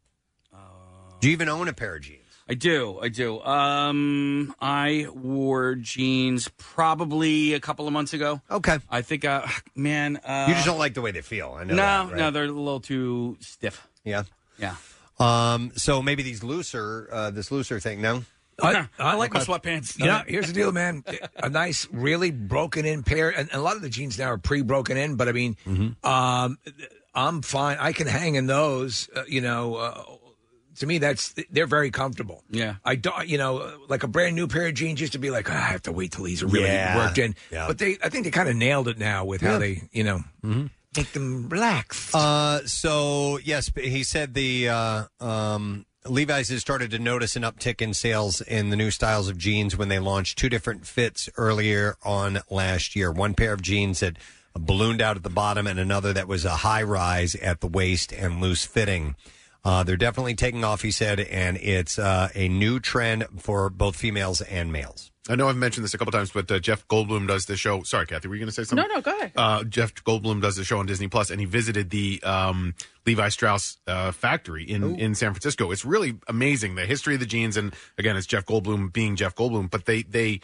S2: Do you even own a pair of jeans?
S10: I do. I do. Um, I wore jeans probably a couple of months ago.
S2: Okay.
S10: I think, uh, man. Uh,
S2: you just don't like the way they feel. I know.
S10: no,
S2: that, right?
S10: no, they're a little too stiff.
S2: Yeah.
S10: Yeah.
S2: Um, so maybe these looser, uh, this looser thing. No,
S4: I, I like
S10: my sweatpants.
S4: You know, here's the deal, man. A nice, really broken in pair, and, and a lot of the jeans now are pre-broken in. But I mean,
S2: Mm-hmm.
S4: um, I'm fine. I can hang in those. Uh, you know, uh, to me, that's they're very comfortable.
S10: Yeah.
S4: I don't, you know, like a brand new pair of jeans used to be like, "Ah, I have to wait till these are really
S2: Yeah.
S4: worked in.
S2: Yeah.
S4: But they, I think they kind of nailed it now with how
S2: Yeah.
S4: they, you know, make them relax.
S2: Uh, so yes, but he said the uh, um, Levi's has started to notice an uptick in sales in the new styles of jeans when they launched two different fits earlier on last year. One pair of jeans that ballooned out at the bottom, and another that was a high rise at the waist and loose fitting. Uh, they're definitely taking off, he said, and it's uh, a new trend for both females and males.
S9: I know I've mentioned this a couple times, but uh, Jeff Goldblum does the show. Sorry, Kathy, were you going to say something?
S3: No, no, go ahead.
S9: Uh, Jeff Goldblum does the show on Disney Plus, and he visited the um, Levi Strauss uh, factory in, in San Francisco. It's really amazing the history of the jeans, and again, it's Jeff Goldblum being Jeff Goldblum, but they they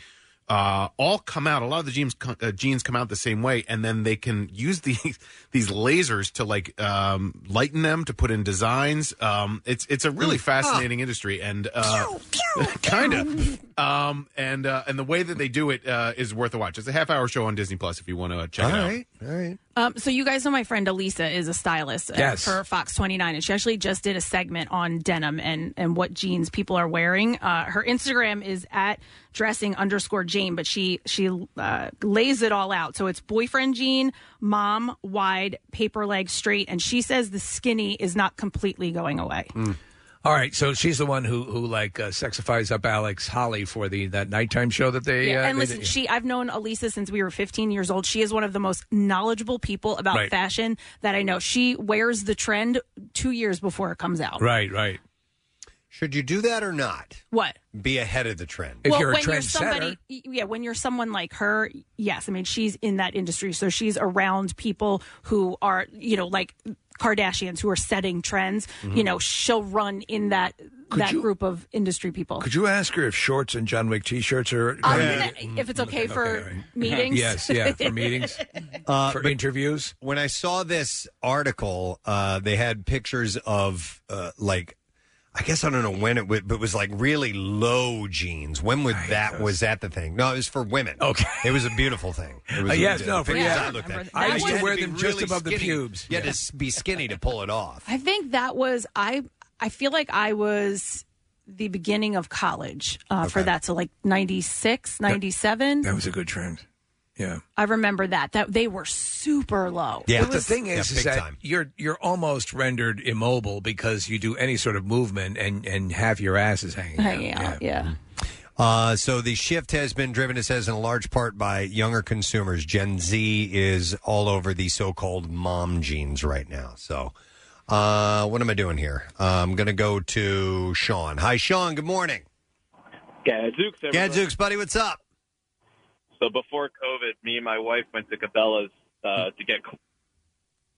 S9: uh, all come out. A lot of the jeans co- uh, jeans come out the same way, and then they can use these these lasers to like um, lighten them to put in designs. Um, it's it's a really
S2: Hmm.
S9: fascinating industry, and uh, kind of. Um, and uh, and the way that they do it uh, is worth a watch. It's a half hour show on Disney Plus if you want to check it out.
S2: all right.
S3: Um, so you guys know my friend Elisa is a stylist uh,
S9: Yes.
S3: for Fox 29, and she actually just did a segment on denim and, and what jeans people are wearing. Uh, her Instagram is at dressing underscore Jane, but she she uh, lays it all out. So it's boyfriend jean, mom wide, paper leg straight, and she says the skinny is not completely going away.
S4: Mm. All right, so she's the one who who like uh, sexifies up Alex Holly for the that nighttime show that they.
S3: Yeah,
S4: uh,
S3: and
S4: they-
S3: listen, she I've known Elisa since we were 15 years old. She is one of the most knowledgeable people about
S4: Right.
S3: fashion that I know. She wears the trend two years before it comes out.
S4: Right, right.
S2: Should you do that or not?
S3: What?
S2: Be ahead of the trend.
S3: well, when you're somebody, y- yeah, when you're someone like her, yes, I mean she's in that industry, so she's around people who are, you know, like Kardashians who are setting trends. You
S4: Mhm.
S3: know, she'll run in that
S4: Could
S3: that
S4: you-
S3: group of industry people.
S4: Could you Mm, ask her if shorts and John Wick t-shirts are?
S3: I'm gonna, if it's okay for meetings,
S4: yes, yeah, for meetings,
S2: Uh,
S4: for
S2: but-
S4: interviews.
S2: when I saw this article, uh, they had pictures of uh, like, I guess I don't know when it was, but it was like really low jeans. When would that was that the thing? No, it was for women. Okay, it was a beautiful thing. It was
S4: Uh, yes, no, for-
S2: pictures
S4: yeah.
S2: I looked at.
S4: I
S2: You
S4: used to
S2: had
S4: wear
S2: be
S4: them just above the
S2: skinny.
S4: pubes.
S2: You had to s- be skinny to pull it off.
S3: I think that was I. I feel like I was the beginning of college uh, for that, so like 96, 97.
S4: That was a good trend. Yeah.
S3: I remember that that they were super low. It
S4: But the
S3: was-
S4: thing is, is that you're you're almost rendered immobile because you do any sort of movement and and have your asses hanging.
S3: hanging out. Yeah.
S2: Uh, so the shift has been driven, it says, in large part by younger consumers. Gen Z is all over the so-called mom jeans right now. So, uh, what am I doing here? Uh, I'm going to go to Sean. Hi, Sean. Good morning.
S12: Gadzooks, everybody.
S2: Gadzooks, buddy. What's up?
S12: So before COVID, me and my wife went to Cabela's uh, to get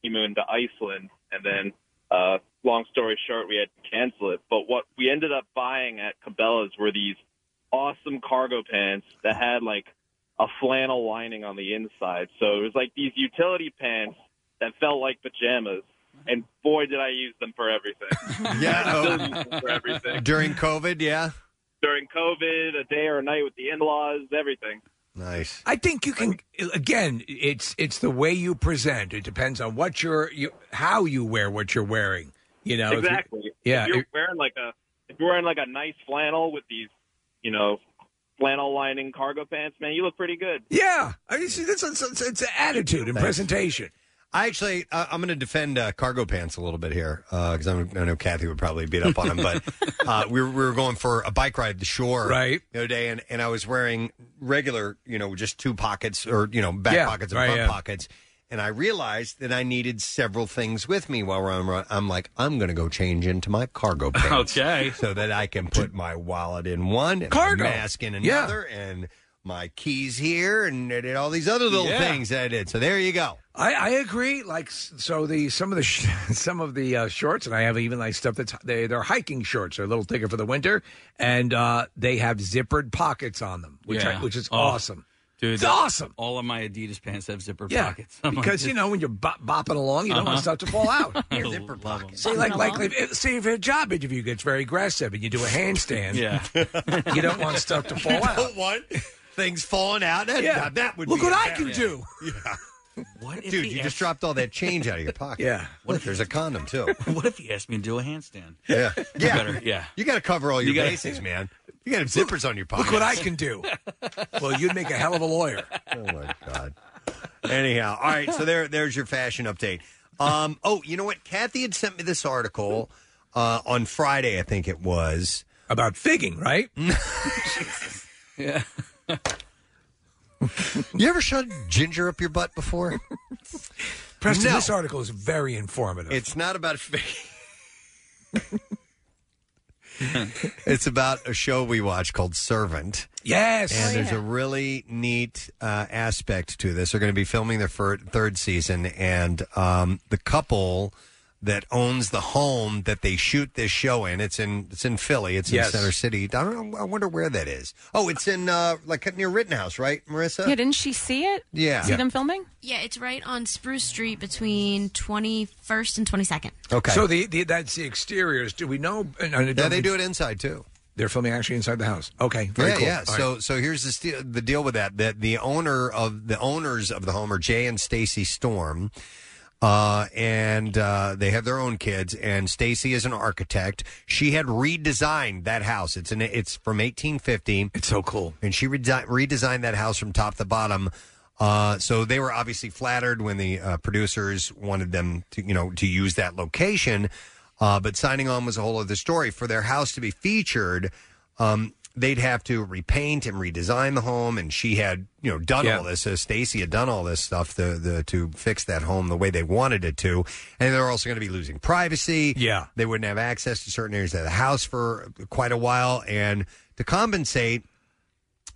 S12: honeymoon to Iceland, and then, uh, long story short, we had to cancel it. But what we ended up buying at Cabela's were these awesome cargo pants that had like a flannel lining on the inside. So it was like these utility pants that felt like pajamas. And boy, did I use them for everything!
S2: Yeah. oh.
S12: I still use them for everything
S2: During COVID, yeah.
S12: during COVID, a day or a night with the in-laws, everything.
S2: Nice.
S4: I think you can. Again, it's it's the way you present. It depends on what you're, you, how you wear what you're wearing. You know, if you're-
S12: exactly.
S4: yeah,
S12: If you're
S4: it-
S12: wearing like a if you're wearing like a nice flannel with these, you know, flannel lining cargo pants, man, you look pretty good.
S4: yeah. I mean, see, that's it's, it's, it's an attitude and presentation.
S2: I actually, uh, I'm going to defend uh, cargo pants a little bit here because I'm I know Kathy would probably beat up on them, but uh, we, were, we were going for a bike ride to the shore
S4: Right.
S2: the other day, and, and I was wearing regular, you know, just two pockets or, you know, back
S4: Yeah,
S2: pockets and
S4: right,
S2: front
S4: yeah.
S2: pockets. And I realized that I needed several things with me while we're on the run. I'm like, I'm going to go change into my cargo pants.
S10: Okay.
S2: So that I can put my wallet in one and my
S10: Cargo.
S2: mask in
S10: Yeah.
S2: another and my keys here and I did all these other little
S4: Yeah.
S2: things that I did. So there you go.
S4: I, I agree. Like s- so, the some of the sh- some of the uh, shorts, and I have even like stuff that's they they're hiking shorts. They're a little thicker for the winter, and uh, they have zippered pockets on them, which I,
S10: Yeah.
S4: which is
S10: Oh,
S4: awesome.
S10: Dude,
S4: it's awesome.
S10: All of my Adidas pants have zipper
S4: Yeah,
S10: pockets. I'm like,
S4: because you know when you're bop- bopping along, you don't want
S10: Uh-huh.
S4: stuff to fall out.
S10: I love 'em.
S4: See, like, like, if- see, if a job interview gets very aggressive and you do a handstand,
S10: Yeah.
S4: you don't want stuff to fall
S2: You
S4: out.
S2: don't want things falling out. That,
S4: Yeah.
S2: now that would
S4: Look
S2: be
S4: what I can
S2: embarrassing.
S4: do.
S2: Yeah. Dude, you just dropped all that change out of your pocket.
S10: Yeah.
S2: What if there's a condom too?
S10: what if you asked me to do a handstand?
S2: Yeah. Yeah.
S10: Better, yeah.
S2: You got to cover all your
S10: You gotta-
S2: bases, man. You got to have zippers on your pocket.
S4: Look what I can do. well, you'd make a hell of a lawyer.
S2: Oh my god. Anyhow, all right. So there, there's your fashion update. Um, oh, you know what? Kathy had sent me this article uh, on Friday, I think it was
S4: about figging, right?
S10: yeah.
S2: you ever shut ginger up your butt before?
S4: Preston,
S2: No.
S4: this article is very informative.
S2: It's not about figging. it's about a show we watch called Servant.
S4: Yes.
S2: And
S4: Oh,
S2: there's
S4: yeah.
S2: a really neat uh, aspect to this. They're going to be filming their fir- third season, and um, the couple that owns the home that they shoot this show in it's in it's in Philly. It's in
S13: Yes.
S2: Center City. I don't know. I wonder where that is. Oh, it's in uh, like near Rittenhouse, right, Marissa?
S3: Yeah, didn't she see it?
S2: Yeah.
S3: See
S2: Yeah.
S3: them filming?
S1: Yeah, it's right on Spruce Street between 21st and 22nd.
S2: Okay.
S4: So the, the that's the exteriors. Do we know? uh,
S2: Yeah, they do it inside too.
S4: They're filming actually inside the house. Okay, very
S2: yeah,
S4: cool.
S2: yeah.
S4: All
S2: so,
S4: right.
S2: so here's the st- the deal with that. That the owner of the owners of the home are Jay and Stacy Storm, uh, and uh, they have their own kids. And Stacy is an architect. She had redesigned that house. It's an it's from 1850.
S4: It's so cool.
S2: And she redi- redesigned that house from top to bottom. Uh, so they were obviously flattered when the uh, producers wanted them to, you know, to use that location. Uh, but signing on was a whole other story. For their house to be featured, um, they'd have to repaint and redesign the home. And she had, you know, done
S13: Yeah.
S2: all this. Uh, Stacy had done all this stuff to, the, to fix that home the way they wanted it to. And they're also going to be losing privacy. Yeah. They wouldn't have access to certain areas of the house for quite a while. And to compensate,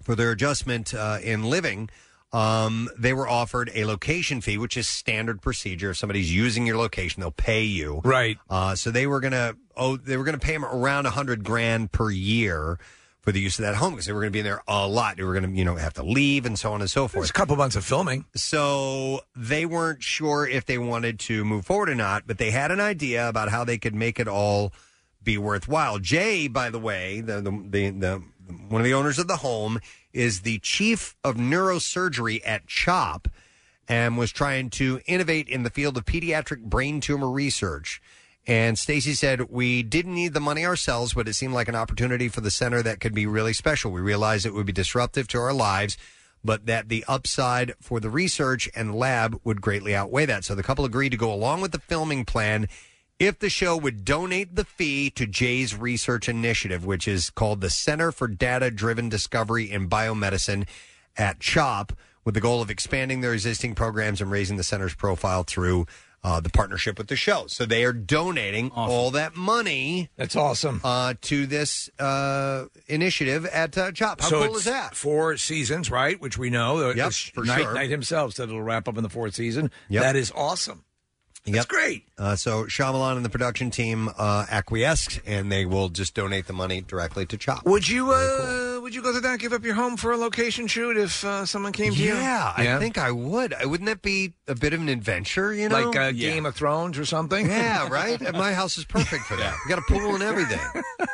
S2: for their adjustment uh, in living, um, they were offered a location fee, which is standard procedure. If somebody's using your location, they'll pay you.
S4: Right.
S2: Uh, so they were gonna oh they were gonna pay them around a hundred grand per year for the use of that home because they were gonna be in there a lot. They were gonna you know have to leave and so on and so forth.
S4: There's a couple months of filming.
S2: So they weren't sure if they wanted to move forward or not, but they had an idea about how they could make it all be worthwhile. Jay, by the way, the the, the, the one of the owners of the home is the chief of neurosurgery at CHOP and was trying to innovate in the field of pediatric brain tumor research. And Stacy said, We didn't need the money ourselves, but it seemed like an opportunity for the center that could be really special. We realized it would be disruptive to our lives, but that the upside for the research and lab would greatly outweigh that. So the couple agreed to go along with the filming plan if the show would donate the fee to Jay's research initiative, which is called the Center for Data Driven Discovery in Biomedicine at CHOP, with the goal of expanding their existing programs and raising the center's profile through uh, the partnership with the show. So they are donating all that money.
S4: That's awesome.
S2: Uh, to this uh, initiative at uh, CHOP. How
S4: So
S2: cool
S4: it's
S2: is that?
S4: Four seasons, right? Which we know. uh,
S2: Yep,
S4: It's
S2: for
S4: Knight,
S2: sure.
S4: Knight himself said it'll wrap up in the fourth season.
S2: Yep.
S4: That is awesome.
S2: That's
S4: great.
S2: Uh, so Shyamalan and the production team uh, acquiesced, and they will just donate the money directly to CHOP.
S4: Would you uh, would you go to that? and Give up your home for a location shoot if uh, someone came to you?
S2: Yeah, I think I would. I- Wouldn't that be a bit of an adventure? You know,
S4: like uh, Game of Thrones or something.
S2: Yeah, right. And My house is perfect for that. You got a pool and everything.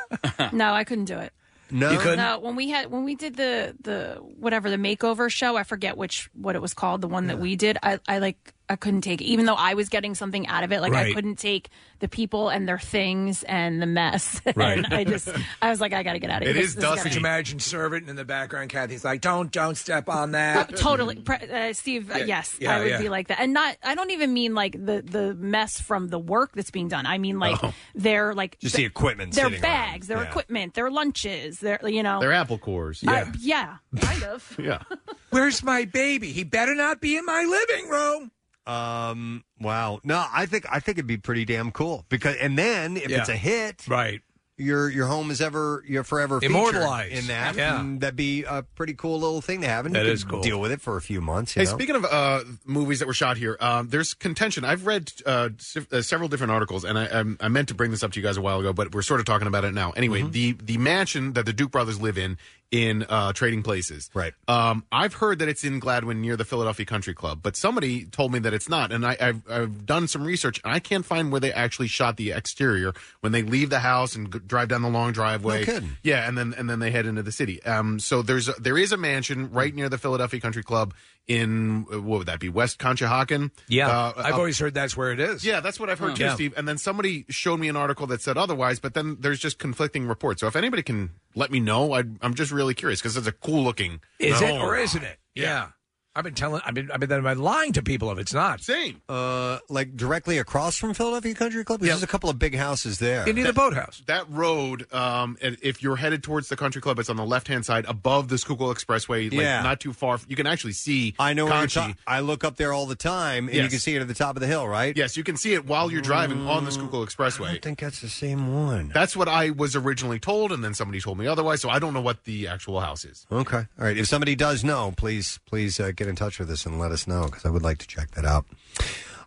S3: no, I couldn't do it.
S2: No,
S3: No, when we had when we did the the whatever the makeover show, I forget which what it was called, the one that we did. I I like I couldn't take it, even though I was getting something out of it. Like I
S14: Right.
S3: couldn't take the people and their things and the mess.
S14: Right.
S3: and I just I was like I got to get out of
S4: It
S3: here.
S4: is
S3: This- this gotta-
S4: Could you imagine servant in the background? Kathy's like, don't don't step on that.
S3: Totally, Pre- uh, Steve. uh,
S4: Yeah,
S3: yes,
S4: yeah,
S3: I would
S4: yeah.
S3: be like that, and not. I don't even mean like the the mess from the work that's being done. I mean like their like
S2: Just the equipment
S3: their
S2: sitting around.
S3: bags, their
S2: Yeah.
S3: equipment, their lunches, their you know
S9: They're apple cores.
S3: I- yeah, kind of.
S9: yeah.
S4: Where's my baby? He better not be in my living room.
S2: Um. Wow. No, I think I think it'd be pretty damn cool because, and then if
S4: Yeah.
S2: it's a hit,
S4: right?
S2: your your home is ever you're forever featured
S4: Immortalized.
S2: in that.
S4: Yeah.
S2: and that'd be a pretty cool little thing to have. And
S9: That
S2: you could
S9: is cool.
S2: Deal with it for a few months. You
S9: Hey,
S2: know?
S9: speaking of uh, movies that were shot here, um, there's contention. I've read uh, se- uh, several different articles, and I, I'm- I meant to bring this up to you guys a while ago, but we're sort of talking about it now. Anyway,
S2: Mm-hmm.
S9: the the mansion that the Duke brothers live in in uh, Trading Places, right? Um, I've heard that it's in Gladwin near the Philadelphia Country Club, but somebody told me that it's not, and I, I've I've done some research, and I can't find where they actually shot the exterior when they leave the house and g- drive down the long driveway.
S2: kidding.
S9: Yeah, and then and then they head into the city. Um, so there's a, there is a mansion right near the Philadelphia Country Club in uh, what would that be West Conshohocken?
S4: Yeah,
S9: Uh,
S4: I've
S9: up-
S4: always heard that's where it is.
S9: Yeah, that's what I've heard too,
S4: Yeah.
S9: Steve. And then somebody showed me an article that said otherwise, but then there's just conflicting reports. So if anybody can let me know, I'd, I'm just really curious because it's a cool looking.
S4: Is it or isn't it? Yeah. I've been telling. I've been. I've been. I've been lying to people if it's not.
S9: Same.
S2: Uh, like directly across from Philadelphia Country Club, there's just a couple of big houses there.
S9: That- That road, um, and if you're headed towards the country club, it's on the left hand side above the Schuylkill Expressway. Like,
S2: Yeah.
S9: not too far. You can actually see.
S2: I know. where you're
S9: Conchi.
S2: ta- I look up there all the time, and you
S9: Yes.
S2: can see it at the top of the hill, right?
S9: Yes, you can see it while you're driving on the Schuylkill
S2: I
S9: Expressway.
S2: don't think that's the same one.
S9: That's what I was originally told, and then somebody told me otherwise. So I don't know what the actual house is.
S2: Okay. All right. If somebody does know, please please uh, get in touch with us and let us know because I would like to check that out.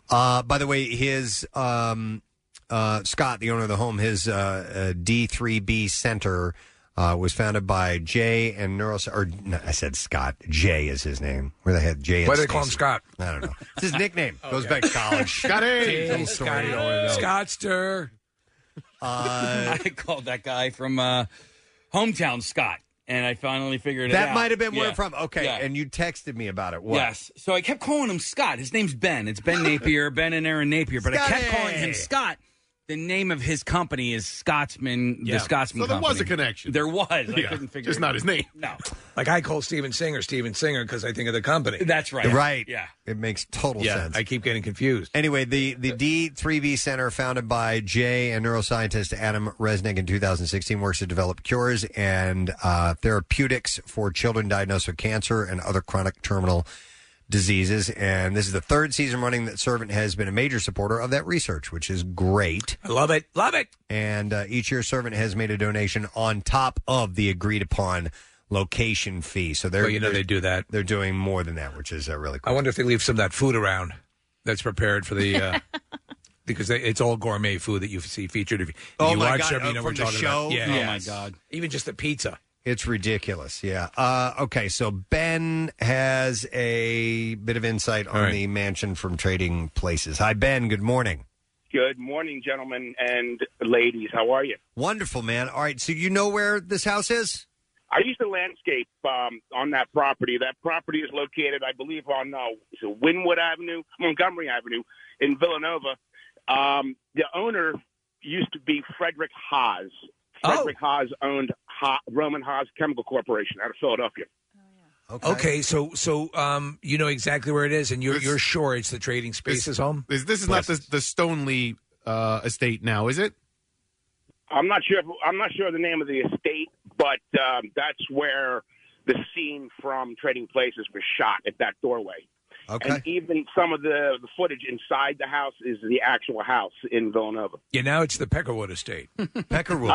S2: Uh, by the way, his um, uh, Scott, the owner of the home, his uh, uh, D3B Center uh, was founded by Jay and neuros. Or no, I said Scott. Jay is his name. Where they had Jay. and
S4: Why do they call him
S2: Stacy.
S4: Scott?
S2: I don't know. It's his nickname. Goes back to college.
S4: Hey,
S2: Little story you don't wanna know.
S4: Scottster.
S2: Uh,
S10: I called that guy from uh, hometown Scott, and I finally figured it out.
S2: That might have been where
S10: Yeah.
S2: from. Okay,
S10: Yeah.
S2: and you texted me about it. What?
S10: Yes. So I kept calling him Scott. His name's Ben. It's Ben Napier, Ben and Aaron Napier. But I kept
S2: Scotty!
S10: calling him Scott. The name of his company is Scotsman,
S4: Yeah.
S10: the Scotsman
S4: So there was
S10: Company.
S4: a connection.
S10: There was. I
S4: Yeah.
S10: couldn't figure
S4: Just
S10: it
S4: not
S10: out.
S4: his name.
S10: No.
S4: Like I call Steven Singer Steven Singer because I think of the company.
S10: That's right.
S2: Right.
S10: Yeah.
S2: It makes total
S4: Yeah,
S2: sense.
S4: I keep getting confused.
S2: Anyway, the, the D3B Center, founded by Jay and neuroscientist Adam Resnick in 2016, works to develop cures and uh, therapeutics for children diagnosed with cancer and other chronic terminal diseases. And this is the third season running that Servant has been a major supporter of that research, which is great.
S4: I love it. Love it.
S2: And uh, each year, Servant has made a donation on top of the agreed upon location fee. So they're
S4: Well, you know they do that.
S2: They're doing more than that, which is uh, really cool.
S4: I wonder if they leave some of that food around that's prepared for the. Uh, Because they, it's all gourmet food that you see featured. If you, if
S2: Oh
S4: you
S2: my
S4: watch
S2: God,
S4: every, you
S2: uh,
S4: know we're
S2: from the
S4: talking
S2: show?
S4: about. Yeah.
S2: Oh
S4: Yes.
S2: my God.
S4: Even just the pizza.
S2: It's ridiculous. Yeah. Uh, okay. So Ben has a bit of insight on the mansion from Trading Places. Hi, Ben. Good morning.
S13: Good morning, gentlemen and ladies. How are you?
S2: Wonderful, man. All right. So you know where this house is?
S13: I used to landscape um, on that property. That property is located, I believe, on uh, is it Winwood Avenue, Montgomery Avenue in Villanova. Um, the owner used to be Frederick Haas.
S2: Oh.
S13: Frederick Haas owned ha- Roman Haas Chemical Corporation out of Philadelphia.
S4: Okay. so so um, you know exactly where it is, and you're you're sure it's the Trading Spaces home.
S9: This, this is not the, the Stoneleigh uh, estate now, is it?
S13: I'm not sure. I'm not sure the name of the estate, but um, that's where the scene from Trading Places was shot at that doorway.
S2: Okay.
S13: And even some of the, the footage inside the house is the actual house in Villanova.
S4: Yeah, now it's the Peckerwood Estate.
S2: Peckerwood.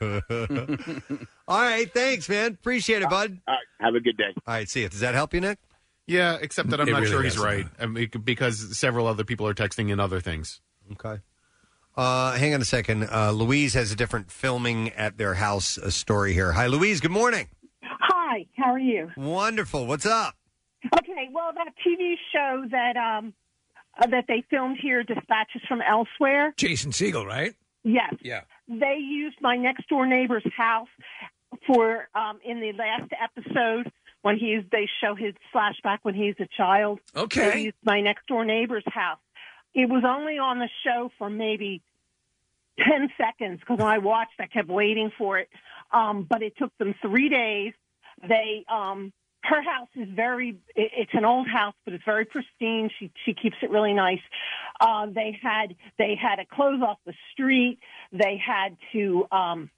S13: Uh, Maybe.
S2: All right. Thanks, man. Appreciate it, bud.
S13: have a good day.
S2: All right. See you. Does that help you, Nick?
S9: Yeah, except that I'm
S2: It
S9: not
S2: really
S9: sure he's
S2: doesn't.
S9: right I mean, because several other people are texting in other things.
S2: Okay. Uh, hang on a second. Uh, Louise has a different filming at their house uh story here. Hi, Louise. Good morning.
S14: Hi, how are you?
S2: Wonderful. What's up?
S14: Okay, well, that TV show that um uh, that they filmed here, Dispatches from Elsewhere.
S4: Jason Siegel, right?
S14: Yes,
S4: Yeah.
S14: they used my next door neighbor's house for um in the last episode when he's they show his flashback when he's a child.
S4: Okay.
S14: they used my next door neighbor's house. It was only on the show for maybe 10 seconds because when I watched, I kept waiting for it. Um, but it took them three days. They, um, her house is very, it, it's an old house, but it's very pristine. She, she keeps it really nice. Uh, they had, they had to close off the street. They had to, um,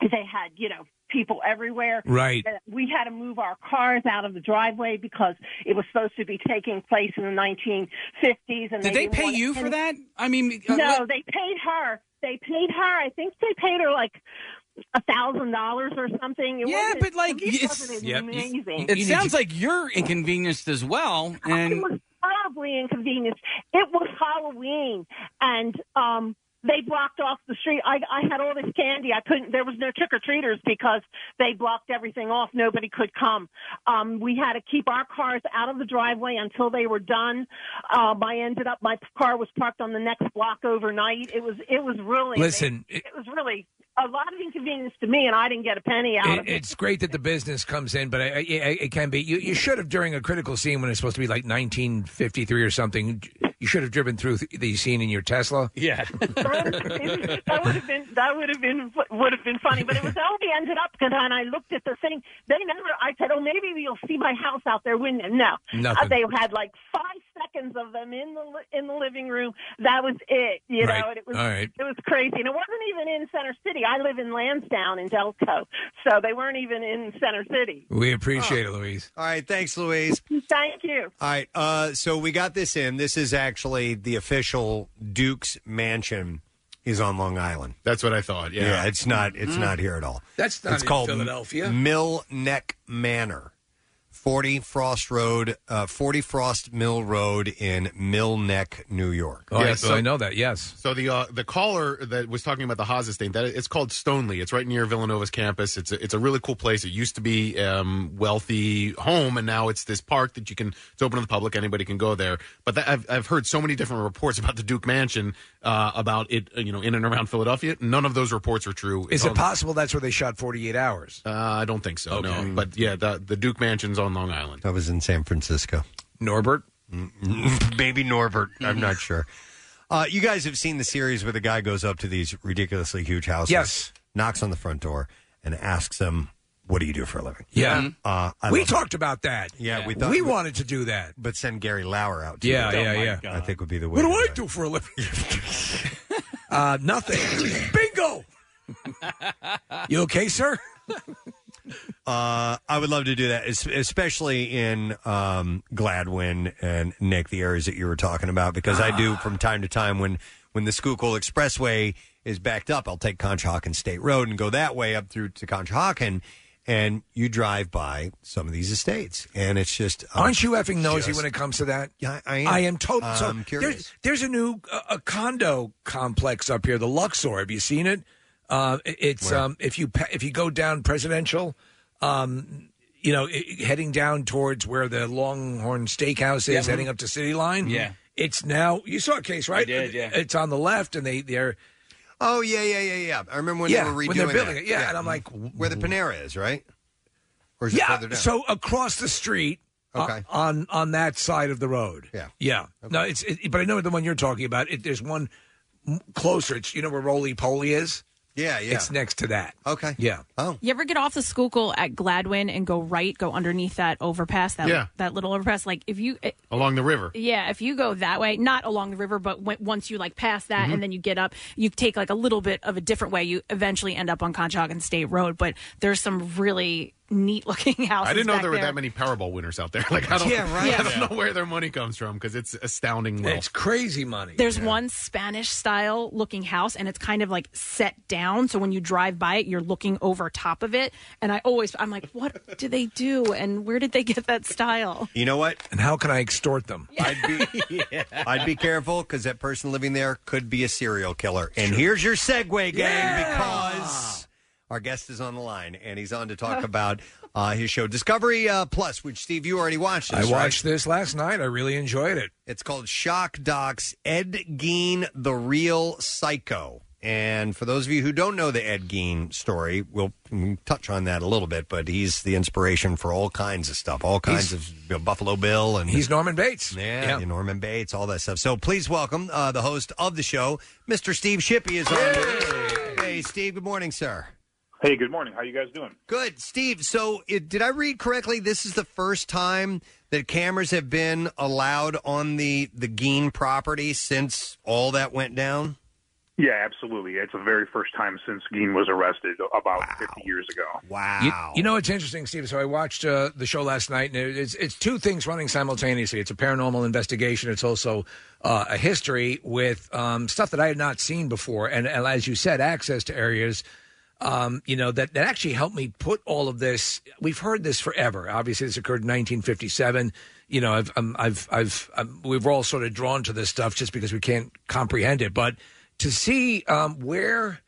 S14: they had, you know, people everywhere.
S15: Right.
S14: Uh, We had to move our cars out of the driveway because it was supposed to be taking place in the 1950s.
S10: Did
S14: And
S10: they
S14: didn't
S10: pay
S14: want
S10: you for
S14: any-
S10: that? I mean, uh,
S14: no,
S10: what-
S14: they paid her they paid her. I think they paid her like a thousand dollars or something. It
S10: Yeah,
S14: wasn't-
S10: but like
S14: it
S10: it's
S14: wasn't
S10: yep.
S14: amazing.
S10: It sounds like you're inconvenienced as well,
S14: it
S10: and
S14: was horribly inconvenienced. It was Halloween, and um, they blocked off the street. I, I had all this candy. I couldn't. There was no trick or treaters because they blocked everything off. Nobody could come. Um, we had to keep our cars out of the driveway until they were done. Um, I ended up. My car was parked on the next block overnight. It was. It was really.
S4: Listen,
S14: It, was really. A lot of inconvenience to me, and I didn't get a penny out of
S4: It,
S14: it.
S4: it's great that the business comes in, but I, I, it can be. You, you should have during a critical scene when it's supposed to be like 1953 or something. You should have driven through the scene in your Tesla.
S10: Yeah,
S14: that would have been that would have been would have been funny, but it was how we ended up. And I looked at the thing. They never. I said, "Oh, maybe you'll see my house out their window." No,
S4: Nothing.
S14: Uh, they had like five seconds of them in the li- in the living room. That was it. You
S4: Right.
S14: know, and it was
S4: All right.
S14: it was crazy, and it wasn't even in Center City. I live in Lansdowne in Delco, so they weren't even in Center City.
S4: We appreciate it, Louise.
S2: All right, thanks, Louise.
S14: Thank you.
S2: All right. Uh, so we got this in. This is actually the official Duke's Mansion is on Long Island.
S9: That's what I thought. Yeah.
S2: it's not. It's
S9: Mm.
S2: not here at all.
S9: That's not
S2: it's
S9: in
S2: called M-
S9: Philadelphia.
S2: Mill Neck Manor, forty Frost Road, uh, forty Frost Mill Road in Mill Neck, New York.
S9: Oh, Yeah, I- so- I know
S4: that. Yes.
S9: So the uh, the caller that was talking about the Hazas thing, that it's called Stoneleigh. It's right near Villanova's campus. It's a, it's a really cool place. It used to be um, wealthy home, and now it's this park that you can. It's open to the public. Anybody can go there. But that, I've I've heard so many different reports about the Duke Mansion, uh, about it, uh, you know, in and around Philadelphia. None of those reports are true.
S4: Is
S9: It's
S4: it
S9: on-
S4: possible that's where they shot 48 hours?
S9: Uh, I don't think so. No, but yeah, the the Duke Mansion's on Long Island.
S2: That was in San Francisco.
S4: Norbert,
S2: maybe Norbert. I'm not sure. Uh, you guys have seen the series where the guy goes up to these ridiculously huge houses, yes, knocks on the front door, and asks them, "What do you do for a living?"
S4: Yeah.
S2: uh, I
S4: we
S2: love it.
S4: talked about that.
S2: Yeah, we thought
S4: we wanted to do that,
S2: but send Gary Lauer out.
S4: Yeah, yeah, yeah.
S2: I think would be the way.
S4: oh What do I do for a living? uh, nothing. Bingo. you okay, sir?
S2: Uh, I would love to do that, es- especially in um, Gladwin and Nick, the areas that you were talking about, because I
S4: Ah.
S2: do from time to time when when the Schuylkill Expressway is backed up, I'll take Conshohocken State Road and go that way up through to Conshohocken, and you drive by some of these estates, and it's just uh,
S4: Aren't you effing nosy
S2: just-
S4: when it comes to that?
S2: Yeah, I am.
S4: I am Uh, totally. So
S2: I'm curious.
S4: There's, there's a new uh, a condo complex up here, the Luxor. Have you seen it? Uh, it- it's um, if you pa- if you go down Presidential, um, you know, i i- heading down towards where the Longhorn Steakhouse is,
S10: Yeah.
S4: heading up to City Line.
S10: Yeah.
S4: it's now. You saw a case, right? did. Yeah, it's on the left, and they they're.
S2: Oh yeah, yeah, yeah, yeah. I remember when
S4: yeah,
S2: they were redoing
S4: when they're building
S2: that. mm-hmm.
S4: it. Yeah, and I'm like,
S2: where the Panera is, right? Or is it
S4: yeah.
S2: further down?
S4: So across the street, uh,
S2: Okay.
S4: on on that side of the road. Yeah, yeah. No, it's it, but I know the one you're talking about. It, there's one m- closer. It's you know where Roly Poly is.
S2: Yeah, yeah.
S4: It's next to that.
S2: Okay.
S4: Yeah.
S2: Oh.
S3: You ever get off the Schuylkill at Gladwin and go right, go underneath that overpass, that
S9: Yeah.
S3: that little overpass? Like if you, it-
S9: along the river.
S3: yeah, if you go that way, not along the river, but when, once you like pass that
S9: Mhm.
S3: and then you get up, you take like a little bit of a different way. You eventually end up on Conshohocken State Road, but there's some really neat looking houses.
S9: I didn't know
S3: back
S9: there were
S3: there.
S9: that many Powerball winners out there. Like I don't,
S3: Yeah, right.
S9: I don't
S3: Yeah.
S9: know where their money comes from because it's astounding. Wealth.
S4: It's crazy money.
S3: There's one Spanish style looking house and it's kind of like set down. So when you drive by it, you're looking over top of it. And I always, I'm like, what do they do? And where did they get that style?
S2: You know what?
S4: And how can I extort them?
S2: I'd be, I'd be careful because that person living there could be a serial killer. And here's your segue, gang, because our guest is on the line and he's on to talk about uh, his show Discovery uh, Plus, which Steve, you already watched.
S4: I
S2: This,
S4: watched
S2: right?
S4: this last night. I really enjoyed it.
S2: It's called Shock Docs Ed Gein, the real psycho. And for those of you who don't know the Ed Gein story, we'll mm, touch on that a little bit. But he's the inspiration for all kinds of stuff, all kinds of you know, Buffalo Bill, and
S4: He's Norman Bates.
S2: yeah, yeah, Norman Bates, all that stuff. So please welcome uh, the host of the show, Mr. Steve Shippey, is on. with us. Hey, Steve. Good morning, sir.
S15: Hey, good morning. How you guys doing?
S2: Good, Steve. So it, did I read correctly? This is the first time that cameras have been allowed on the the Gein property since all that went down.
S15: Yeah, absolutely. It's the very first time since Gene was arrested about 50 years ago.
S4: You, you know it's interesting, Steve. So I watched uh, the show last night, and it- it's it's two things running simultaneously. It's a paranormal investigation. It's also uh, a history with um, stuff that I had not seen before, and, and as you said, access to areas. Um, you know that that actually helped me put all of this. We've heard this forever. Obviously, this occurred in 1957. You know, I've um, I've I've um, we've all sort of drawn to this stuff just because we can't comprehend it. But to see um, where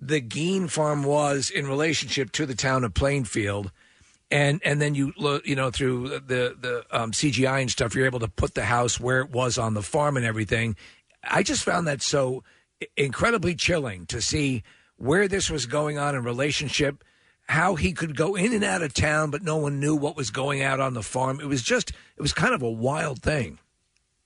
S4: the Gein farm was in relationship to the town of Plainfield, and and then you lo- you know through the the um, CGI and stuff, you're able to put the house where it was on the farm and everything. I just found that so i- incredibly chilling to see where this was going on in relationship. How he could go in and out of town, but no one knew what was going out on the farm. It was just, it was kind of a wild thing.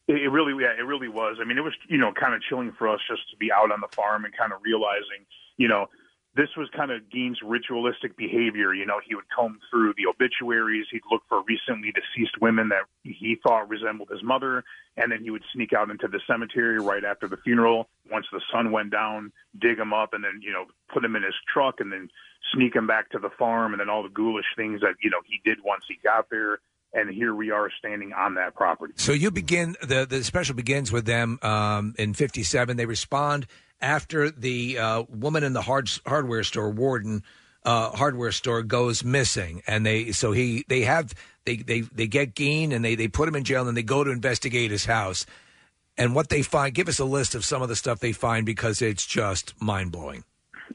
S15: It, it really, yeah, it really was. I mean, it was you know kind of chilling for us just to be out on the farm and kind of realizing, you know, this was kind of Gein's ritualistic behavior. You know, he would comb through the obituaries, he'd look for recently deceased women that he thought resembled his mother, and then he would sneak out into the cemetery right after the funeral. Once the sun went down, dig him up, and then you know put him in his truck, and then sneak him back to the farm, and then all the ghoulish things that you know he did once he got there. And here we are standing on that property.
S4: So you begin the the special begins with them um, in '57. They respond after the uh, woman in the hard, hardware store warden uh, hardware store goes missing, and they so he they have they they they get Gein and they they put him in jail and they go to investigate his house and what they find. Give us a list of some of the stuff they find because it's just mind blowing.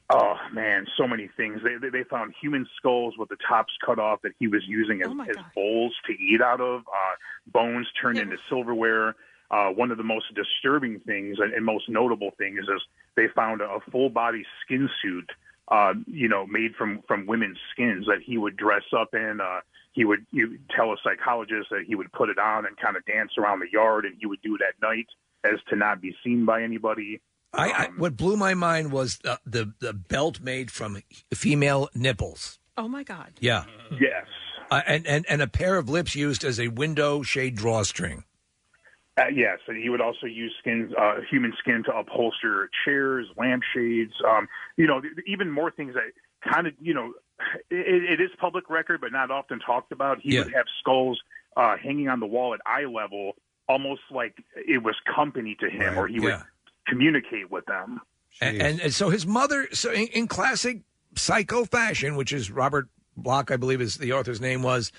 S15: Oh man, so many things. They they, they found human skulls with the tops cut off that he was using as, as bowls to eat out of. Uh, bones turned into silverware. Uh, one of the most disturbing things and, and most notable things is they found a full body skin suit, uh, you know, made from from women's skins that he would dress up in. Uh, he would you tell a psychologist that he would put it on and kind of dance around the yard, and he would do it at night as to not be seen by anybody.
S4: I, I what blew my mind was the, the the belt made from female nipples.
S3: Oh my God.
S4: Yeah.
S15: Yes.
S4: Uh, and, and and a pair of lips used as a window shade drawstring.
S15: Uh, yes, and he would also use skins, uh, human skin to upholster chairs, lampshades. Um, you know, th- even more things that kind of, you know, it, it is public record, but not often talked about. He would have skulls uh, hanging on the wall at eye level, almost like it was company to him, or he would communicate with them.
S4: And, and and so his mother, so in, in classic psycho fashion, which is Robert Block, I believe is the author's name was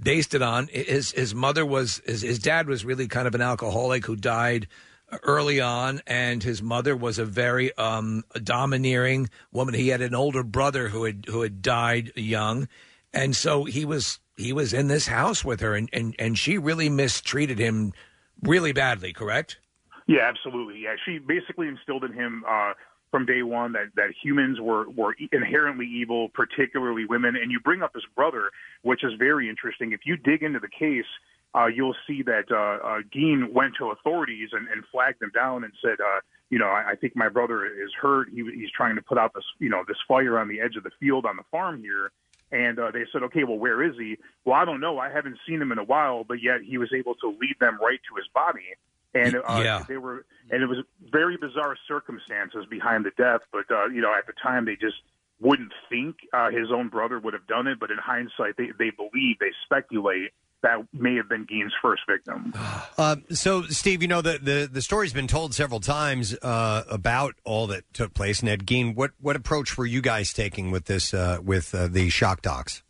S4: based it on. His his mother was his, his dad was really kind of an alcoholic who died early on, and his mother was a very um, domineering woman. He had an older brother who had who had died young, and so he was he was in this house with her, and and, and she really mistreated him really badly. Correct.
S15: Yeah, absolutely. Yeah, she basically instilled in him uh, from day one that that humans were were inherently evil, particularly women. And you bring up his brother, which is very interesting. If you dig into the case, uh, you'll see that uh, uh, Dean went to authorities and, and flagged them down and said, uh, you know, I, I think my brother is hurt. He, he's trying to put out this, you know, this fire on the edge of the field on the farm here. And uh, they said, okay, well, where is he? Well, I don't know. I haven't seen him in a while, but yet he was able to lead them right to his body. And uh,
S16: Yeah.
S15: they were, and it was very bizarre circumstances behind the death. But uh, you know, at the time, they just wouldn't think uh, his own brother would have done it. But in hindsight, they they believe, they speculate that may have been Gein's first victim.
S2: Uh, so, Steve, you know the, the the story's been told several times uh, about all that took place. And Ed Gein, what what approach were you guys taking with this uh, with uh, the shock docs?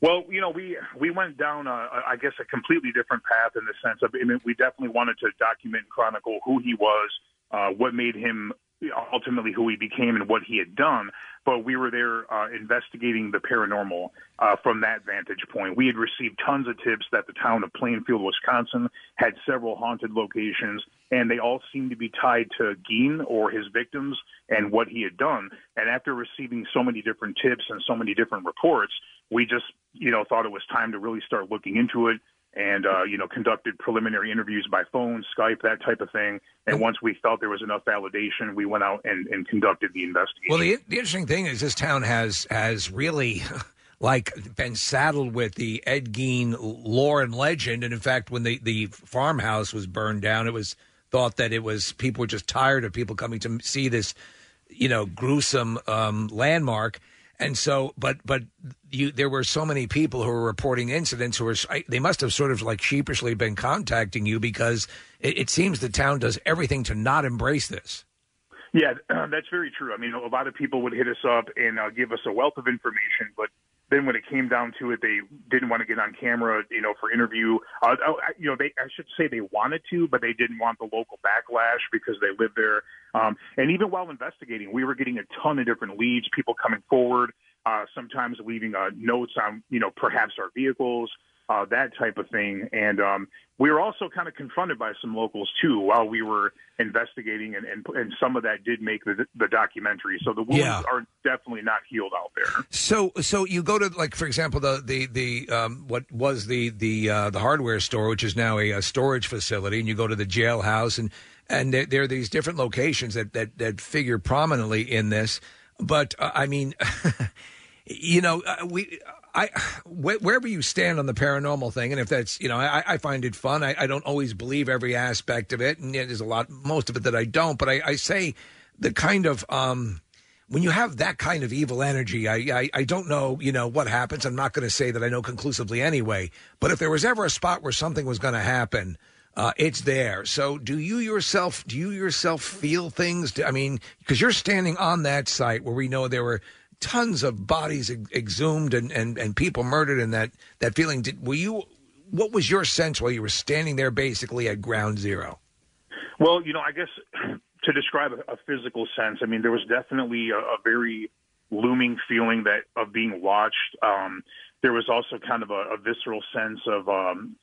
S15: Well, you know, we we went down, uh, I guess, a completely different path in the sense of, I mean, we definitely wanted to document and chronicle who he was, uh, what made him ultimately who he became, and what he had done. But we were there uh, investigating the paranormal uh, from that vantage point. We had received tons of tips that the town of Plainfield, Wisconsin, had several haunted locations, and they all seemed to be tied to Gein or his victims and what he had done. And after receiving so many different tips and so many different reports, we just you know thought it was time to really start looking into it and uh, you know conducted preliminary interviews by phone skype that type of thing and once we felt there was enough validation we went out and, and conducted the investigation
S4: Well, the, the interesting thing is this town has has really like been saddled with the Ed Gein lore and legend. And in fact, when the the farmhouse was burned down, it was thought that it was people were just tired of people coming to see this, you know, gruesome um, landmark. And so, but but you, there were so many people who were reporting incidents who were I- they must have sort of like sheepishly been contacting you because it, it seems the town does everything to not embrace this.
S15: Yeah, that's very true. I mean, a lot of people would hit us up and uh, give us a wealth of information, but then when it came down to it, they didn't want to get on camera, you know, for interview. Uh, oh, I- you know, they I should say they wanted to, but they didn't want the local backlash because they live there. Um, and even while investigating, we were getting a ton of different leads, people coming forward, uh, sometimes leaving uh, notes on, you know, perhaps our vehicles. Uh, that type of thing, and um, we were also kind of confronted by some locals too while we were investigating, and and, and some of that did make the, the documentary. So the wounds
S4: Yeah.
S15: are definitely not healed out there.
S4: So, so you go to like, for example, the the the um, what was the the uh, the hardware store, which is now a, uh storage facility, and you go to the jailhouse, and and there, there are these different locations that that that figure prominently in this. But uh, I mean, you know, uh, we. I wh- wherever you stand on the paranormal thing, and if that's you know, I, I find it fun. I, I don't always believe every aspect of it, and yeah, there's a lot, most of it that I don't. But I, I say the kind of um, when you have that kind of evil energy, I, I, I don't know, you know, what happens. I'm not going to say that I know conclusively anyway, but if there was ever a spot where something was going to happen, uh, it's there. So do you yourself, do you yourself feel things? Do- I mean, because you're standing on that site where we know there were tons of bodies ex- exhumed and, and, and people murdered and that, that feeling, did, were you, what was your sense while you were standing there basically at ground zero?
S15: Well, you know, I guess to describe a, a physical sense, I mean, there was definitely a, a very looming feeling that of being watched. Um, there was also kind of a, a visceral sense of um,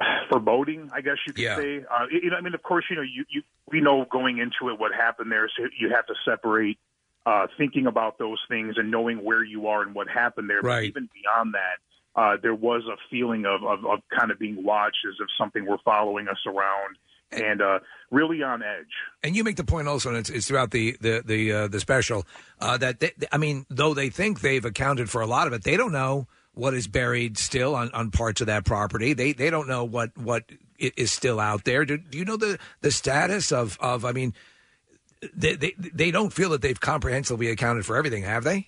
S15: foreboding, I guess you could
S16: Yeah.
S15: say. Uh, you know, I mean, of course, you know, you, you we know going into it what happened there, so you have to separate uh, thinking about those things and knowing where you are and what happened there. But
S4: Right.
S15: even beyond that, uh, there was a feeling of, of, of kind of being watched as if something were following us around and uh, really on edge.
S4: And you make the point also, and it's, it's throughout the the the, uh, the special uh, that they, I mean, though they think they've accounted for a lot of it, they don't know what is buried still on, on parts of that property. They they don't know what what i- is still out there. Do, do you know the the status of of? I mean, they, they they don't feel that they've comprehensively accounted for everything, have they?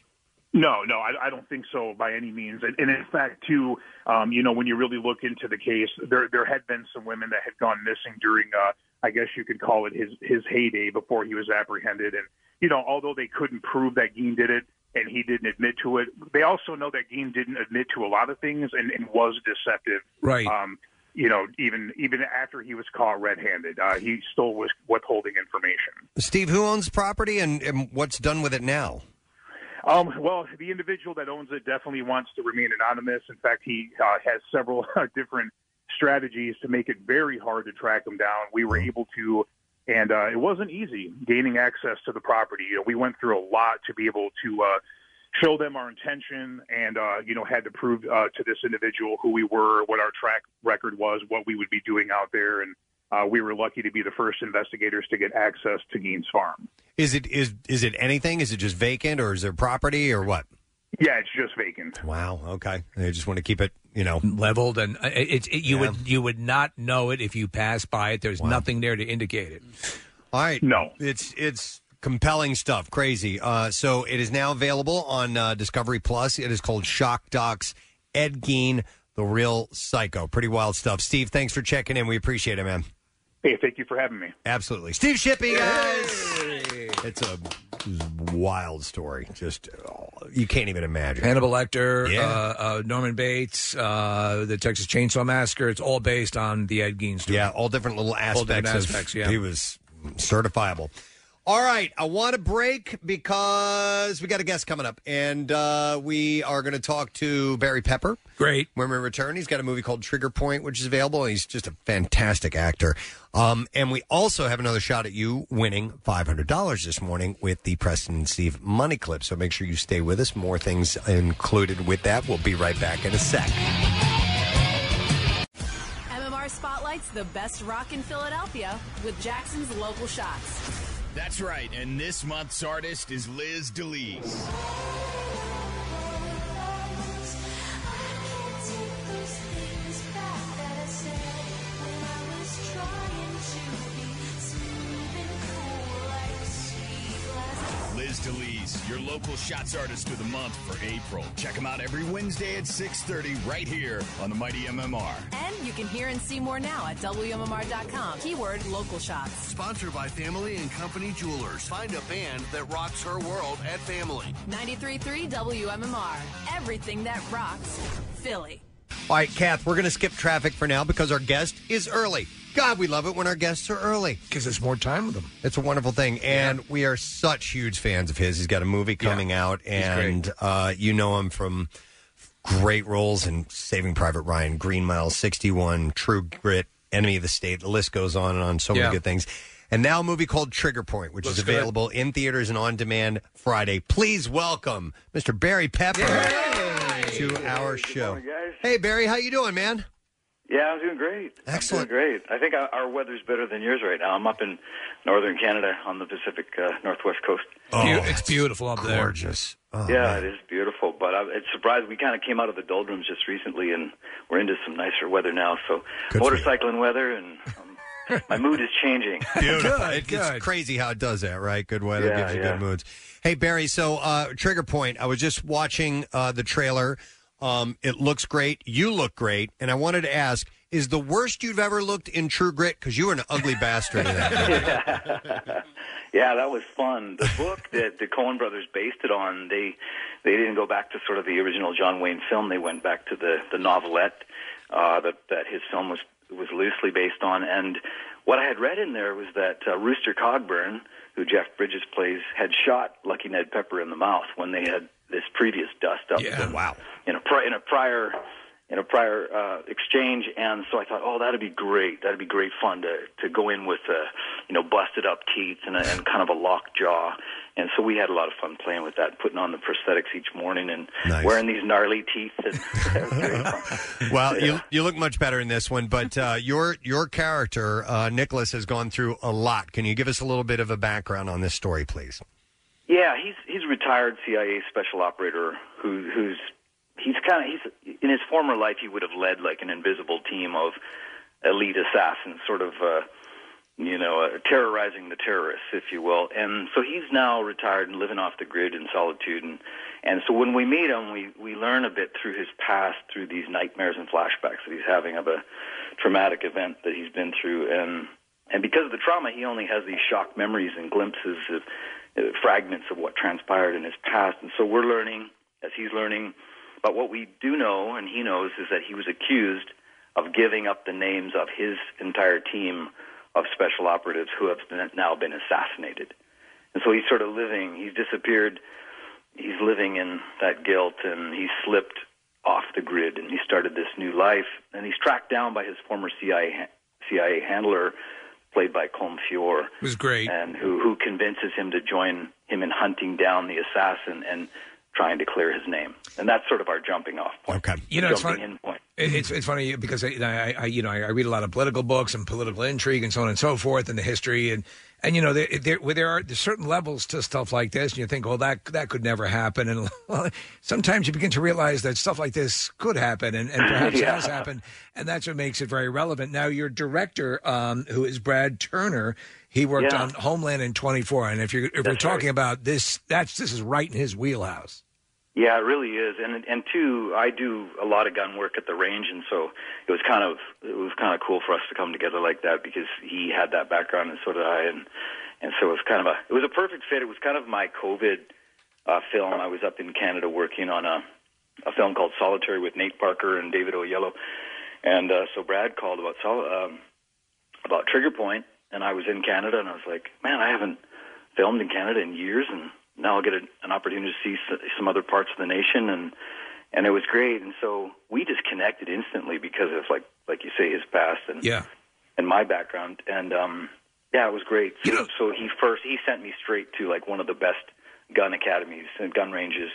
S15: No, no, I, I don't think so by any means. And, and in fact, too, um, you know, when you really look into the case, there there had been some women that had gone missing during, uh, I guess you could call it his his heyday before he was apprehended. And you know, although they couldn't prove that Gein did it and he didn't admit to it, they also know that Gein didn't admit to a lot of things and, and was deceptive.
S4: Right.
S13: Uh,
S15: Um, you know, even even after he was caught red-handed, uh, he still was withholding information.
S2: Steve, who owns the property and, and what's done with it now?
S15: Um, well, the individual that owns it definitely wants to remain anonymous. In fact, he uh, has several different strategies to make it very hard to track him down. We were able to, and uh, it wasn't easy gaining access to the property. You know, we went through a lot to be able to uh, show them our intention, and uh, you know, had to prove uh, to this individual who we were, what our track record was, what we would be doing out there, and uh, we were lucky to be the first investigators to get access to Gaines Farm.
S2: Is it is is it anything? Is it just vacant or is there property or what?
S15: Yeah, it's just vacant.
S2: Wow. Okay. They just want to keep it, you know, uh,
S4: leveled and it, it you would you would not know it if you passed by it. There's nothing there to indicate it.
S2: All right.
S15: No.
S2: It's it's compelling stuff. Crazy. Uh, so it is now available on uh, Discovery Plus. It is called Shock Docs. Ed Gein, the real psycho. Pretty wild stuff. Steve, thanks for checking in. We appreciate it, man.
S15: Hey, thank you for having me.
S2: Absolutely. Steve Shippey, guys. It's a wild story. Just oh, you can't even imagine.
S4: Hannibal Lecter,
S2: Yeah.
S4: uh, uh, Norman Bates, uh, the Texas Chainsaw Massacre. It's all based on the Ed Gein story.
S2: Yeah, all different little aspects. of-
S4: aspects, yeah.
S2: He was certifiable. All right, I want to break because we got a guest coming up, and uh, we are going to talk to Barry Pepper.
S4: Great.
S2: When we return, he's got a movie called Trigger Point, which is available. He's just a fantastic actor. Um, and we also have another shot at you winning $500 this morning with the Preston and Steve money clip. So make sure you stay with us. More things included with that. We'll be right back in a sec.
S20: MMR spotlights the best rock in Philadelphia with Jackson's local shots.
S6: That's right, and this month's artist is Liz DeLees. DeLees, your local shots artist of the month for April. Check them out every Wednesday at 6.30 right here on the Mighty MMR.
S20: And you can hear and see more now at WMMR.com. Keyword local shots.
S23: Sponsored by Family and Company Jewelers. Find a band that rocks her world at Family.
S20: 93.3 WMMR. Everything that rocks. Philly.
S2: All right, Kath, we're going to skip traffic for now because our guest is early. God, we love it when our guests are early.
S4: Because there's more time with them.
S2: It's a wonderful thing. And we are such huge fans of his. He's got a movie coming out, and uh, you know him from great roles in Saving Private Ryan, Green Mile, 61, True Grit, Enemy of the State. The list goes on and on. So
S16: Yeah.
S2: many good things. And now a movie called Trigger Point, which is
S16: Looks good.
S2: available in theaters and on demand Friday. Please welcome Mr. Barry Pepper to our show. Hey, Barry, how you doing, man?
S18: Yeah, I'm doing great. Excellent. I'm doing great. I think our, our weather's better than yours right now. I'm up in northern Canada on the Pacific uh, Northwest coast.
S4: it's beautiful up there.
S2: Oh, Gorgeous.
S18: yeah, it is beautiful. But I, it's surprised we kind of came out of the doldrums just recently, and we're into some nicer weather now. So motorcycling weather, and um, my mood is changing.
S2: Beautiful. It- It's crazy how it does that, right? Good weather
S18: Yeah,
S2: gives you
S18: yeah.
S2: good moods. Hey, Barry, so uh, trigger point. I was just watching uh, the trailer. Um, it looks great. You look great. And I wanted to ask is the worst you've ever looked in True Grit? Because you were an ugly bastard in that.
S18: Yeah, that was fun. The book that the Coen Brothers based it on, they they didn't go back to sort of the original John Wayne film. They went back to the the novelette uh, that that his film was was loosely based on. And what I had read in there was that uh, Rooster Cogburn, who Jeff Bridges plays, had shot Lucky Ned Pepper in the mouth when they had this previous dust up. Yeah,
S2: wow.
S18: In a pri- in a prior in a prior uh, exchange, and so I thought, oh, that'd be great. That'd be great fun to to go in with, uh, you know, busted up teeth and, a, and kind of a locked jaw. And so we had a lot of fun playing with that, putting on the prosthetics each morning and wearing these gnarly teeth. And
S2: Well, you you look much better in this one, but uh, your your character uh, Nicholas has gone through a lot. Can you give us a little bit of a background on this story, please?
S18: yeah, he's he's a retired CIA special operator who who's he's kind of he's in his former life he would have led like an invisible team of elite assassins, sort of. Uh, you know, uh, terrorizing the terrorists, if you will. And so he's now retired and living off the grid in solitude. And, and so when we meet him, we, we learn a bit through his past, through these nightmares and flashbacks that he's having of a traumatic event that he's been through. And, and because of the trauma, he only has these shock memories and glimpses of uh, fragments of what transpired in his past. And so we're learning, as he's learning, but what we do know, and he knows, is that he was accused of giving up the names of his entire team of special operatives who have been, now been assassinated. And so he's sort of living, he's disappeared, he's living in that guilt, and he slipped off the grid and he started this new life. And he's tracked down by his former CIA, ha- CIA handler, played by Colm Fior,
S4: It was great.
S18: and who, who convinces him to join him in hunting down the assassin and trying to clear his name. And that's sort of our jumping off point.
S2: Okay.
S4: You know, it's
S18: jumping
S4: funny-
S18: in point.
S4: It- It's it's funny because I, I, I you know I, I read a lot of political books and political intrigue and so on and so forth and the history and and you know there there, where there are there's certain levels to stuff like this and you think well that that could never happen and well, sometimes you begin to realize that stuff like this could happen and, and perhaps
S19: Yeah.
S4: has happened and that's what makes it very relevant. Now your director um, who is Brad Turner. He worked
S18: Yeah.
S4: on Homeland in 24, and if you're if we're
S18: That's right.
S4: talking about this, that's this is right in his wheelhouse.
S18: Yeah, it really is. And and two, I do a lot of gun work at the range, and so it was kind of it was kind of cool for us to come together like that because he had that background and so did I, and and so it was kind of a it was a perfect fit. It was kind of my COVID uh, film. I was up in Canada working on a a film called Solitary with Nate Parker and David Oyelowo, and uh, so Brad called about sol- um, about Trigger Point, and I was in Canada, and I was like, man, I haven't filmed in Canada in years, and now I'll get a, an opportunity to see s- some other parts of the nation, and and it was great. And so we just connected instantly because of like like you say his past and
S4: Yeah.
S18: and my background, and um, yeah, it was great. So, so he first he sent me straight to like one of the best gun academies and gun ranges.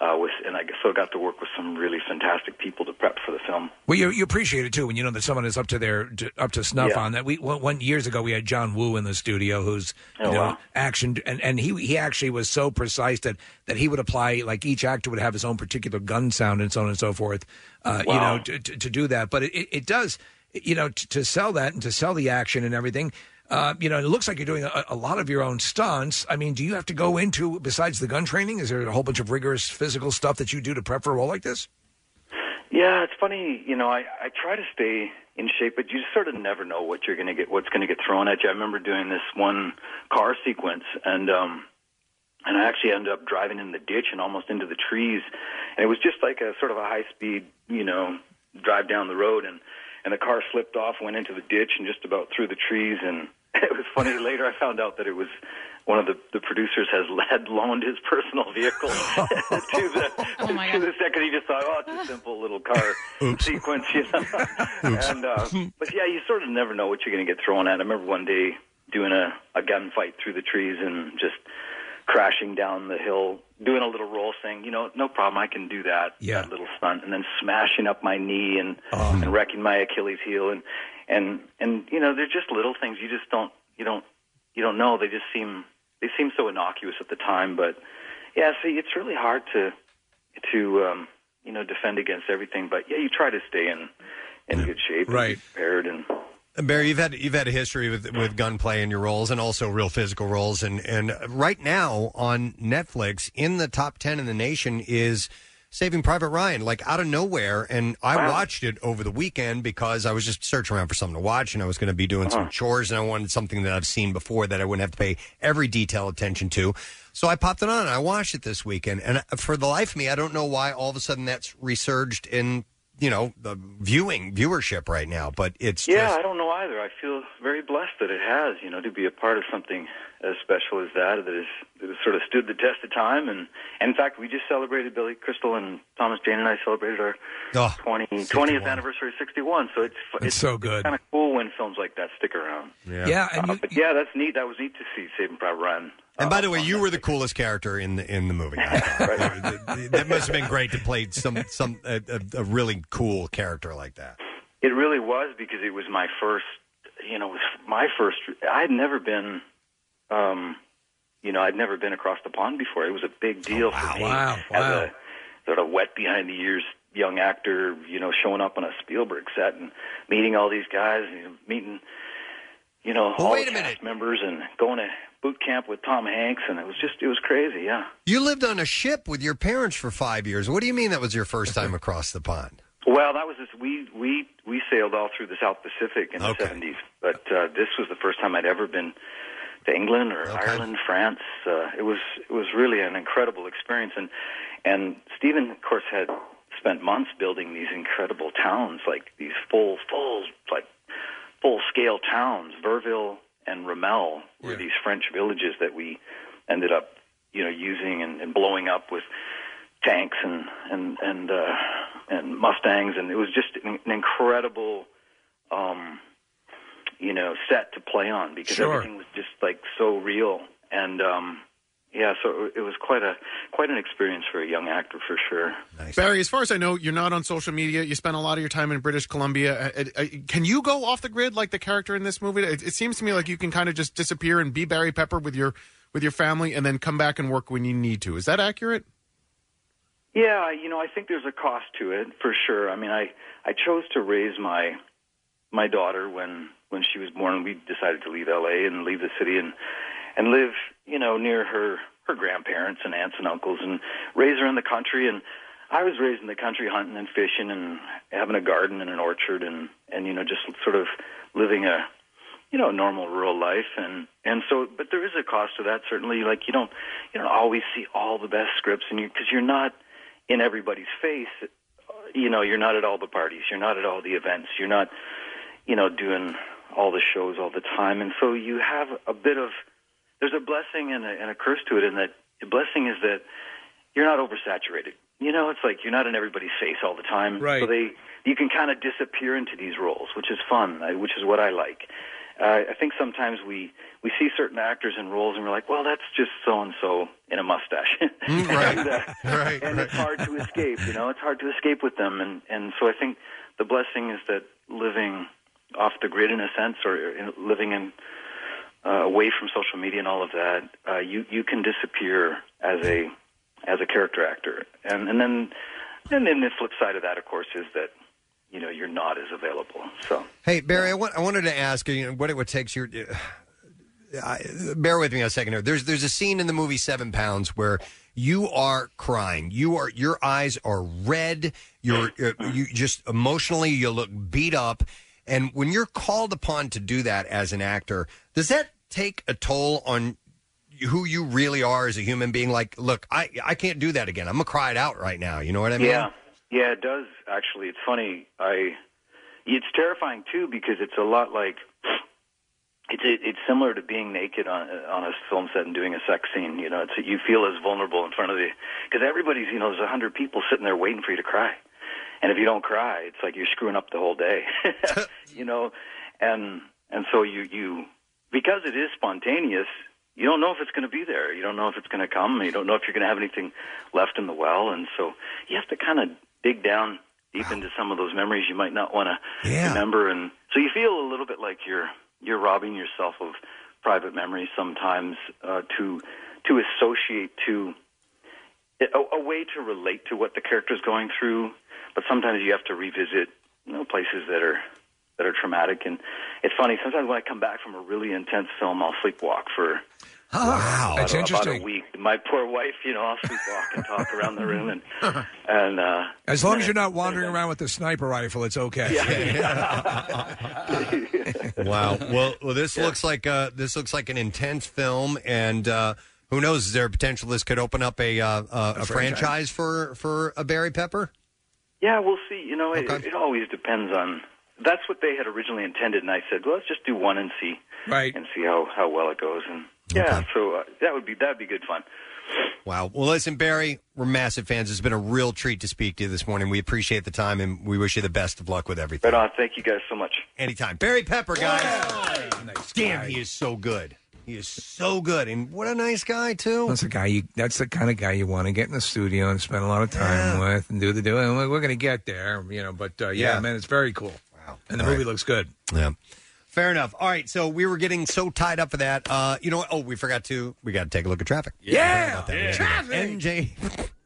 S18: Uh, with and I so got to work with some really fantastic people to prep for the film.
S4: Well, you, you appreciate it too when you know that someone is up to their to, up to snuff
S18: Yeah.
S4: on that. We one, one years ago we had John Woo in the studio, who's you
S18: Oh,
S4: know,
S18: wow.
S4: action, and, and he he actually was so precise that that he would apply like each actor would have his own particular gun sound and so on and so forth. Uh, You
S26: Wow.
S4: know, to, to, to do that, but it, it, it does you know to, to sell that and to sell the action and everything. Uh, you know, it looks like you're doing a, a lot of your own stunts. I mean, do you have to go into besides the gun training? Is there a whole bunch of rigorous physical stuff that you do to prep for a role like this?
S18: Yeah, it's funny. You know, I I try to stay in shape, but you sort of never know what you're gonna get, what's gonna get thrown at you. I remember doing this one car sequence, and um, and I actually ended up driving in the ditch and almost into the trees, and it was just like a sort of a high speed, you know, drive down the road, and and the car slipped off, went into the ditch, and just about through the trees, and it was funny. Later, I found out that it was one of the, the producers has had loaned his personal vehicle to the to the second. He just thought, oh, it's a simple little car sequence, you know. and uh, but yeah, you sort of never know what you're going to get thrown at. I remember one day doing a a gunfight through the trees and just crashing down the hill, doing a little roll, saying, you know, no problem, I can do that,
S4: Yeah.
S18: that little stunt, and then smashing up my knee and and wrecking my Achilles heel and and and you know, they're just little things. You just don't you don't you don't know. They just seem they seem so innocuous at the time, but yeah, see, it's really hard to to um, you know defend against everything. But yeah, you try to stay in in good shape, right? And be prepared and
S2: And Barry, you've had you've had a history with with gunplay in your roles, and also real physical roles. And and right now on Netflix, in the top ten in the nation is Saving Private Ryan. Like out of nowhere, and I
S16: Wow.
S2: watched it over the weekend because I was just searching around for something to watch, and I was going to be doing some chores, and I wanted something that I've seen before that I wouldn't have to pay every detail attention to. So I popped it on and I watched it this weekend, and uh, for the life of me, I don't know why all of a sudden that's resurged in you know the viewing viewership right now, but it's
S18: yeah,
S2: just-
S18: I don't know either. I feel very blessed that it has, you know, to be a part of something as special as that that is that has sort of stood the test of time. And, and in fact, we just celebrated Billy Crystal and Thomas Jane and I celebrated our
S2: Oh,
S18: 20, 20th
S2: 61.
S18: anniversary, of 61. So it's
S4: That's
S18: it's
S4: so good.
S18: Kind of cool when films like that stick around.
S2: Yeah.
S4: Yeah, and
S18: Uh, but yeah, that's neat. That was neat to see Saving Private Ryan.
S2: And by the way, you were the coolest character in the in the movie. I thought. that must have been great to play some some a, a, a really cool character like that.
S18: It really was because it was my first, you know, it was my first. I had never been, um, you know, I'd never been across the pond before. It was a big deal for me
S4: Oh, wow,
S18: as
S4: wow.
S18: a sort of wet behind the ears young actor, you know, showing up on a Spielberg set and meeting all these guys and meeting, you know, all the cast members and going to boot camp with Tom Hanks, and it was just, it was crazy, yeah.
S2: You lived on a ship with your parents for five years. What do you mean that was your first time across the pond?
S18: Well, that was this, we we we sailed all through the South Pacific in the seventies, but uh, this was the first time I'd ever been to England or Ireland, France. Uh, it was it was really an incredible experience, and and Stephen, of course, had spent months building these incredible towns, like these full full like full scale towns. Verville and Ramel were these French villages that we ended up you know using and, and blowing up with tanks and and and uh, and Mustangs, and it was just an, an incredible, um, you know, set to play on because
S4: Sure.
S18: everything was just like so real, and um, yeah, so it was quite a quite an experience for a young actor for sure.
S9: Barry, as far as I know, you're not on social media. You spent a lot of your time in British Columbia. Uh, uh, uh, Can you go off the grid like the character in this movie? It, it seems to me like you can kind of just disappear and be Barry Pepper with your with your family, and then come back and work when you need to. Is that accurate?
S18: Yeah, you know, I think there's a cost to it for sure. I mean, I I chose to raise my my daughter when when she was born. We decided to leave L.A. and leave the city and and live, you know, near her her grandparents and aunts and uncles and raise her in the country. And I was raised in the country, hunting and fishing and having a garden and an orchard and and you know, just sort of living a you know normal rural life and and so but there is a cost to that certainly like you don't you don't always see all the best scripts and you because you're not in everybody's face. uh, You know, you're not at all the parties, you're not at all the events, you're not, you know, doing all the shows all the time, and so you have a bit of there's a blessing and a, and a curse to it. In that the blessing is that you're not oversaturated. You know, it's like you're not in everybody's face all the time. Right. So they you can kind of disappear into these roles, which is fun, I- which is what I like. Uh, I think sometimes we we see certain actors in roles and we're like, well, that's just so and so in a mustache. right. and, uh,
S2: right.
S18: And it's hard to escape. You know, it's hard to escape with them. And and so I think the blessing is that living off the grid in a sense, or in, living in uh, away from social media and all of that, uh, you you can disappear as a as a character actor, and and then and then the flip side of that, of course, is that you know you're not is available. So
S2: Hey Barry, I, want, I wanted to ask you know, what it would takes your. uh, I, bear with me a second here. There's there's a scene in the movie Seven Pounds where you are crying. You are your eyes are red. You're uh, you just emotionally you look beat up, and when you're called upon to do that as an actor, does that take a toll on who you really are as a human being? Like, look, I I can't do that again. I'm gonna cry it out right now. You know what I mean?
S18: Yeah, yeah, it does. Actually, it's funny. I it's terrifying too because it's a lot like it's it, it's similar to being naked on on a film set and doing a sex scene. You know, it's you feel as vulnerable in front of the because everybody's you know there's a hundred people sitting there waiting for you to cry, and if you don't cry, it's like you're screwing up the whole day. you know, and and so you you because it is spontaneous. You don't know if it's going to be there. You don't know if it's going to come. You don't know if you're going to have anything left in the well, and so you have to kind of dig down deep into some of those memories you might not want to remember, and so you feel a little bit like you're you're robbing yourself of private memories sometimes uh, to to associate to a, a way to relate to what the character's going through, but sometimes you have to revisit you know, places that are that are traumatic, and it's funny sometimes when I come back from a really intense film, I'll sleepwalk for.
S4: Wow,
S18: about,
S4: that's
S18: a- About
S4: interesting.
S18: a week. My poor wife, you know, I'll sleepwalk and talk around the room, and and uh,
S4: Uh-huh. As long as you're not wandering around with a sniper rifle, it's okay.
S2: Wow. Well, well this looks like uh, this looks like an intense film, and uh, who knows? Is there a potential this could open up a uh, uh, a, franchise.
S18: franchise.
S2: for for a Barry Pepper?
S18: Yeah, we'll see. You know, it, it always depends on. That's what they had originally intended, and I said, well, let's just do one and see,
S4: right?
S18: And see how how well it goes. And yeah, so uh, that would be that'd be good fun.
S2: Wow. Well, listen, Barry, we're massive fans. It's been a real treat to speak to you this morning. We appreciate the time, and we wish you the best of luck with everything.
S18: Right on. Thank you guys so much.
S2: Anytime, Barry Pepper, guys. Damn, he is so good. He is so good, and what a nice guy too.
S4: That's the guy you. That's the kind of guy you want to get in the studio and spend a lot of time with, and do the do. And we're, we're going to get there, you know. But uh, yeah,
S2: Yeah.
S4: man, it's very cool. Wow, and the movie looks good.
S2: Yeah. Fair enough. All right, so we were getting so tied up for that. Uh, you know what? Oh, we forgot to. We got to take a look at traffic.
S4: Yeah,
S2: Yeah.
S4: traffic.
S2: NJ.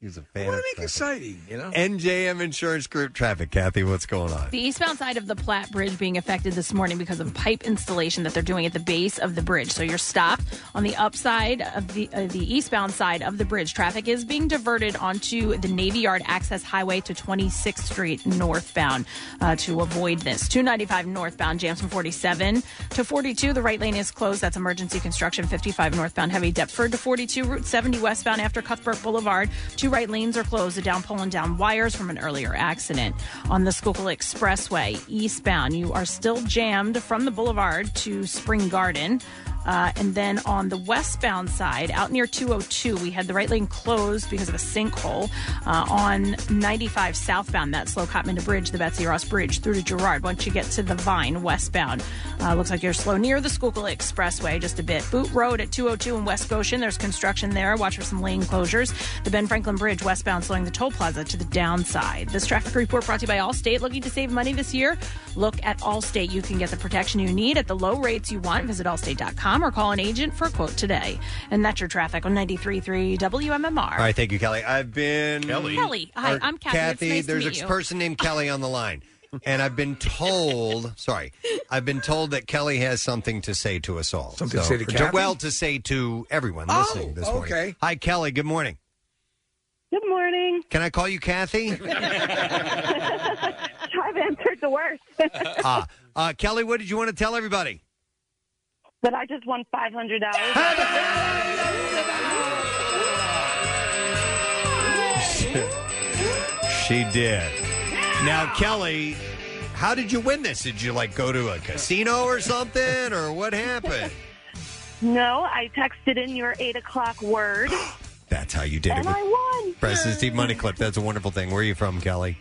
S2: He's a fan. of
S4: Make it exciting, you know.
S2: NJM Insurance Group traffic. Kathy, what's going on?
S3: The eastbound side of the Platte Bridge being affected this morning because of pipe installation that they're doing at the base of the bridge. So you're stopped on the upside of the uh, the eastbound side of the bridge. Traffic is being diverted onto the Navy Yard access highway to 26th Street northbound uh, to avoid this. 295 northbound jams from 47 to 42. The right lane is closed. That's emergency construction. 55 northbound heavy Deptford to 42 Route 70 westbound after Cuthbert Boulevard. Two right lanes are closed. A down pole and down wires from an earlier accident on the Schuylkill Expressway eastbound. You are still jammed from the boulevard to Spring Garden. Uh, and then on the westbound side, out near 202, we had the right lane closed because of a sinkhole. Uh, on 95 southbound, that's Low Cotman to Bridge, the Betsy Ross Bridge, through to Girard. Once you get to the Vine westbound, uh, looks like you're slow near the Schuylkill Expressway just a bit. Boot Road at 202 in West Goshen, there's construction there. Watch for some lane closures. The Ben Franklin Bridge westbound slowing the toll plaza to the downside. This traffic report brought to you by Allstate. Looking to save money this year? Look at Allstate. You can get the protection you need at the low rates you want. Visit allstate.com or call an agent for a quote today. And that's your traffic on 93.3 WMMR.
S2: All right, thank you, Kelly. I've been
S3: Kelly. Kelly. Hi,
S2: Or
S3: I'm Kathy. It's nice to
S2: there's
S3: meet
S2: a
S3: you.
S2: person named Kelly on the line, and I've been told. sorry, I've been told that Kelly has something to say to us all.
S4: Something to say to Kathy?
S2: Well, to say to everyone
S4: Oh,
S2: listening this morning.
S4: okay.
S2: Hi, Kelly. Good morning.
S16: Good morning.
S2: Can I call you Kathy?
S16: I've answered the worst.
S2: Ah, uh, Kelly, what did you want to tell everybody?
S16: but I just won five hundred dollars.
S2: she did. Now, Kelly, how did you win this? Did you like go to a casino or something, or what happened?
S16: No, I texted in your eight o'clock word,
S2: That's how you did it.
S16: and
S2: with-
S16: I won.
S2: Preston Steve Money Clip. That's a wonderful thing. Where are you from, Kelly?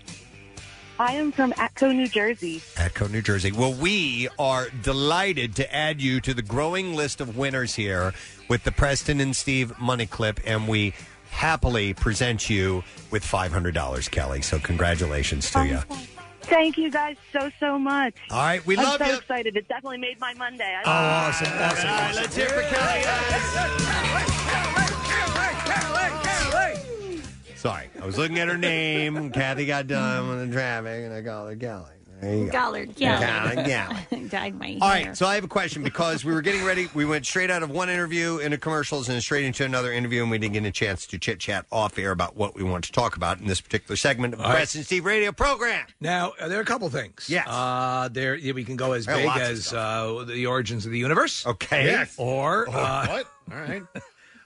S16: I am from Atco, New Jersey.
S2: Atco, New Jersey. Well, we are delighted to add you to the growing list of winners here with the Preston and Steve Money Clip, and we happily present you with $500, Kelly. So, congratulations to you.
S16: Thank you guys so so much.
S2: All right, we
S16: I'm
S2: love
S16: so
S2: you.
S16: excited. It definitely made my Monday.
S2: Oh, awesome, awesome. awesome.
S16: let's
S2: hear it for Kelly. Sorry, I was looking at her name. and Kathy got done with the traffic, and I called her Galley. There you go.
S3: Gollard,
S2: Gollard,
S3: yeah.
S2: Gollard.
S3: Dyed my hair.
S2: All right, so I have a question because we were getting ready. We went straight out of one interview into commercials and straight into another interview, and we didn't get a chance to chit chat off air about what we want to talk about in this particular segment of
S4: All right.
S2: Preston Steve Radio program.
S4: Now uh, there are a couple things.
S2: Yes.
S4: Uh, there yeah, we can go as
S2: There are
S4: big
S2: lots of
S4: as uh, the origins of the universe.
S2: Okay. Yes.
S4: Or
S2: Oh,
S4: uh,
S2: what?
S4: All right.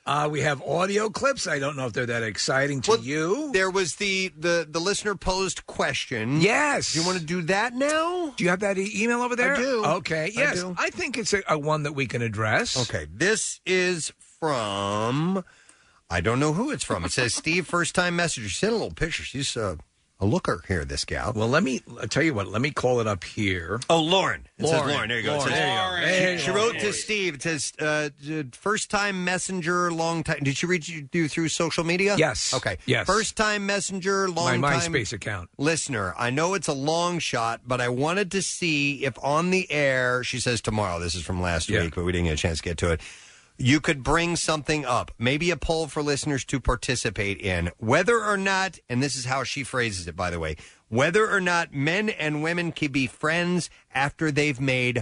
S4: Uh, we have audio clips. I don't know if they're that exciting to you.
S2: There was the the the listener posed question.
S4: Yes.
S2: Do you want to do that now?
S4: Do you have that e- email over there?
S2: I do.
S4: Okay.
S2: I
S4: Yes. I,
S2: do.
S4: think it's a, a one that we can address.
S2: Okay, this is from I don't know who it's from. It says Steve, first time messenger. She sent a little picture. She's a, a looker here. This gal.
S4: Well, let me I'll tell you what. Let me call it up here.
S2: Oh, Lauren. It
S4: Lauren.
S2: says Lauren. There you go. It
S4: Lauren.
S2: says-
S4: There you go.
S2: She-
S4: There you
S2: She,
S4: go.
S2: wrote to Steve. It says uh, first time messenger, long time. Did she reach you through social media?
S4: Yes.
S2: Okay.
S4: Yes.
S2: First time messenger, long
S4: My
S2: time
S4: MySpace account.
S2: listener. I know it's a long shot, but I wanted to see if on the air. She says tomorrow. This is from last week, but we didn't get a chance to get to it. You could bring something up, maybe a poll for listeners to participate in, whether or not, and this is how she phrases it, by the way, whether or not men and women can be friends after they've made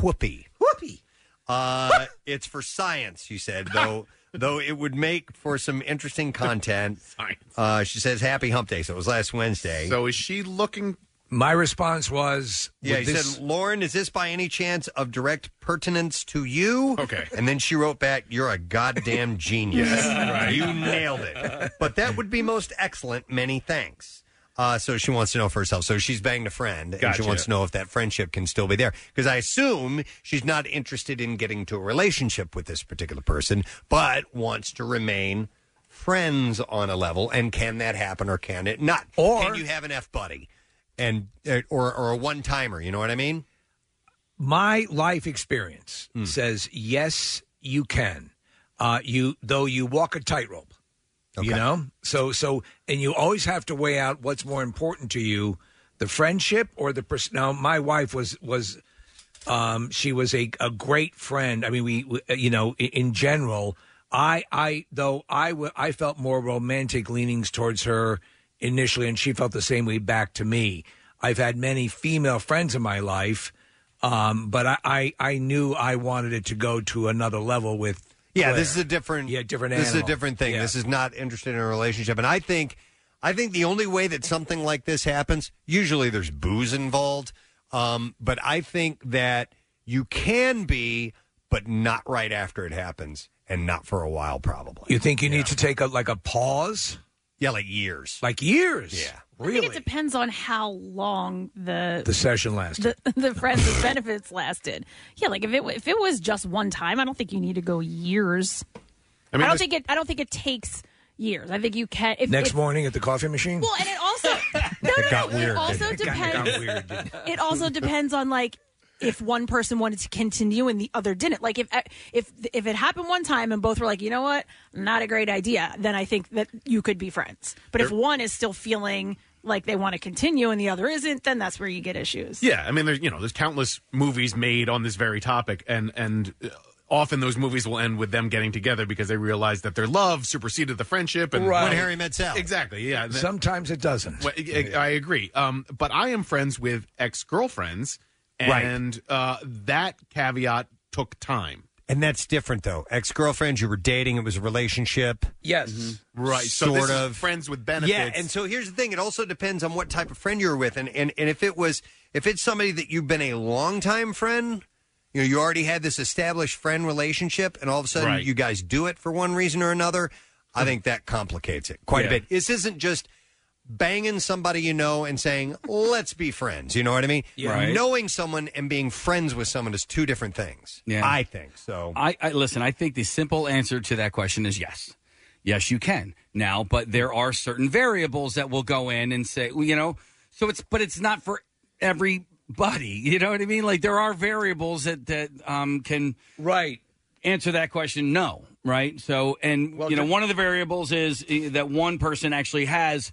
S2: whoopee. Whoopee. Uh, it's for science, she said, though though it would make for some interesting content. Uh, she says, Happy Hump Day. So it was last Wednesday.
S9: So is she looking?
S4: My response was,
S2: Yeah,
S4: would
S2: he
S4: this-
S2: said, Lauren, is this by any chance of direct pertinence to you? Okay. And then she wrote back, You're a goddamn genius.
S4: Yeah, right.
S2: You nailed it. But that would be most excellent. Many thanks. Uh, so she wants to know for herself. So she's banged a friend, and she
S17: Gotcha.
S2: wants to know if that friendship can still be there. Because I assume she's not interested in getting to a relationship with this particular person, but wants to remain friends on a level. And can that happen or can it not? Or can you have an F buddy? and uh, or or a one timer. You know what I mean?
S4: my life experience
S2: Hmm.
S4: says yes you can uh, you though you walk a tightrope you know so so and you always have to weigh out what's more important to you the friendship or the person now my wife was was um, she was a, a great friend i mean we, we uh, you know in, in general i i though I wa- I felt more romantic leanings towards her initially and she felt the same way back to me i've had many female friends in my life um, but I, I I knew I wanted it to go to another level with
S2: Yeah,
S4: Claire.
S2: this is a different.
S4: yeah different
S2: This is a
S4: animal.
S2: different thing.
S4: Yeah.
S2: This is not interested in a relationship, and I think, I think the only way that something like this happens, usually there's booze involved, um, but I think that you can be, but not right after it happens, and not for a while, probably.
S4: You think you need to take a like a pause?
S2: Yeah, like years.
S4: Like years.
S2: Yeah.
S3: I think it depends on how long the
S4: The session lasted.
S3: the, the friends with benefits lasted. Yeah, like if it wa- if it was just one time, I don't think you need to go years. I,
S4: I mean,
S3: don't
S4: this-
S3: think it. I don't think it takes years. I think you can. If,
S4: Next
S3: if-
S4: morning at the coffee machine.
S3: Well, and it also no,
S4: It
S3: no,
S4: got
S3: no.
S4: weird,
S3: it also
S4: didn't it? It got- it got
S3: depends.
S4: weird,
S3: it also depends on like if one person wanted to continue and the other didn't. Like if if if it happened one time and both were like, you know what, not a great idea, then I think that you could be friends. But if
S9: There-
S3: one is still feeling like they want to continue and the other isn't, then that's where you get issues.
S9: Yeah, I mean, there's you know, there's countless movies made on this very topic, and and uh, often those movies will end with them getting together because they realize that their love superseded the friendship. And
S2: Right. When Harry Met Sally.
S9: exactly. Yeah, that-
S4: Sometimes it doesn't.
S10: e,
S9: Well, I, I- I agree. Um, but I am friends with ex girlfriends,
S2: Right.
S9: and uh, that caveat took time.
S2: And that's different, though. Ex girlfriend, you were dating, it was a relationship.
S4: Yes.
S9: Mm-hmm. Right. So
S2: Sort
S9: this is
S2: of.
S9: friends with benefits.
S2: Yeah, and so here's the thing: it also depends on what type of friend you're with, and and, and if it was if it's somebody that you've been a longtime friend, you know, you already had this established friend relationship, and all of a sudden
S17: Right.
S2: you guys do it for one reason or another. I think that complicates it quite a
S17: Yeah.
S2: bit. This isn't just banging somebody you know and saying let's be friends. You know what I mean?
S17: Yeah. Right.
S2: Knowing someone and being friends with someone is two different things.
S10: Yeah.
S2: I think so.
S10: I, I listen. I think the simple answer to that question is yes. Yes, you can now, but there are certain variables that will go in and say, well, you know, so it's, but it's not for everybody. You know what I mean? Like there are variables that that um, can
S4: right
S10: answer that question. No, right? So, and you know,
S19: ju-
S10: one of the variables is eh, that one person actually has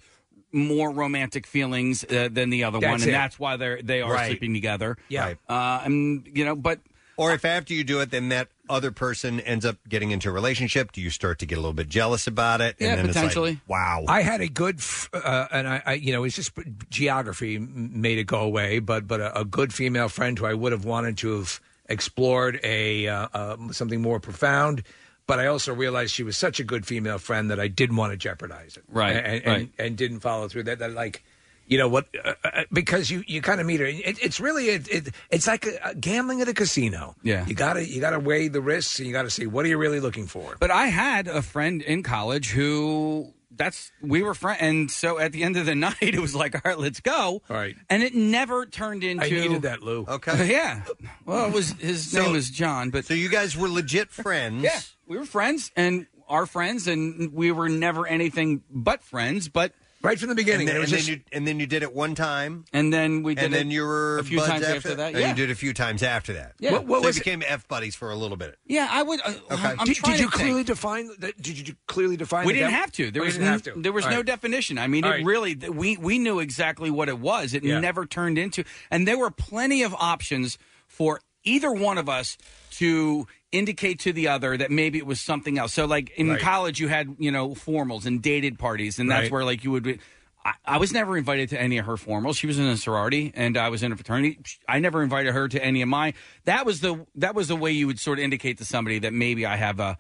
S10: more romantic feelings uh, than the other one,
S2: That's
S10: and
S2: it.
S10: that's why they're they are
S2: Right.
S10: sleeping together.
S2: Yeah.
S10: Uh, and you know, but
S2: or if after you do it, then that other person ends up getting into a relationship? Do you start to get a little bit jealous about it?
S4: Yeah,
S2: it's like,
S4: potentially.
S2: wow.
S4: I had a good, f- uh, and I, I, you know, it's just geography m- made it go away. But but a, a good female friend who I would have wanted to have explored a uh, uh, something more profound. But I also realized she was such a good female friend that I didn't want to jeopardize it.
S10: Right,
S4: and and,
S10: right.
S4: and didn't follow through. That that like. You know what? Uh, uh, because you, you kind of meet her. It, it's really it, it it's like uh gambling at a casino.
S10: Yeah.
S4: you gotta you gotta weigh the risks and you gotta see what are you really looking for.
S10: But I had a friend in college who that's we were friends, and so at the end of the night, it was like, all right, let's go. All
S4: right,
S10: and it never turned into. Uh,
S4: needed that, Lou.
S2: Okay.
S10: yeah. Well, it was his
S2: So-
S10: name was John, but
S2: so you guys were legit friends.
S10: yeah, we were friends, and our friends, and we were never anything but friends. But
S4: right from the beginning,
S2: and, then, and then you, and then you did it one time,
S10: and then we did
S2: and then
S10: it
S2: you were
S10: a few
S2: buds
S10: times after that.
S2: and
S10: Yeah.
S2: you did a few times after that.
S10: Yeah. What- what
S2: so
S10: was
S2: you
S10: it-
S2: became f buddies for a little bit.
S10: Yeah, I would. Uh, I'm
S4: did, did
S10: trying to
S4: you
S10: think.
S4: clearly define? that- Did you clearly define?
S10: we
S4: the
S10: didn't
S4: gap?
S10: have to. There
S4: Oh, you
S10: was
S4: didn't
S10: n-
S4: have to.
S10: there was
S4: All
S10: no
S4: right.
S10: definition. I mean, it
S4: All right.
S10: really th- we we knew exactly what it was. It
S4: Yeah.
S10: never turned into, and there were plenty of options for either one of us to indicate to the other that maybe it was something else. So, like in
S17: Right.
S10: college, you had you know formals and dated parties, and that's
S17: Right.
S10: where like you would. Be, I, I was never invited to any of her formals. She was in a sorority, and I was in a fraternity. I never invited her to any of mine. That was the that was the way you would sort of indicate to somebody that maybe I have a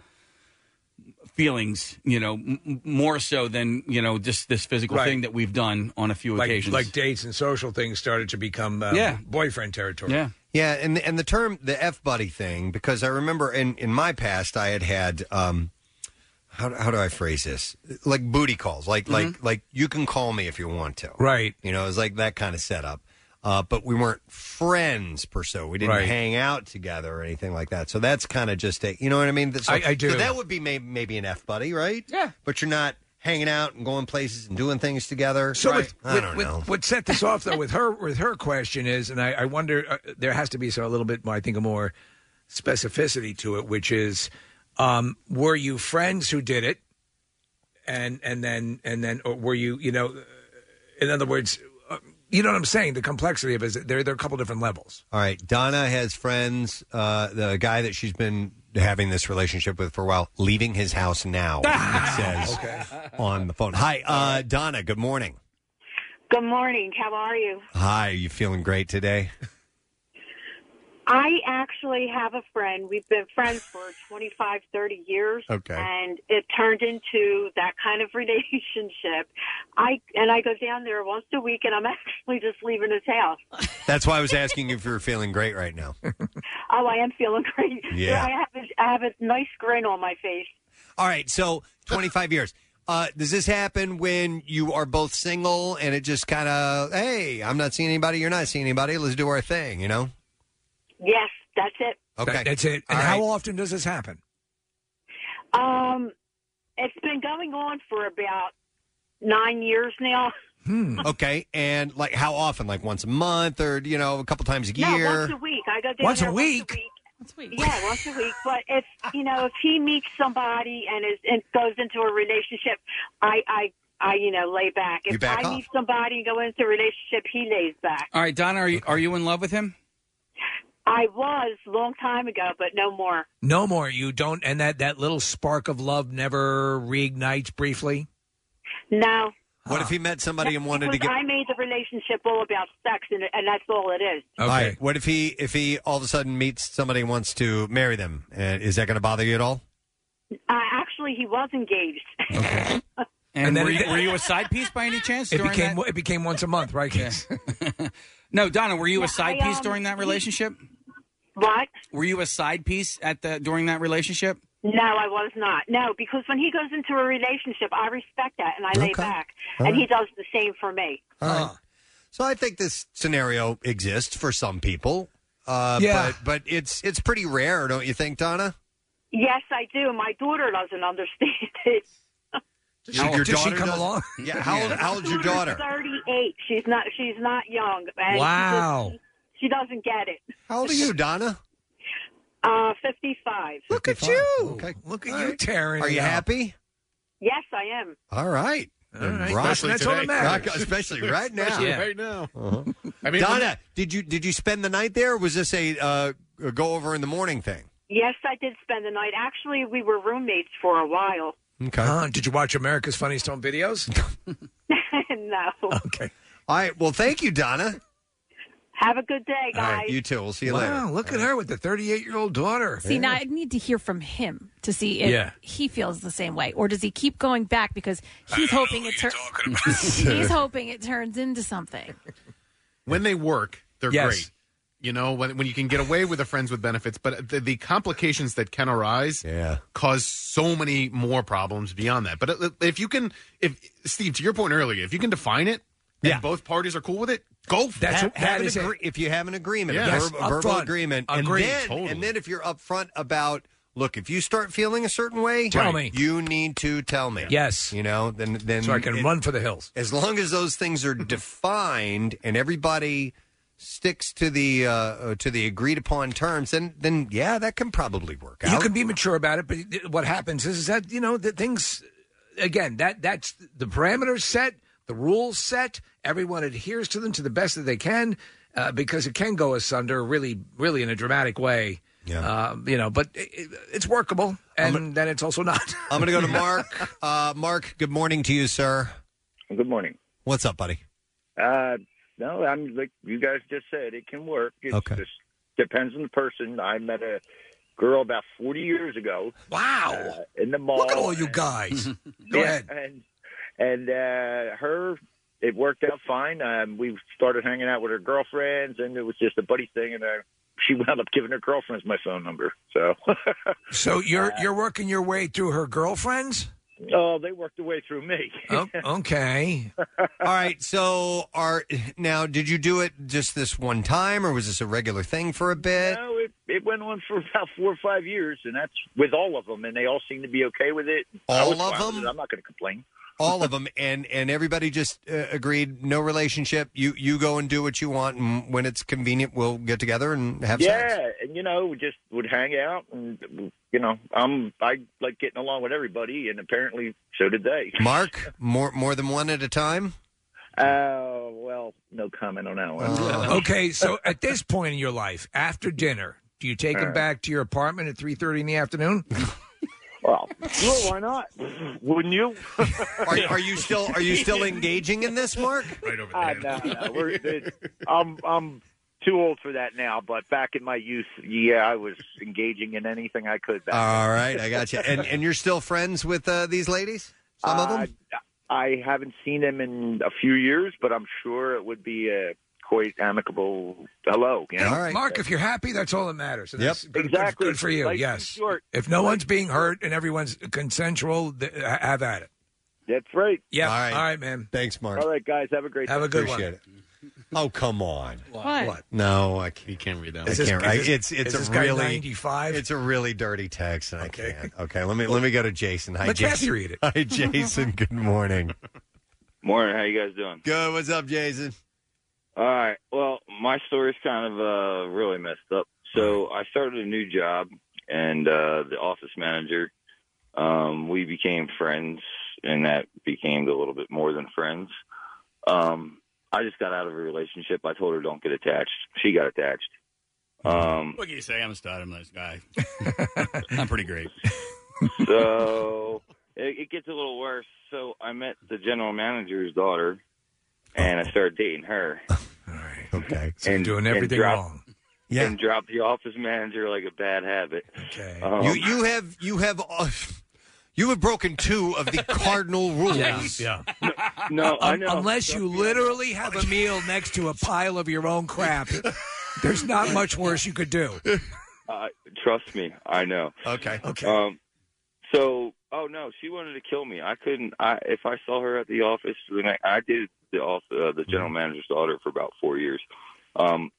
S10: feelings, you know, m- m- more so than you know just this physical
S4: Right.
S10: thing that we've done on a few
S4: Like,
S10: occasions.
S4: like dates and social things started to become uh,
S10: Yeah.
S4: boyfriend territory.
S2: Yeah, and and the term the f buddy thing because I remember in in my past I had had um how how do I phrase this like booty calls like like like you can call me if you want to
S4: Mm-hmm. right
S2: you know it was like that kind of setup uh, but we weren't friends per se we didn't
S4: Right.
S2: hang out together or anything like that so that's kind of just a you know what I mean so,
S4: I- I do.
S2: so that would be maybe maybe an f buddy right yeah but you're not hanging out and going places and doing things together
S4: So
S2: Right.
S4: with-
S2: I
S4: with-
S2: don't
S4: with-
S2: know
S4: what set this off though with her with her question is, and I, I wonder uh, there has to be some a little bit more I think a more specificity to it, which is, um, were you friends who did it, and and then and then or were you you know, uh, in other words, uh, you know what I'm saying? The complexity of it is that there there are a couple different levels.
S2: All right. Donna has friends. Uh, the guy that she's been having this relationship with for a while, leaving his house now,
S4: Ah,
S2: it says on the phone. Hi, uh, Donna. Good morning.
S19: Good morning. How are you?
S2: Hi. You feeling great today?
S19: I actually have a friend. We've been friends for 25, 30 years.
S2: Okay.
S19: And it turned into that kind of relationship. I and I go down there once a week and I'm actually just leaving his house.
S2: That's why I was asking you if you were feeling great right now.
S19: Oh, I am feeling great.
S2: Yeah.
S19: I have a, I have a nice grin on my face.
S2: All right. So 25 years. Uh, does this happen when you are both single and it just kind of, hey, I'm not seeing anybody. You're not seeing anybody. Let's do our thing, you know?
S19: Yes, that's it.
S2: Okay.
S4: That- that's it. And how often does this happen?
S19: Um it's been going on for about 9 years now. Hmm.
S2: Okay. And like how often? Like once a month or, you know, a couple times a
S19: No,
S2: year?
S19: once a week. I go down
S2: Once a
S19: there
S2: week?
S19: Once a week. Yeah, once a week. But if you know, if he meets somebody and is and goes into a relationship, I I I you know lay back.
S10: You
S19: If
S10: back
S19: I
S10: off.
S19: meet somebody and go into a relationship, he lays back.
S10: All right, Donna, are you are you in love with him?
S19: I was a long time ago, but no more.
S4: No more. You don't, and that that little spark of love never reignites briefly.
S19: No.
S2: What if he met somebody and wanted to
S19: Because
S2: get?
S19: I made the relationship all about sex, and and that's all it is.
S2: All right. What if he if he all of a sudden meets somebody and wants to marry them? Uh, is that going to bother you at all?
S19: Uh, actually, he was engaged.
S10: And,
S4: And then
S10: were,
S4: it-
S10: you, were you a side piece by
S19: Uh,
S10: any chance?
S4: It
S10: during
S4: became
S10: that?
S4: it became once a month, right? Kids?
S10: no, Donna, were you a side
S19: I,
S10: piece
S19: um,
S10: during that relationship?
S19: What?
S10: Were you a side piece at the during that relationship?
S19: No, I was not. No, because when he goes into a relationship, I respect that and I lay back,
S2: All
S19: and he
S2: right.
S19: does the same for me.
S2: Huh. So I think this scenario exists for some people. Uh,
S19: Yeah.
S2: But, but it's it's pretty rare, don't you think, Donna?
S19: Yes, I do. My daughter doesn't understand it.
S2: Does she- How old- your does she daughter come does- along? Yeah, how old-
S19: My
S2: how old's your
S19: daughter's
S2: daughter?
S19: Thirty-eight. She's not. She's not young. and she
S2: Wow.
S19: just- She, doesn't get it.
S2: How old are you, Donna?
S19: Uh, fifty-five.
S2: Look at you. Okay.
S4: Look at
S2: you,
S4: Taryn.
S2: Are you happy?
S19: Yes, I am.
S2: All right. Then
S4: right.
S2: rock-
S4: Especially That's all that today. matters.
S2: rock- especially right now.
S4: Especially Yeah. right
S9: now.
S2: Donna, did you did you spend the night there? Or was this a uh, go over in the morning thing?
S19: Yes, I did spend the night. Actually, we were roommates for a while.
S2: Okay.
S4: did you watch America's Funniest Home Videos?
S19: no.
S4: Okay.
S2: All right. Well, thank you, Donna.
S19: Have a good day,
S2: All
S19: guys.
S2: right. You too. We'll see you
S4: Wow,
S2: later.
S4: look at her with the 38 year old daughter.
S3: See, now I need to hear from him to see if
S4: Yeah.
S3: he feels the same way, or does he keep going back because he's hoping it turns. he's hoping it turns into something.
S9: when they work, they're
S4: Yes.
S9: great. You know, when, when you can get away with the friends with benefits, but the, the complications that can arise cause so many more problems beyond that. But i- if you can, if Steve, to your point earlier, if you can define it and both parties are cool with it, go for
S2: That's
S9: it.
S2: what- Have that an is it. agree- if you have an agreement, a
S9: Yes.
S2: verb- a verbal agreement, and
S9: Agreed.
S2: then and then if you're upfront about, look, if you start feeling a certain way,
S4: Tell
S2: Right.
S4: me.
S2: You need to tell me. Yes, you know, then then
S4: So I can run for the hills.
S2: As long as those things
S4: Mm-hmm.
S2: are defined and everybody sticks to the uh, uh, to the agreed upon terms, then then yeah, that can probably work out.
S4: You can be mature about it, but it- what happens is, is that you know that things again that that's the parameters set, the rules set. Everyone adheres to them to the best that they can, uh, because it can go asunder really, really in a dramatic way. Yeah, you know, but it, it- it's workable, and then it's also not.
S2: I'm going to go to Mark. Uh, Mark, good morning to you, sir.
S24: Good morning.
S2: What's up, buddy?
S24: Uh, no, I'm like you guys just said, it can work. It
S2: Okay.
S24: just depends on the person. I met a girl about 40 years ago. uh,
S4: Wow.
S24: in the mall.
S4: Look at all you guys. Go
S24: Yeah,
S4: ahead.
S24: And, and uh, her, it worked out fine. Um, we started hanging out with her girlfriends, and it was just a buddy thing. And uh, she wound up giving her girlfriends my phone number. So,
S4: So you're you're working your way through her girlfriends.
S24: oh, they worked their way through me.
S4: Oh, okay.
S2: All right. So, are now? Did you do it just this one time, or was this a regular thing for a bit?
S24: No, it, it went on for about four or five years, and that's with all of them, and they all seem to be okay with it. I
S2: All
S24: was
S2: of
S24: fine with
S2: them?
S24: it. I'm not going to complain.
S2: All of them, and and everybody just uh, agreed, no relationship. You you go and do what you want, and when it's convenient, we'll get together and have
S24: yeah,
S2: sex.
S24: and you know, we just would hang out, and you know, I'm I like getting along with everybody, and apparently, so did they.
S2: Mark, more more than one at a time.
S24: Uh, well, no comment on that one.
S2: Oh.
S4: okay, Oh. so at this point in your life, after dinner, do you take him
S22: Uh,
S4: back to your apartment at three thirty in the afternoon?
S24: Well, why not? Wouldn't you?
S2: Are, are you still are you still engaging in this, Mark?
S24: Right over there. Ah, no, no, we're, it, I'm I'm too old for that now, but back in my youth, yeah, I was engaging in anything I could. Back
S2: All right,
S24: then.
S2: I got you. And and you're still friends with uh, these ladies? Some
S24: Uh,
S2: of them.
S24: I haven't seen him in a few years, but I'm sure it would be a quite amicable hello. You know?
S4: Mark, if you're happy, that's all that matters. And
S24: Yep.
S4: that's good,
S24: Exactly.
S4: Good, good for you.
S24: Life is
S4: yes.
S24: short.
S4: If no one's being hurt and everyone's consensual, th- ha- have at it.
S24: That's right.
S4: Yeah.
S2: All right.
S4: All right, man.
S2: Thanks, Mark.
S24: All right, guys, have a great
S4: Have
S24: day.
S4: a good
S2: Appreciate
S4: one.
S2: it. Oh come on.
S24: What? What?
S2: No, I can't.
S9: You can't read that.
S2: I
S9: one.
S2: can't. I- it's
S9: is
S2: it's
S9: this
S2: a
S9: guy
S2: really
S4: 95?
S2: It's a really dirty text, and I can't. Okay, let me let me go to Jason. Hi,
S17: Let
S2: Jason.
S17: Kathy read it.
S2: Hi, Jason. Good morning.
S17: Morning. How you guys doing?
S2: Good. What's up, Jason?
S17: All right. Well, my story's kind of uh, really messed up. So I started a new job, and uh, the office manager, um, we became friends, and that became a little bit more than friends. Um, I just got out of a relationship. I told her don't get attached. She got attached.
S2: Mm-hmm.
S17: Um,
S22: What can you say? I'm a stud. I'm a nice guy. I'm pretty great.
S17: so it, it gets a little worse. So I met the general manager's daughter, and I started dating her.
S2: Okay.
S4: So you're doing everything
S17: dropped-
S4: wrong.
S2: Yeah.
S17: and dropped the office manager like a bad habit. Um,
S4: Okay.
S17: Oh.
S2: you you have you have uh, you have broken two of the cardinal rules.
S4: Yeah.
S17: No, I
S4: Um,
S17: know.
S4: Unless you literally have a meal next to a pile of your own crap, there's not much worse you could do.
S17: Uh, trust me, I know.
S2: Okay.
S17: Okay. Um, so, oh no, she wanted to kill me. I couldn't. I if I saw her at the office, then I, I did the off uh, the
S4: Mm-hmm.
S17: general manager's daughter for about four years. Um,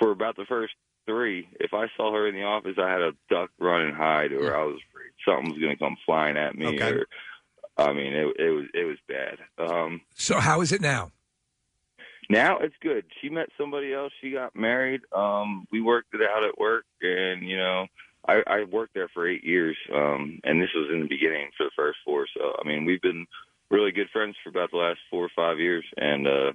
S17: for about the first three, if I saw her in the office, I had a duck run and hide, or I was afraid something was going to come flying at me.
S4: Mm. Okay.
S17: Or, I mean, it, it was it was bad. Um,
S4: So how is it now?
S17: now it's good. She met somebody else. She got married. Um, we worked it out at work, and you know, I, I worked there for eight years. Um, and this was in the beginning for the first four. So I mean, we've been really good friends for about the last four or five years, and uh,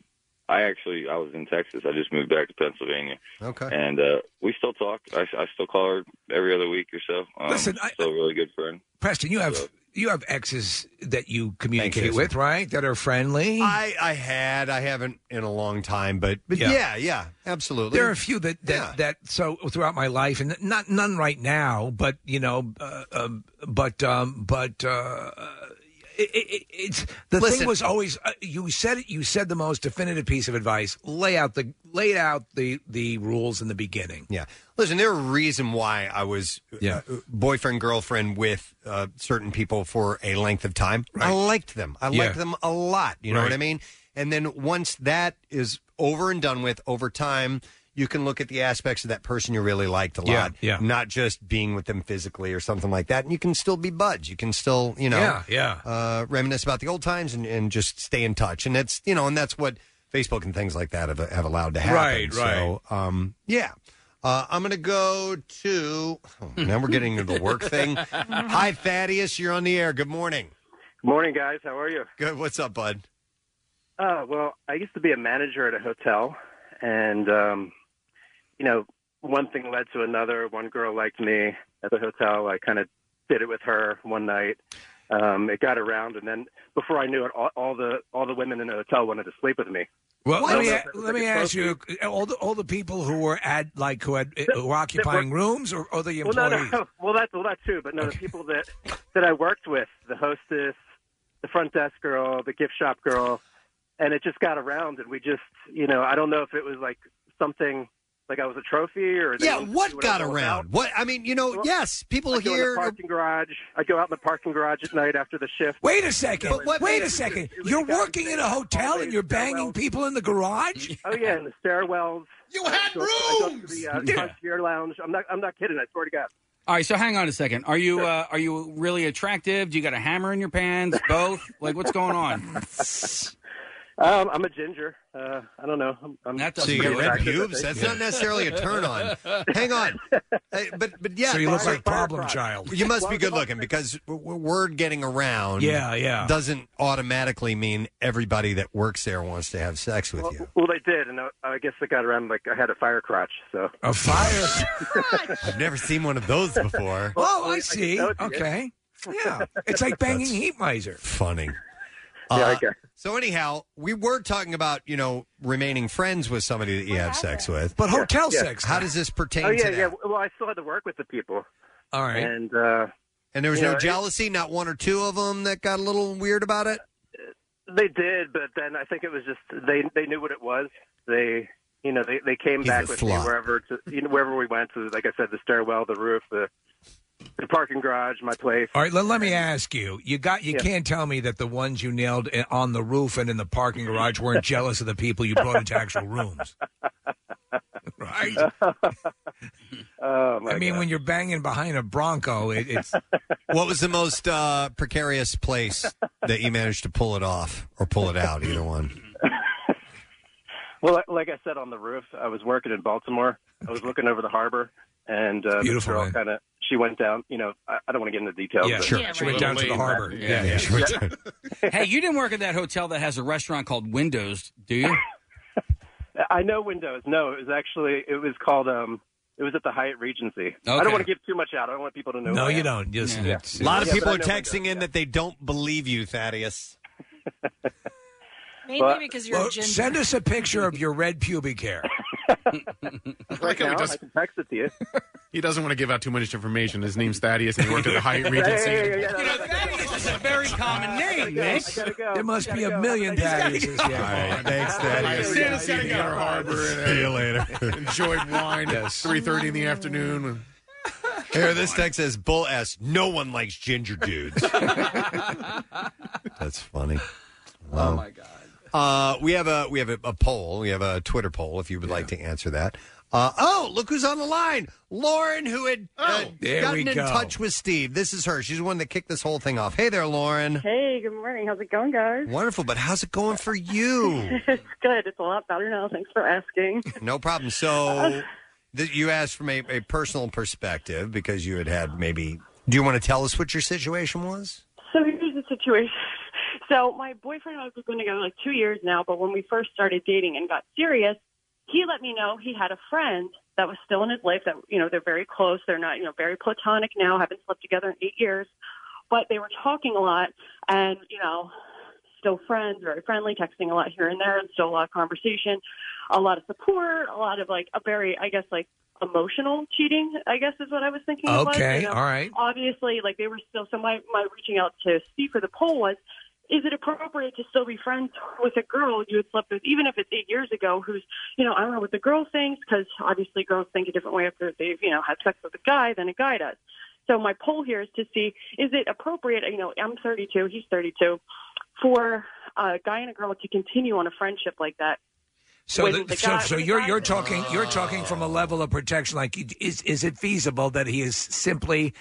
S17: I actually I was in Texas. I just moved back to Pennsylvania.
S2: Okay.
S17: And uh, we still talk. I, I still call her every other week or so. Um,
S4: Listen, I-
S17: still a really good friend.
S4: Preston, you have you have exes that you communicate with, right? That are friendly.
S2: I, I had. I haven't in a long time, but, Uh, but
S4: Yeah.
S2: yeah. yeah, absolutely.
S4: There are a few that that, that so throughout my life, and not none right now, but you know, uh, uh, but um, but uh, it, it, it's the
S2: Listen.
S4: thing was always uh, you said it. You said the most definitive piece of advice: lay out the lay out the the rules in the beginning.
S2: Yeah. Listen, there are reason why I was yeah. boyfriend girlfriend with uh, certain people for a length of time. I liked them. I
S8: Yeah.
S2: liked them a lot. You know what
S8: Right.
S2: I mean? And then once that is over and done with, over time, you can look at the aspects of that person you really liked a lot.
S8: Yeah, yeah.
S2: Not just being with them physically or something like that. And you can still be buds. You can still, you know,
S8: Yeah, yeah.
S2: Uh, reminisce about the old times and, and just stay in touch. And that's, you know, and that's what Facebook and things like that have, have allowed to happen.
S8: Right, right.
S2: So, um, yeah. Uh, I'm going to go to. oh, now we're getting into the work thing. Hi, Thaddeus. You're on the air. Good morning.
S25: Morning, guys. How are you?
S2: Good. What's up, bud?
S25: Uh, well, I used to be a manager at a hotel, and um, you know, one thing led to another. One girl liked me at the hotel. I kind of did it with her one night. Um, it got around, and then before I knew it, all, all the all the women in the hotel wanted to sleep with me.
S4: Well,
S25: I
S4: let
S25: don't
S4: me,
S25: know if it was
S4: let
S25: like
S4: me
S25: a
S4: ask
S25: close
S4: you, all the all the people who were at like who had who were occupying rooms or, or Oh, the
S25: Well,
S4: employees.
S25: no, no. Well, that's well, that too. But no, the people that that I worked with, the hostess, the front desk girl, the gift shop girl, and it just got around, and we just, you know, I don't know if it was like something like I was a trophy or they
S2: Yeah,
S25: wanted to
S2: what
S25: see I
S2: got
S25: was all
S2: around?
S25: about.
S2: What I mean, you know,
S25: Well,
S2: yes, people
S25: I'd go in the
S2: here.
S25: parking garage. I go out in the parking garage at night after the shift.
S4: Wait a second.
S25: But what-
S4: Wait a second. You're working in a hotel and you're banging people in the garage?
S25: Oh yeah, in the stairwells. You had rooms. I go to the uh, concierge lounge. I'm not. I'm not kidding. I swear to God.
S22: All right, so hang on a
S10: second. Are you uh, are you really attractive? Do you got a hammer in your pants? Both? Like what's going on?
S25: Um, I'm a ginger. Uh, I don't know. I'm, I'm
S10: That
S2: So you got red pubes? That's not necessarily a turn on. Hang on, Hey, but but yeah,
S25: So you look
S2: that's-
S25: like Problem Child.
S2: You must be good looking because w- w- word getting around.
S25: Yeah, yeah.
S2: Doesn't automatically mean everybody that works there wants to have sex with you.
S25: Well, they did, and I, I guess it got around like I had a fire crotch. So
S4: a fire.
S2: I've never seen one of those before.
S4: Oh, I see.
S2: told you.
S4: Okay. Yeah. It's like banging heat miser.
S2: Funny. Uh, So anyhow, we were talking about you know remaining friends with somebody that you have sex with,
S25: But hotel Yeah. sex,
S2: How
S25: though.
S2: does this pertain
S25: oh yeah,
S2: to that?
S25: yeah. Well, I still had to work with the people.
S4: All right.
S25: And uh,
S2: and there was
S25: you
S2: no
S25: know, it-
S2: jealousy, not one or two of them that got a little weird about it.
S25: They did, but then I think it was just they they knew what it was. They you know they they came
S2: He's
S25: back
S2: a
S25: with
S2: slut.
S25: me wherever to you know, wherever we went to. Like I said, the stairwell, the roof, the the parking garage, my place.
S4: All right, let, let me ask you. You got you
S25: Yeah.
S4: can't tell me that the ones you nailed i- on the roof and in the parking garage weren't jealous of the people you brought into actual rooms. Right.
S25: oh,
S4: I mean, when you're banging behind a Bronco, it, it's
S2: What was the most uh, precarious place that you managed to pull it off or pull it out? Either one.
S25: Well, like- like I said on the roof, I was working in Baltimore. I was looking over the harbor, and uh, this
S2: Beautiful,
S25: girl
S2: man.
S25: kind of she went down. You know, I, I don't want to get into details.
S10: eh? Yeah,
S25: but
S10: sure. Yeah, She went right. down to the harbor. Yeah, yeah, she went
S25: Yeah.
S10: hey, you didn't work at that hotel that has a restaurant called Windows, do you?
S25: I know Windows. No, it was actually it was called um it was at the Hyatt Regency. I
S2: Okay.
S25: don't want to give too much out. I don't want people to know.
S2: No,
S25: who I
S2: you
S25: am.
S2: don't. Just-
S25: Yeah.
S2: A lot of
S25: Yeah,
S2: people
S25: but
S2: are
S25: I know
S2: texting in that they don't believe you, Thaddeus.
S3: Maybe
S4: Well,
S3: because you're
S4: well,
S3: a ginger.
S4: Send us a picture of your red pubic hair.
S25: Windows. Right now, I can text it to you.
S9: He doesn't want to give out too much information. His name's Thaddeus, and he worked at the Hyatt Regency.
S25: Hey, hey, hey, hey,
S9: All
S25: Thaddeus
S10: is a very common name,
S25: Nick.
S4: There must be a million Thaddeus.
S2: right, thanks, Thaddeus.
S9: Santa's got to go to Harbor. and, uh,
S2: See you later.
S9: Enjoyed wine at three thirty in the afternoon.
S2: Here, this text says, "Bull S. No one likes ginger dudes." That's funny. Oh my god. Uh, we have a we have a, a poll. We have a Twitter poll. If you would like to answer that. Uh, oh, look who's on the line. Lauren, who had uh,
S8: Oh, there
S2: gotten
S8: we
S2: in
S8: go.
S2: touch with Steve. This is her. She's the one that kicked this whole thing off. Hey there, Lauren.
S21: Hey, good morning. How's it going, guys?
S2: Wonderful, but how's it going for you?
S21: it's good. It's a lot better now. Thanks for asking.
S2: No problem. So th- you asked from a, a personal perspective because you had had maybe. Do you want to tell us what your situation was?
S21: So here's the situation. So my boyfriend and I have been going together like two years now, but when we first started dating and got serious, he let me know he had a friend that was still in his life that, you know, they're very close. They're not, you know, very platonic now, haven't slept together in eight years, but they were talking a lot and, you know, still friends, very friendly, texting a lot here and there and still a lot of conversation, a lot of support, a lot of like a very, I guess, like emotional cheating, I guess is what I was thinking. it was,
S8: Okay,
S21: you know.
S8: all right.
S21: Obviously, like they were still, so my, my reaching out to Steve for the poll was, is it appropriate to still be friends with a girl you had slept with, even if it's eight years ago, who's, you know, I don't know what the girl thinks, because obviously girls think a different way after they've, you know, had sex with a guy than a guy does. So my poll here is to see, is it appropriate, you know, I'm 32, he's 32, for a guy and a girl to continue on a friendship like that?
S4: So,
S21: when
S4: the,
S21: the
S4: so,
S21: guy-
S4: so
S21: when the
S4: you're
S21: guy- "Oh."
S4: you're talking you're talking from a level of protection. Like, is is it feasible that he is simply,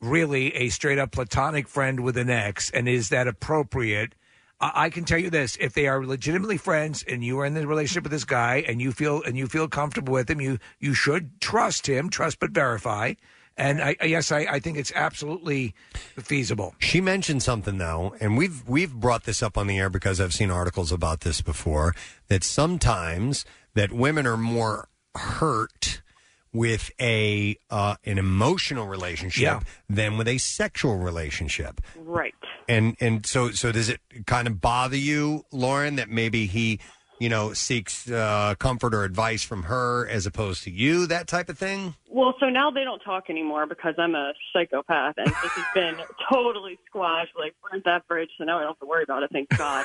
S4: really a straight up platonic friend with an ex, and is that appropriate? I, I can tell you this: if they are legitimately friends, and you are in the relationship with this guy, and you feel and you feel comfortable with him, you you should trust him, trust but verify. And I, I- yes, I, I think it's absolutely feasible.
S2: She mentioned something though, and we've we've brought this up on the air because I've seen articles about this before that sometimes that women are more hurt with a uh, an emotional relationship
S21: Yeah.
S2: than with a sexual relationship.
S21: Right.
S2: And and so so does it kind of bother you, Lauren, that maybe he you know seeks uh, comfort or advice from her as opposed to you, that type of thing?
S21: Well, so now they don't talk anymore because I'm a psychopath and this has been totally squashed, like burnt that bridge. So now I don't have to worry about it, thank God.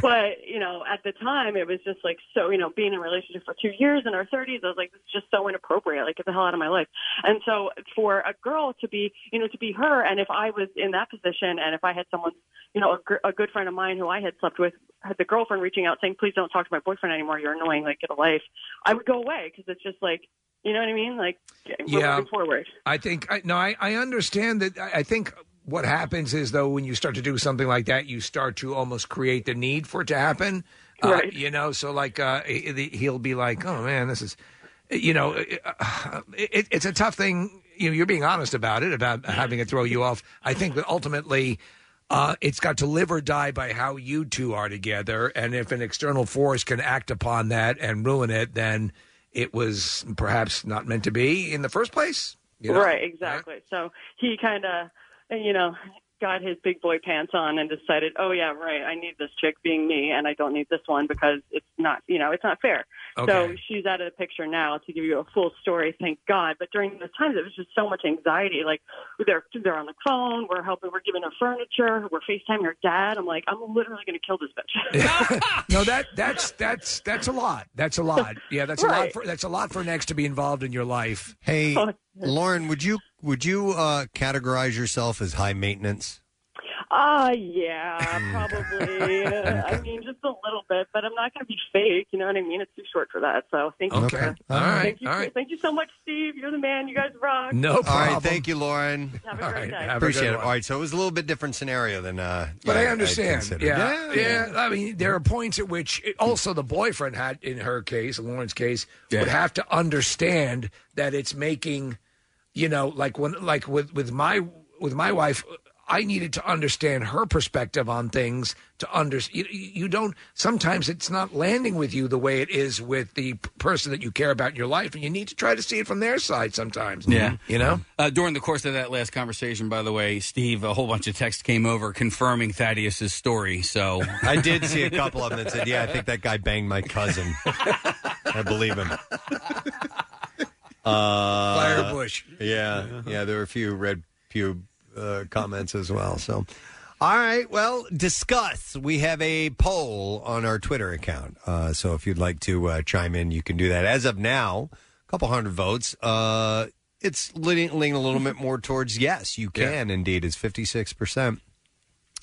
S21: but you know, at the time, it was just like so. You know, being in a relationship for two years in our 30s, I was like, this is just so inappropriate. Like, get the hell out of my life. And so, for a girl to be, you know, to be her, and if I was in that position, and if I had someone, you know, a, gr- a good friend of mine who I had slept with, had the girlfriend reaching out saying, please don't talk to my boyfriend anymore. You're annoying. Like, get a life. I would go away because it's just like. You know what I mean? Like, we're
S4: Yeah.
S21: moving forward.
S4: I think I, no, I, I understand that. I, I think what happens is though, when you start to do something like that, you start to almost create the need for it to happen. Uh,
S11: Right.
S4: you know, so like uh, he- he'll be like, "Oh man, this is," you know, uh, it, it's a tough thing. You know, you're being honest about it about having it throw you off. I think that ultimately. Uh, it's got to live or die by how you two are together, and if an external force can act upon that and ruin it, then it was perhaps not meant to be in the first place. you know?
S21: Right, exactly. So he kind of, you know, got his big boy pants on and decided, oh yeah, right, I need this chick being me, and I don't need this one because it's not, you know, it's not fair. So
S12: Okay.
S21: she's out of the picture now. To give you a full story, thank God. But during those times, it was just so much anxiety. Like they're they're on the phone, we're helping, we're giving her furniture, we're FaceTiming her dad. I'm like, I'm literally gonna kill this bitch.
S4: No, that that's that's that's a lot. That's a lot. Yeah, that's a lot.
S21: Right.
S4: For, that's a lot for an ex to be involved in your life.
S2: Hey, Lauren, would you would you uh, categorize yourself as high maintenance?
S21: Uh, yeah, probably. Uh, I mean, just a little bit, but I'm not going to be fake. You know what I mean? It's too short for that. So thank you.
S2: Okay.
S21: For,
S2: All right.
S21: Thank you,
S2: All right.
S21: Thank you so much, Steve. You're the man. You guys rock.
S2: All right, thank you, Lauren.
S21: Have a great day.
S4: have a
S2: Appreciate
S4: good
S2: it.
S4: one.
S2: All right, so it was a little bit different scenario than. Uh,
S4: But
S2: yeah,
S4: I understand.
S2: considered.
S4: yeah. yeah, I mean, there are points at which it- also the boyfriend had, in her case, in Lauren's case, would have to understand that it's making, you know, like when, like with with my with my wife, I needed to understand her perspective on things. To understand, you, you don't. Sometimes it's not landing with you the way it is with the p- person that you care about in your life, and you need to try to see it from their side sometimes.
S10: Yeah.
S4: you know.
S10: Uh, during the course of that last conversation, by the way, Steve, a whole bunch of texts came over confirming Thaddeus's story. So
S2: I did see a couple of them that said, "Yeah, I think that guy banged my cousin." I believe him. Uh,
S4: Firebush. Uh-huh.
S2: Yeah, yeah. There were a few red pube uh, comments as well. So, all right. Well, discuss. We have a poll on our Twitter account. Uh, so if you'd like to uh, chime in, you can do that. As of now, a couple hundred votes. Uh, it's leaning, leaning a little bit more towards yes, you can indeed. It's fifty six percent.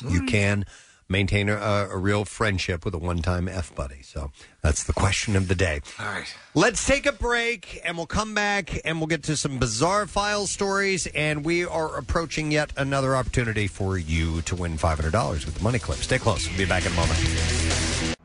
S4: Hmm.
S2: You can maintain a, a real friendship with a one time f buddy. So that's the question of the day.
S4: All right.
S2: Let's take a break and we'll come back and we'll get to some bizarre file stories. And we are approaching yet another opportunity for you to win $500 with the money clip. Stay close. We'll be back in a moment.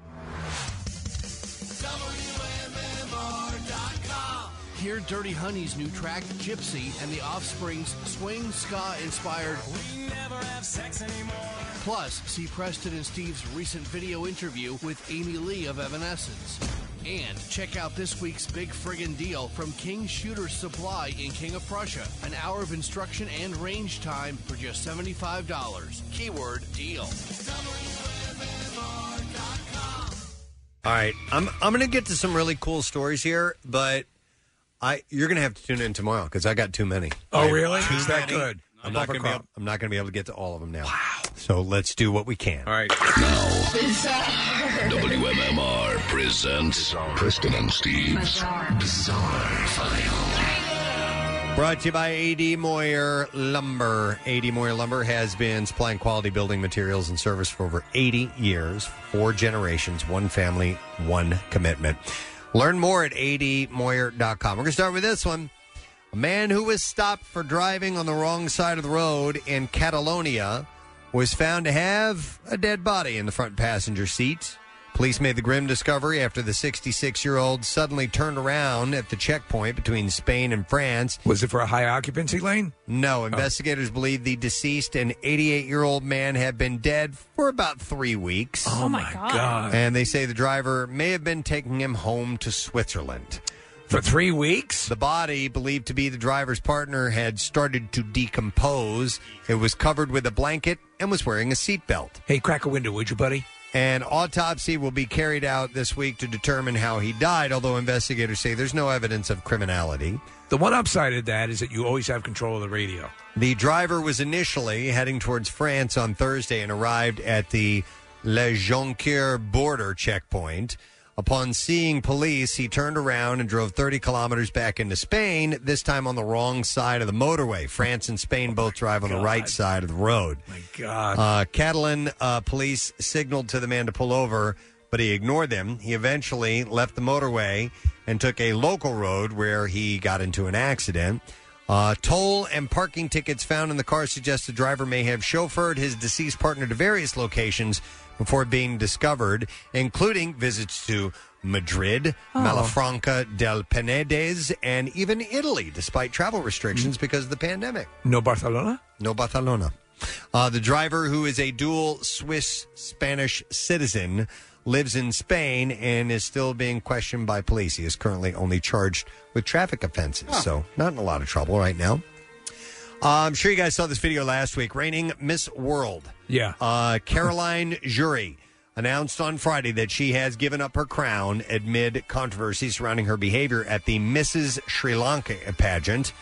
S23: Hear Dirty Honey's new track, Gypsy, and the Offspring's Swing Ska inspired. We never have sex anymore. Plus, see Preston and Steve's recent video interview with Amy Lee of Evanescence. And check out this week's Big Friggin' Deal from King Shooter Supply in King of Prussia. An hour of instruction and range time for just $75. Keyword deal.
S2: All right, I'm I'm going to get to some really cool stories here, but I you're going to have to tune in tomorrow because I got too many.
S4: Oh,
S2: I have
S4: really?
S2: Too
S4: Is that
S2: many.
S4: good?
S2: I'm
S4: A
S2: not going
S4: bumper
S2: to be
S4: crop.
S2: able, I'm not going to be able to get to all of them now. Wow. So let's do what we can. All right.
S23: WMMR presents Preston and Steve's Bizarre
S2: Brought to you by AD Moyer Lumber. AD Moyer Lumber has been supplying quality building materials and service for over 80 years, four generations, one family, one commitment. Learn more at admoyer.com. We're going to start with this one. A man who was stopped for driving on the wrong side of the road in Catalonia was found to have a dead body in the front passenger seat. Police made the grim discovery after the 66 year old suddenly turned around at the checkpoint between Spain and France.
S4: Was it for a high occupancy lane?
S2: No, investigators believe the deceased and 88 year old man had been dead for about three weeks.
S4: Oh, my my God. God.
S2: And they say the driver may have been taking him home to Switzerland.
S4: For three weeks?
S2: The body, believed to be the driver's partner, had started to decompose. It was covered with a blanket and was wearing a seatbelt.
S4: Hey, crack a window, would you, buddy?
S2: An autopsy will be carried out this week to determine how he died, although investigators say there's no evidence of criminality.
S4: The one upside of that is that you always have control of the radio.
S2: The driver was initially heading towards France on Thursday and arrived at the Le Jonquière border checkpoint. Upon seeing police, he turned around and drove 30 kilometers back into Spain, this time on the wrong side of the motorway. France and Spain both drive on the right side of the road. My
S4: God.
S2: Uh, Catalan uh, police signaled to the man to pull over, but he ignored them. He eventually left the motorway and took a local road where he got into an accident. Uh, toll and parking tickets found in the car suggest the driver may have chauffeured his deceased partner to various locations before being discovered, including visits to Madrid, Malafranca del Penedes, and even Italy, despite travel restrictions because of the pandemic.
S4: Mm. No Barcelona?
S2: No Barcelona. Uh, the driver, who is a dual Swiss Spanish citizen, lives in Spain and is still being questioned by police. He is currently only charged with traffic offenses, so not in a lot of trouble right now. Uh, I'm sure you guys saw this video last week. Reigning Miss World,
S4: Yeah.
S2: uh, Caroline Jury, announced on Friday that she has given up her crown amid controversy surrounding her behavior at the Mrs. Sri Lanka pageant.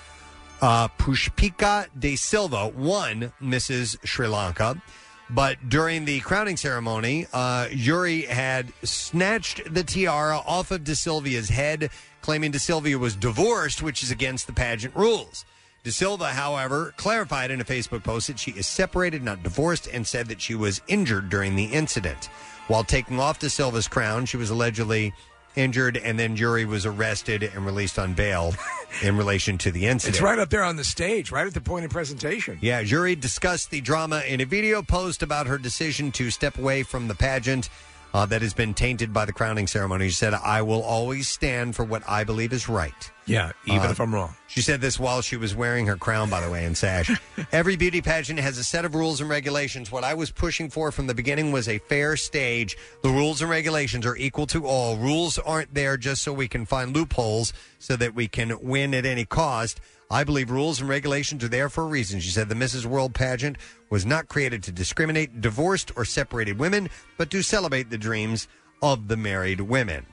S2: Uh, Pushpika de Silva won Mrs. Sri Lanka, but during the crowning ceremony, uh, Yuri had snatched the tiara off of de Silva's head, claiming de Silva was divorced, which is against the pageant rules. De Silva, however, clarified in a Facebook post that she is separated, not divorced, and said that she was injured during the incident. While taking off De Silva's crown, she was allegedly injured, and then Yuri was arrested and released on bail in relation to the incident.
S4: It's right up there on the stage, right at the point of presentation.
S2: Yeah, Yuri discussed the drama in a video post about her decision to step away from the pageant uh, that has been tainted by the crowning ceremony. She said, I will always stand for what I believe is right.
S4: Yeah, even
S2: Uh,
S4: if I'm wrong.
S2: She said this while she was wearing her crown, by the way, and sash. Every beauty pageant has a set of rules and regulations. What I was pushing for from the beginning was a fair stage. The rules and regulations are equal to all. Rules aren't there just so we can find loopholes so that we can win at any cost. I believe rules and regulations are there for a reason. She said the Mrs. World pageant was not created to discriminate divorced or separated women, but to celebrate the dreams of the married women.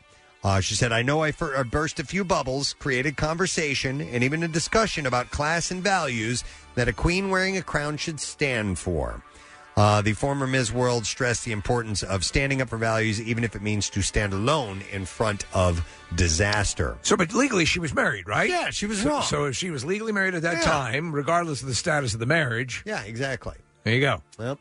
S2: Uh, she said, I know I, fir- I burst a few bubbles, created conversation, and even a discussion about class and values that a queen wearing a crown should stand for. Uh, the former Ms. World stressed the importance of standing up for values, even if it means to stand alone in front of disaster.
S4: So, but legally, she was married, right?
S2: Yeah, she was
S4: so,
S2: wrong.
S4: So, if she was legally married at that
S2: Yeah.
S4: time, regardless of the status of the marriage,
S2: Yeah, exactly.
S4: there you go.
S2: Yep.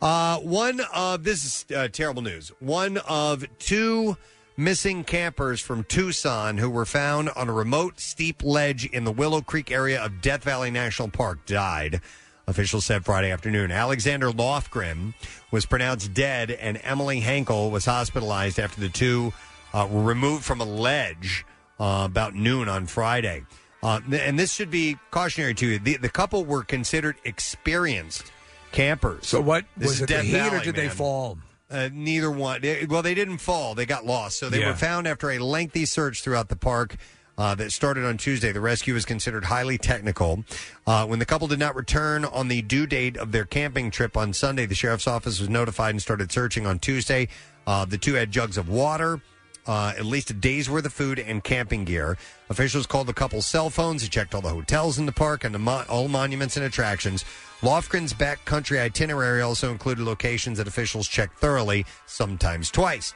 S2: Uh, one of this is uh, terrible news. One of two missing campers from Tucson who were found on a remote steep ledge in the Willow Creek area of Death Valley National Park died. Officials said Friday afternoon. Alexander Lofgren was pronounced dead, and Emily Hankel was hospitalized after the two uh, were removed from a ledge uh, about noon on Friday. Uh, and this should be cautionary to you. The, the couple were considered experienced campers.
S4: So what
S2: This
S4: was
S2: is
S4: it? The
S2: Death
S4: heat, or
S2: Valley,
S4: did they
S2: man.
S4: fall?
S2: Uh, neither one. They- Well, they didn't fall. They got lost. So they
S4: Yeah.
S2: were found after a lengthy search throughout the park. Uh, that started on Tuesday. The rescue was considered highly technical. Uh, when the couple did not return on the due date of their camping trip on Sunday, the sheriff's office was notified and started searching on Tuesday. Uh, the two had jugs of water, uh, at least a day's worth of food and camping gear. Officials called the couple's cell phones. They checked all the hotels in the park and the mo- all monuments and attractions. Lofgren's backcountry itinerary also included locations that officials checked thoroughly, sometimes twice.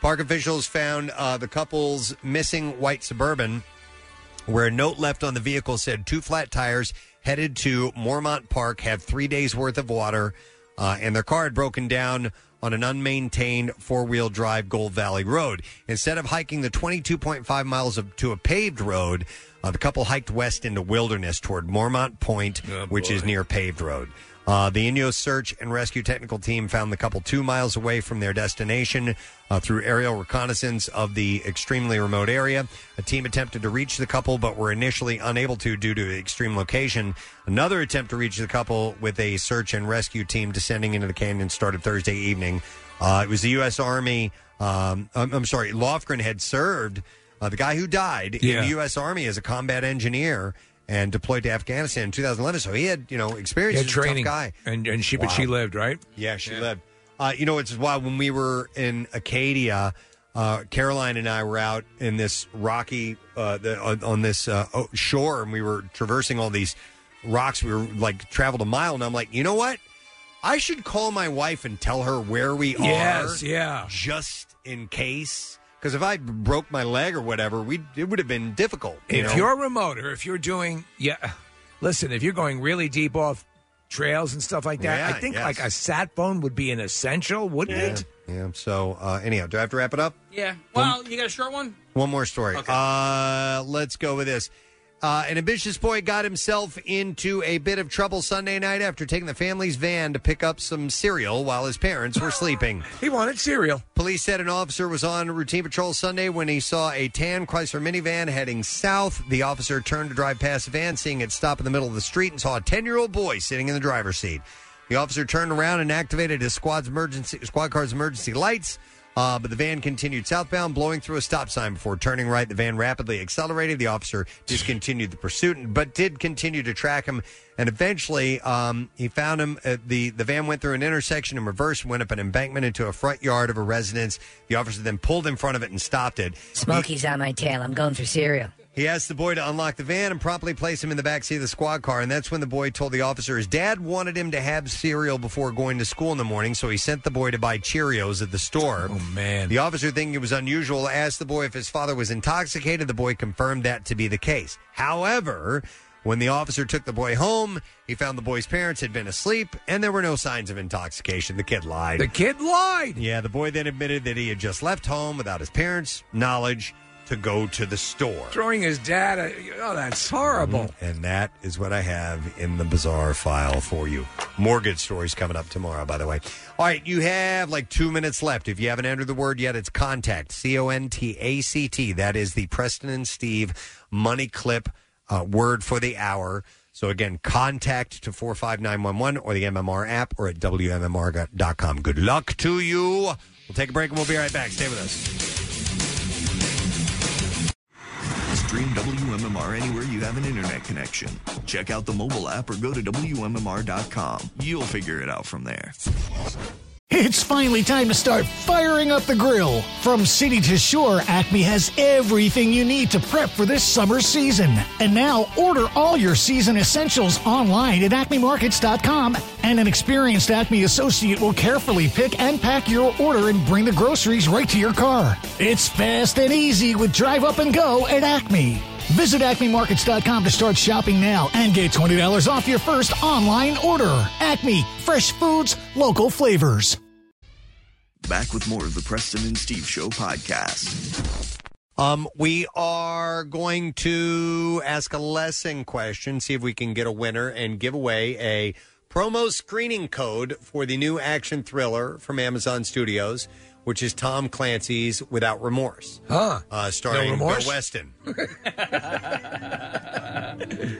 S2: Park officials found uh, the couple's missing white suburban where a note left on the vehicle said two flat tires headed to Mormont Park have three days worth of water, uh, and their car had broken down on an unmaintained four wheel drive Gold Valley Road. Instead of hiking the 22.5 miles of, to a paved road, uh, the couple hiked west into wilderness toward Mormont Point, which is near paved road. Uh, the Inyo search and rescue technical team found the couple two miles away from their destination uh, through aerial reconnaissance of the extremely remote area. A team attempted to reach the couple but were initially unable to due to the extreme location. Another attempt to reach the couple with a search and rescue team descending into the canyon started Thursday evening. Uh, it was the U.S. Army. Um, I'm, I'm sorry, Lofgren had served uh, the guy who died in
S4: Yeah.
S2: the U.S. Army as a combat engineer and deployed to Afghanistan in 2011. So he had, you know, experience.
S4: Yeah,
S2: He's a tough
S4: training.
S2: guy.
S4: And and she, but she
S2: Wow.
S4: lived, right?
S2: Yeah, she lived. Uh, you know, it's wild. When we were in Acadia, uh, Caroline and I were out in this rocky, uh, the, on, on this uh, o- shore, and we were traversing all these rocks. We were like traveled a mile, and I'm like, you know what? I should call my wife and tell her where we
S4: Yes,
S2: are.
S4: yeah.
S2: Just in case. Because if I broke my leg or whatever, we it would have been difficult. you
S4: If
S2: know?
S4: you're remote or if you're doing, yeah, listen, if you're going really deep off trails and stuff like that,
S2: Yeah,
S4: I think
S2: yes.
S4: like a sat phone would be an essential, wouldn't it?
S2: yeah. So uh, anyhow, do I have to wrap it up?
S10: Yeah. Well, you got a short one?
S2: One more story. Uh, let's go with this. Uh, an ambitious boy got himself into a bit of trouble Sunday night after taking the family's van to pick up some cereal while his parents were sleeping.
S4: he wanted cereal.
S2: Police said an officer was on routine patrol Sunday when he saw a tan Chrysler minivan heading south. The officer turned to drive past the van, seeing it stop in the middle of the street, and saw a 10 year old boy sitting in the driver's seat. The officer turned around and activated his squad's emergency squad car's emergency lights. Uh, but the van continued southbound, blowing through a stop sign before turning right. The van rapidly accelerated. The officer discontinued the pursuit, but did continue to track him. And eventually, um, he found him. Uh, the The van went through an intersection in reverse, went up an embankment into a front yard of a residence. The officer then pulled in front of it and stopped it.
S8: Smokey's on my tail. I'm going for cereal.
S2: He asked the boy to unlock the van and promptly place him in the backseat of the squad car. And that's when the boy told the officer his dad wanted him to have cereal before going to school in the morning. So he sent the boy to buy Cheerios at the store. Oh,
S4: man.
S2: The officer, thinking it was unusual, asked the boy if his father was intoxicated. The boy confirmed that to be the case. However, when the officer took the boy home, he found the boy's parents had been asleep and there were no signs of intoxication. The kid lied.
S4: The kid lied.
S2: Yeah, the boy then admitted that he had just left home without his parents' knowledge to go to the store.
S4: Throwing his dad, a, oh, that's horrible.
S2: Mm-hmm. And that is what I have in the bizarre file for you. More good stories coming up tomorrow, by the way. All right, you have like two minutes left. If you haven't entered the word yet, it's contact, C O N T A C T. That is the Preston and Steve money clip uh, word for the hour. So again, contact to 45911 or the MMR app or at WMMR.com. Good luck to you. We'll take a break and we'll be right back. Stay with us.
S6: Stream WMMR anywhere you have an internet connection. Check out the mobile app or go to WMMR.com. You'll figure it out from there.
S11: It's finally time to start firing up the grill. From city to shore, Acme has everything you need to prep for this summer season. And now order all your season essentials online at acmemarkets.com, and an experienced Acme associate will carefully pick and pack your order and bring the groceries right to your car. It's fast and easy with Drive Up and Go at Acme. Visit acmemarkets.com to start shopping now and get $20 off your first online order. Acme, fresh foods, local flavors.
S6: Back with more of the Preston and Steve Show podcast.
S2: Um, we are going to ask a lesson question, see if we can get a winner and give away a promo screening code for the new action thriller from Amazon Studios, which is Tom Clancy's Without Remorse.
S4: Huh.
S2: Uh, starring Bill
S4: remorse?
S2: Weston.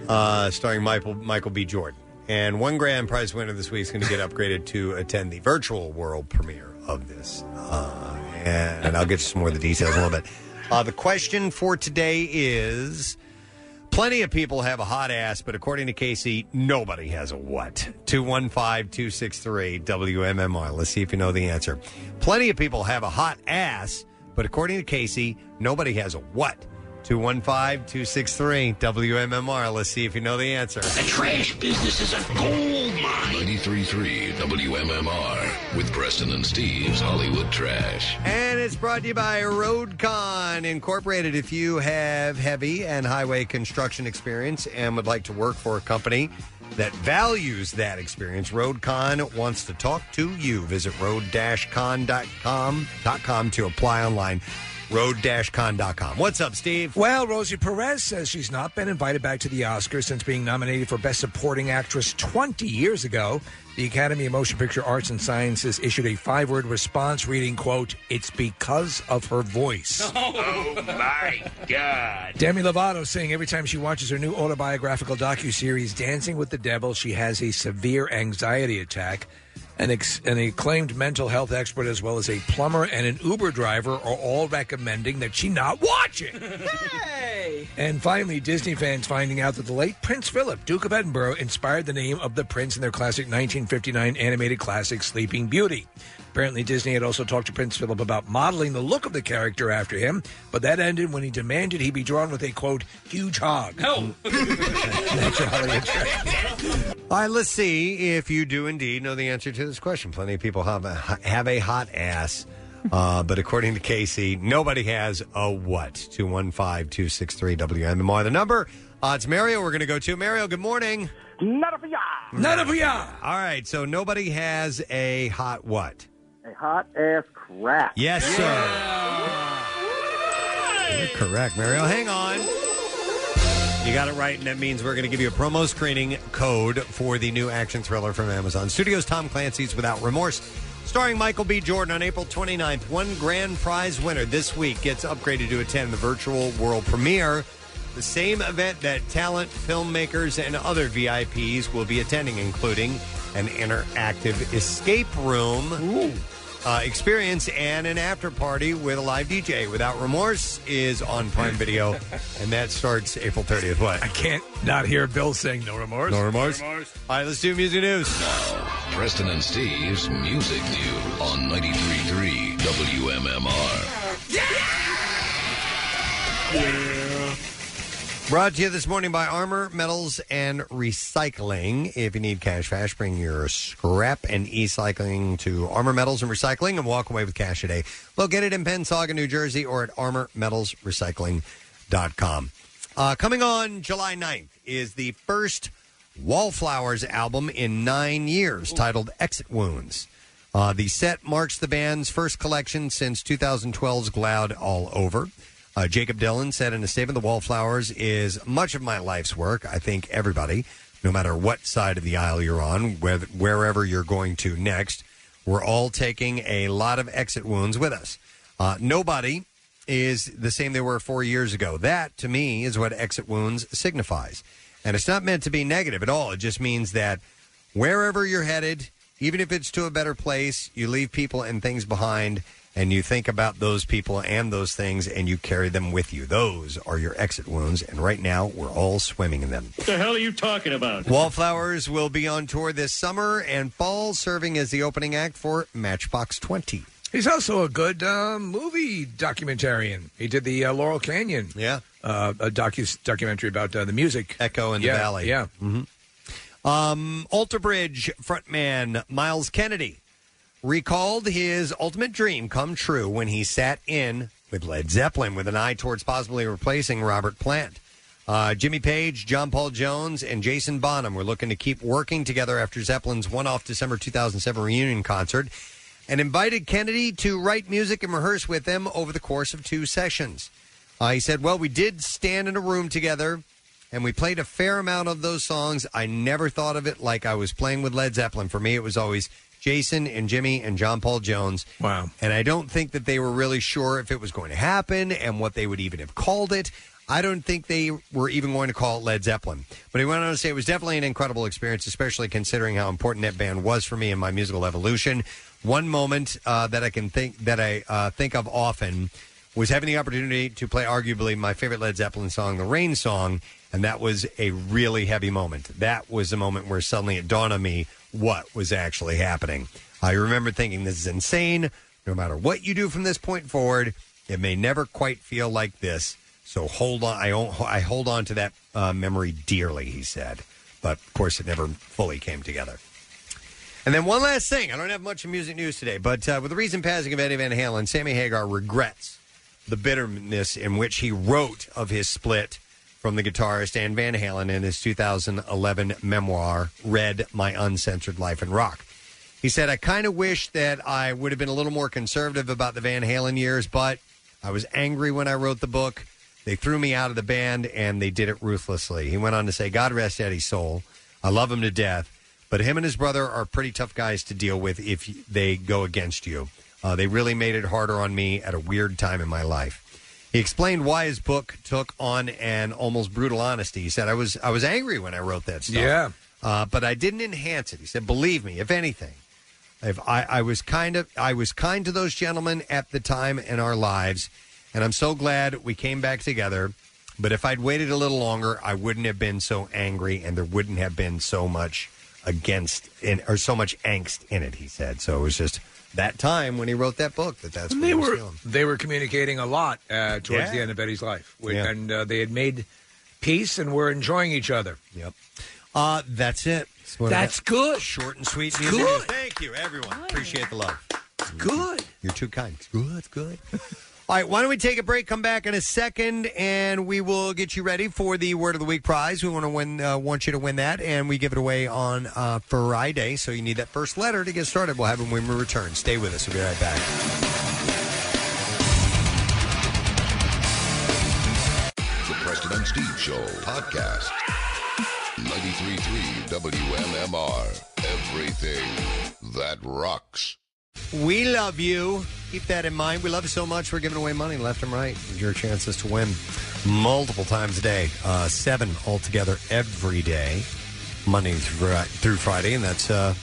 S2: uh, starring Michael Michael B. Jordan. And one grand prize winner this week is going to get upgraded to attend the virtual world premiere of this. Uh, and I'll get you some more of the details in a little bit. Uh, the question for today is plenty of people have a hot ass, but according to Casey, nobody has a what? 215 263 WMMR. Let's see if you know the answer. Plenty of people have a hot ass, but according to Casey, nobody has a what? 215 263 WMMR. Let's see if you know the answer.
S23: The trash business is a gold mine.
S1: 93.3 WMMR with Preston and Steve's Hollywood Trash.
S2: And it's brought to you by RoadCon Incorporated. If you have heavy and highway construction experience and would like to work for a company that values that experience, RoadCon wants to talk to you. Visit road-con.com .com to apply online. Road-con.com. What's up, Steve?
S4: Well, Rosie Perez says she's not been invited back to the Oscars since being nominated for Best Supporting Actress 20 years ago. The Academy of Motion Picture Arts and Sciences issued a five-word response reading, quote, It's because of her voice.
S23: Oh, my God.
S4: Demi Lovato saying every time she watches her new autobiographical docuseries, Dancing with the Devil, she has a severe anxiety attack. An, ex- an acclaimed mental health expert, as well as a plumber and an Uber driver, are all recommending that she not watch it.
S12: Hey!
S4: And finally, Disney fans finding out that the late Prince Philip, Duke of Edinburgh, inspired the name of the prince in their classic 1959 animated classic Sleeping Beauty. Apparently, Disney had also talked to Prince Philip about modeling the look of the character after him, but that ended when he demanded he be drawn with a quote, huge hog.
S2: No.
S4: That's your Hollywood
S2: All right, let's see if you do indeed know the answer to this question. Plenty of people have a, have a hot ass, uh, but according to Casey, nobody has a what? 215 263 WMMR. The number, uh, it's Mario we're going to go to. Mario, good morning.
S13: Not a
S4: None of you. All
S2: right, so nobody has a hot what?
S13: A hot ass crap.
S2: Yes, sir. You're correct, Mario. Hang on. You got it right, and that means we're going to give you a promo screening code for the new action thriller from Amazon Studios, Tom Clancy's Without Remorse, starring Michael B. Jordan on April 29th. One grand prize winner this week gets upgraded to attend the virtual world premiere, the same event that talent, filmmakers, and other VIPs will be attending, including an interactive escape room. Uh, experience and an after party with a live DJ. Without Remorse is on Prime Video, and that starts April 30th. What? I
S4: can't not hear Bill saying no remorse.
S2: No remorse. All right, let's do music news.
S1: Preston and Steve's Music News on 93.3 WMMR.
S2: Brought to you this morning by Armor Metals and Recycling. If you need cash fast, bring your scrap and e-cycling to Armor Metals and Recycling and walk away with cash today. Located in Pensacola, New Jersey, or at armormetalsrecycling.com. Uh, coming on July 9th is the first Wallflowers album in nine years, titled Exit Wounds. Uh, the set marks the band's first collection since 2012's Gloud All Over. Uh, Jacob Dylan said in a statement, The Wallflowers is much of my life's work. I think everybody, no matter what side of the aisle you're on, whether, wherever you're going to next, we're all taking a lot of exit wounds with us. Uh, nobody is the same they were four years ago. That, to me, is what exit wounds signifies. And it's not meant to be negative at all. It just means that wherever you're headed, even if it's to a better place, you leave people and things behind and you think about those people and those things and you carry them with you. Those are your exit wounds. And right now, we're all swimming in them.
S26: What the hell are you talking about?
S2: Wallflowers will be on tour this summer and fall, serving as the opening act for Matchbox 20.
S4: He's also a good uh, movie documentarian. He did the uh, Laurel Canyon,
S2: yeah,
S4: uh, a docu- documentary about uh, the music
S2: Echo in the
S4: yeah,
S2: Valley.
S4: Yeah,
S2: Um, Alter Bridge frontman Miles Kennedy recalled his ultimate dream come true when he sat in with Led Zeppelin with an eye towards possibly replacing Robert Plant. Uh, Jimmy Page, John Paul Jones, and Jason Bonham were looking to keep working together after Zeppelin's one off December 2007 reunion concert and invited Kennedy to write music and rehearse with them over the course of two sessions. Uh, he said, Well, we did stand in a room together and we played a fair amount of those songs. I never thought of it like I was playing with Led Zeppelin. For me, it was always Jason and Jimmy and John Paul Jones. Wow. And I don't think that they were really sure if it was going to happen and what they would even have called it. I don't think they were even going to call it Led Zeppelin. But he went on to say it was definitely an incredible experience, especially considering how important that band was for me in my musical evolution. One moment uh, that I can think that I uh, think of often was having the opportunity to play arguably my favorite Led Zeppelin song, the Rain Song, and that was a really heavy moment. That was the moment where suddenly it dawned on me what was actually happening. I remember thinking, this is insane. No matter what you do from this point forward, it may never quite feel like this. So hold on. I, don't- I hold on to that uh, memory dearly, he said. But of course, it never fully came together. And then one last thing. I don't have much music news today, but uh, with the recent passing of Eddie Van Halen, Sammy Hagar regrets the bitterness in which he wrote of his split from the guitarist and Van Halen in his 2011 memoir, Read My Uncensored Life in Rock. He said, I kind of wish that I would have been a little more conservative about the Van Halen years, but I was angry when I wrote the book. They threw me out of the band and they did it ruthlessly. He went on to say, God rest Eddie's soul. I love him to death, but him and his brother are pretty tough guys to deal with if they go against you. Uh, they really made it harder on me at a weird time in my life. He explained why his book took on an almost brutal honesty. He said, "I was I was angry when I wrote that stuff.
S4: Yeah.
S2: uh, but I didn't enhance it." He said, "Believe me, if anything, if I, I was kind of I was kind to those gentlemen at the time in our lives, and I'm so glad we came back together. But if I'd waited a little longer, I wouldn't have been so angry, and there wouldn't have been so much against in, or so much angst in it." He said. So it was just that time when he wrote that book that that's what
S4: they
S2: he was
S4: were
S2: feeling.
S4: they were communicating a lot uh, towards
S2: Yeah.
S4: the end of Eddie's life, We-
S2: Yeah.
S4: and uh, they had made peace and were enjoying each other.
S2: Yep. Uh, that's it. That's,
S4: what That's I- good.
S2: Short and sweet.
S4: It's
S2: music.
S4: good.
S2: Thank you, everyone. Appreciate the love.
S4: Good.
S2: You're too kind. It's good. It's good. All right, why don't we take a break? Come back in a second, and we will get you ready for the Word of the Week prize. We want to win, uh, want you to win that, and we give it away on uh, Friday. So you need that first letter to get started. We'll have them when we return. Stay with us. We'll be right back.
S1: The Preston and Steve Show podcast. 93.3 WMMR. Everything that rocks.
S2: We love you. Keep that in mind. We love you so much. We're giving away money left and right. Here's Your chances to win multiple times a day, uh, seven altogether every day, Monday through Fri- through Friday, and that's uh,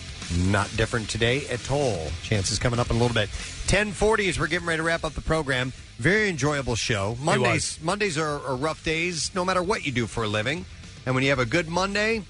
S2: not different today at all. Chances coming up in a little bit. Ten forty as we're getting ready to wrap up the program. Very enjoyable show. Mondays Mondays are, are rough days, no matter what you do for a living, and when you have a good Monday,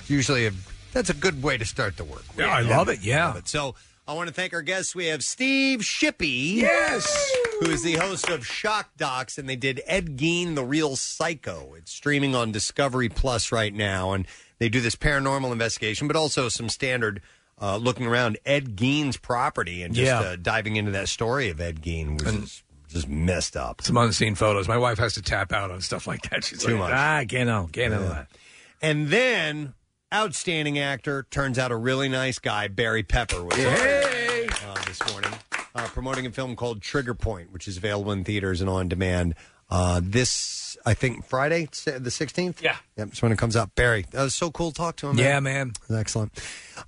S2: it's usually a, that's a good way to start the work.
S4: Yeah, I love it. Yeah.
S2: Love it. So I want to thank our guests. We have Steve Shippey.
S4: Yes.
S2: Who is the host of Shock Docs, and they did Ed Gein, The Real Psycho. It's streaming on Discovery Plus right now, and they do this paranormal investigation, but also some standard uh, looking around Ed Gein's property and just
S4: Yeah.
S2: uh, diving into that story of Ed Gein, which is just messed up.
S4: Some unseen photos. My wife has to tap out on stuff like that. She's
S2: Too much.
S4: like, Ah, I can't handle, can't handle
S2: Yeah.
S4: that.
S2: And then, outstanding actor, turns out a really nice guy, Barry Pepper, was on, uh, this morning uh, promoting a film called Trigger Point, which is available in theaters and on demand. Uh, this, I think, Friday, s- the 16th? Yeah. Yep, it's when it comes out. Barry, that was so cool to talk to him.
S4: Yeah,
S2: man. It was Excellent.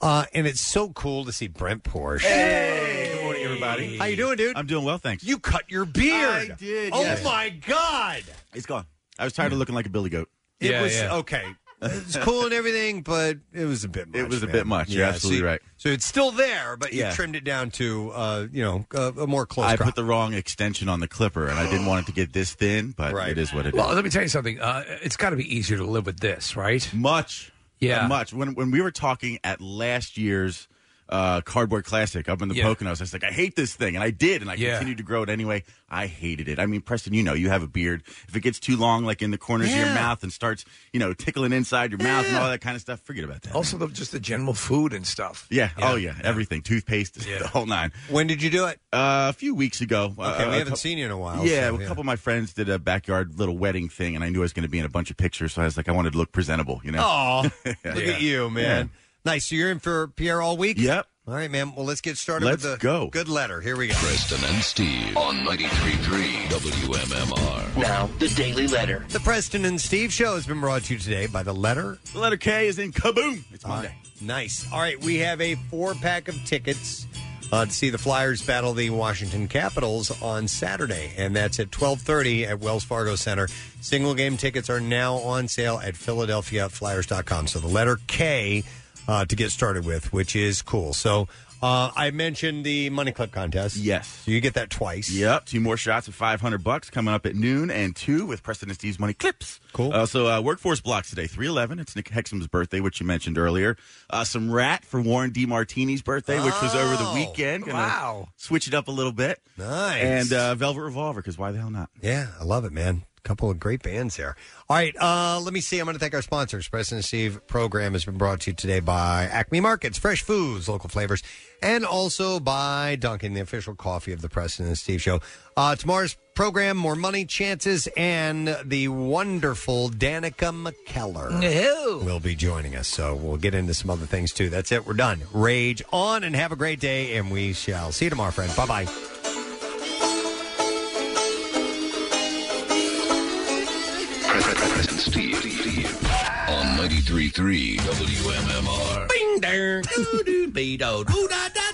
S2: Uh, and it's so cool to see Brent Porsche.
S22: Hey, good morning, everybody.
S2: How you doing, dude?
S22: I'm doing well, thanks.
S2: You cut your beard.
S22: I did.
S2: Oh,
S22: yes.
S2: my God.
S22: It's gone. I was tired of looking like a billy goat.
S2: It was okay. It's cool and everything, but it was a bit much.
S22: It was a
S2: man.
S22: bit much. You're
S2: Yeah,
S22: absolutely
S2: so you-
S22: right.
S2: So it's still there, but you
S22: Yeah.
S2: trimmed it down to uh, you know a, a more close.
S22: I
S2: crop.
S22: put the wrong extension on the clipper, and I didn't want it to get this thin, but it is what it is.
S4: Well, let me tell you something. Uh, it's got to be easier to live with this, right?
S22: Much. Uh,
S4: Yeah.
S22: much. When when we were talking at last year's uh, cardboard classic up in the
S4: Yeah.
S22: Poconos, I was like, I hate this thing, and I did, and I
S4: Yeah.
S22: continued to grow it anyway. I hated it. I mean, Preston, you know, you have a beard. If it gets too long, like in the corners of
S4: Yeah.
S22: your mouth, and starts, you know, tickling inside your mouth and all that kind of stuff, forget about that.
S4: Also, the, just the general food and stuff.
S22: Yeah. Oh yeah. Everything. Toothpaste. The whole nine.
S2: When did you do it?
S22: Uh, a few weeks ago. Okay.
S2: we haven't seen you in a while,
S22: Yeah.
S2: so,
S22: a
S2: yeah.
S22: couple of my friends did a backyard little wedding thing, and I knew I was going to be in a bunch of pictures, so I was like, I wanted to look presentable. You know.
S2: Aw,
S22: Yeah.
S2: look at you, man. Nice. So you're in for Pierre all week.
S22: Yep.
S2: All right, man. Well, let's get started
S22: Let's
S2: with the
S22: go.
S2: good letter. Here we go.
S1: Preston and Steve on 93.3 WMMR.
S2: Now,
S1: the Daily Letter.
S2: The Preston and Steve show has been brought to you today by the letter
S22: The letter K is in kaboom. It's
S2: Monday. nice. All right, we have a four pack of tickets uh, to see the Flyers battle the Washington Capitals on Saturday, and that's at 12:30 at Wells Fargo Center. Single game tickets are now on sale at PhiladelphiaFlyers.com. So the letter K uh, to get started with, which is cool. So uh, I mentioned the money clip contest.
S22: Yes.
S2: So you get that twice.
S22: Yep. Two more shots at 500 bucks coming up at noon and two with Preston and Steve's Money Clips. Cool. Uh, so, uh, workforce blocks today 311. It's Nick Hexum's birthday, which you mentioned earlier. Uh, some rat for Warren D. Martini's birthday, which was over the weekend. Gonna
S2: Oh, wow.
S22: Switch it up a little bit.
S2: Nice.
S22: And uh, Velvet Revolver, because why the hell not?
S2: Yeah, I love it, man. Couple of great bands there. All right, uh, let me see. I'm going to thank our sponsors. President Steve program has been brought to you today by Acme Markets, fresh foods, local flavors, and also by Dunkin', the official coffee of the President Steve Show. Uh, tomorrow's program: more money, chances, and the wonderful Danica McKellar will be joining us. So we'll get into some other things too. That's it. We're done. Rage on and have a great day, and we shall see you tomorrow, friend. Bye bye.
S1: Preston Steve on 93.3 WMMR.
S12: Bing, dang, doo, doo, be, do, doo, da, da.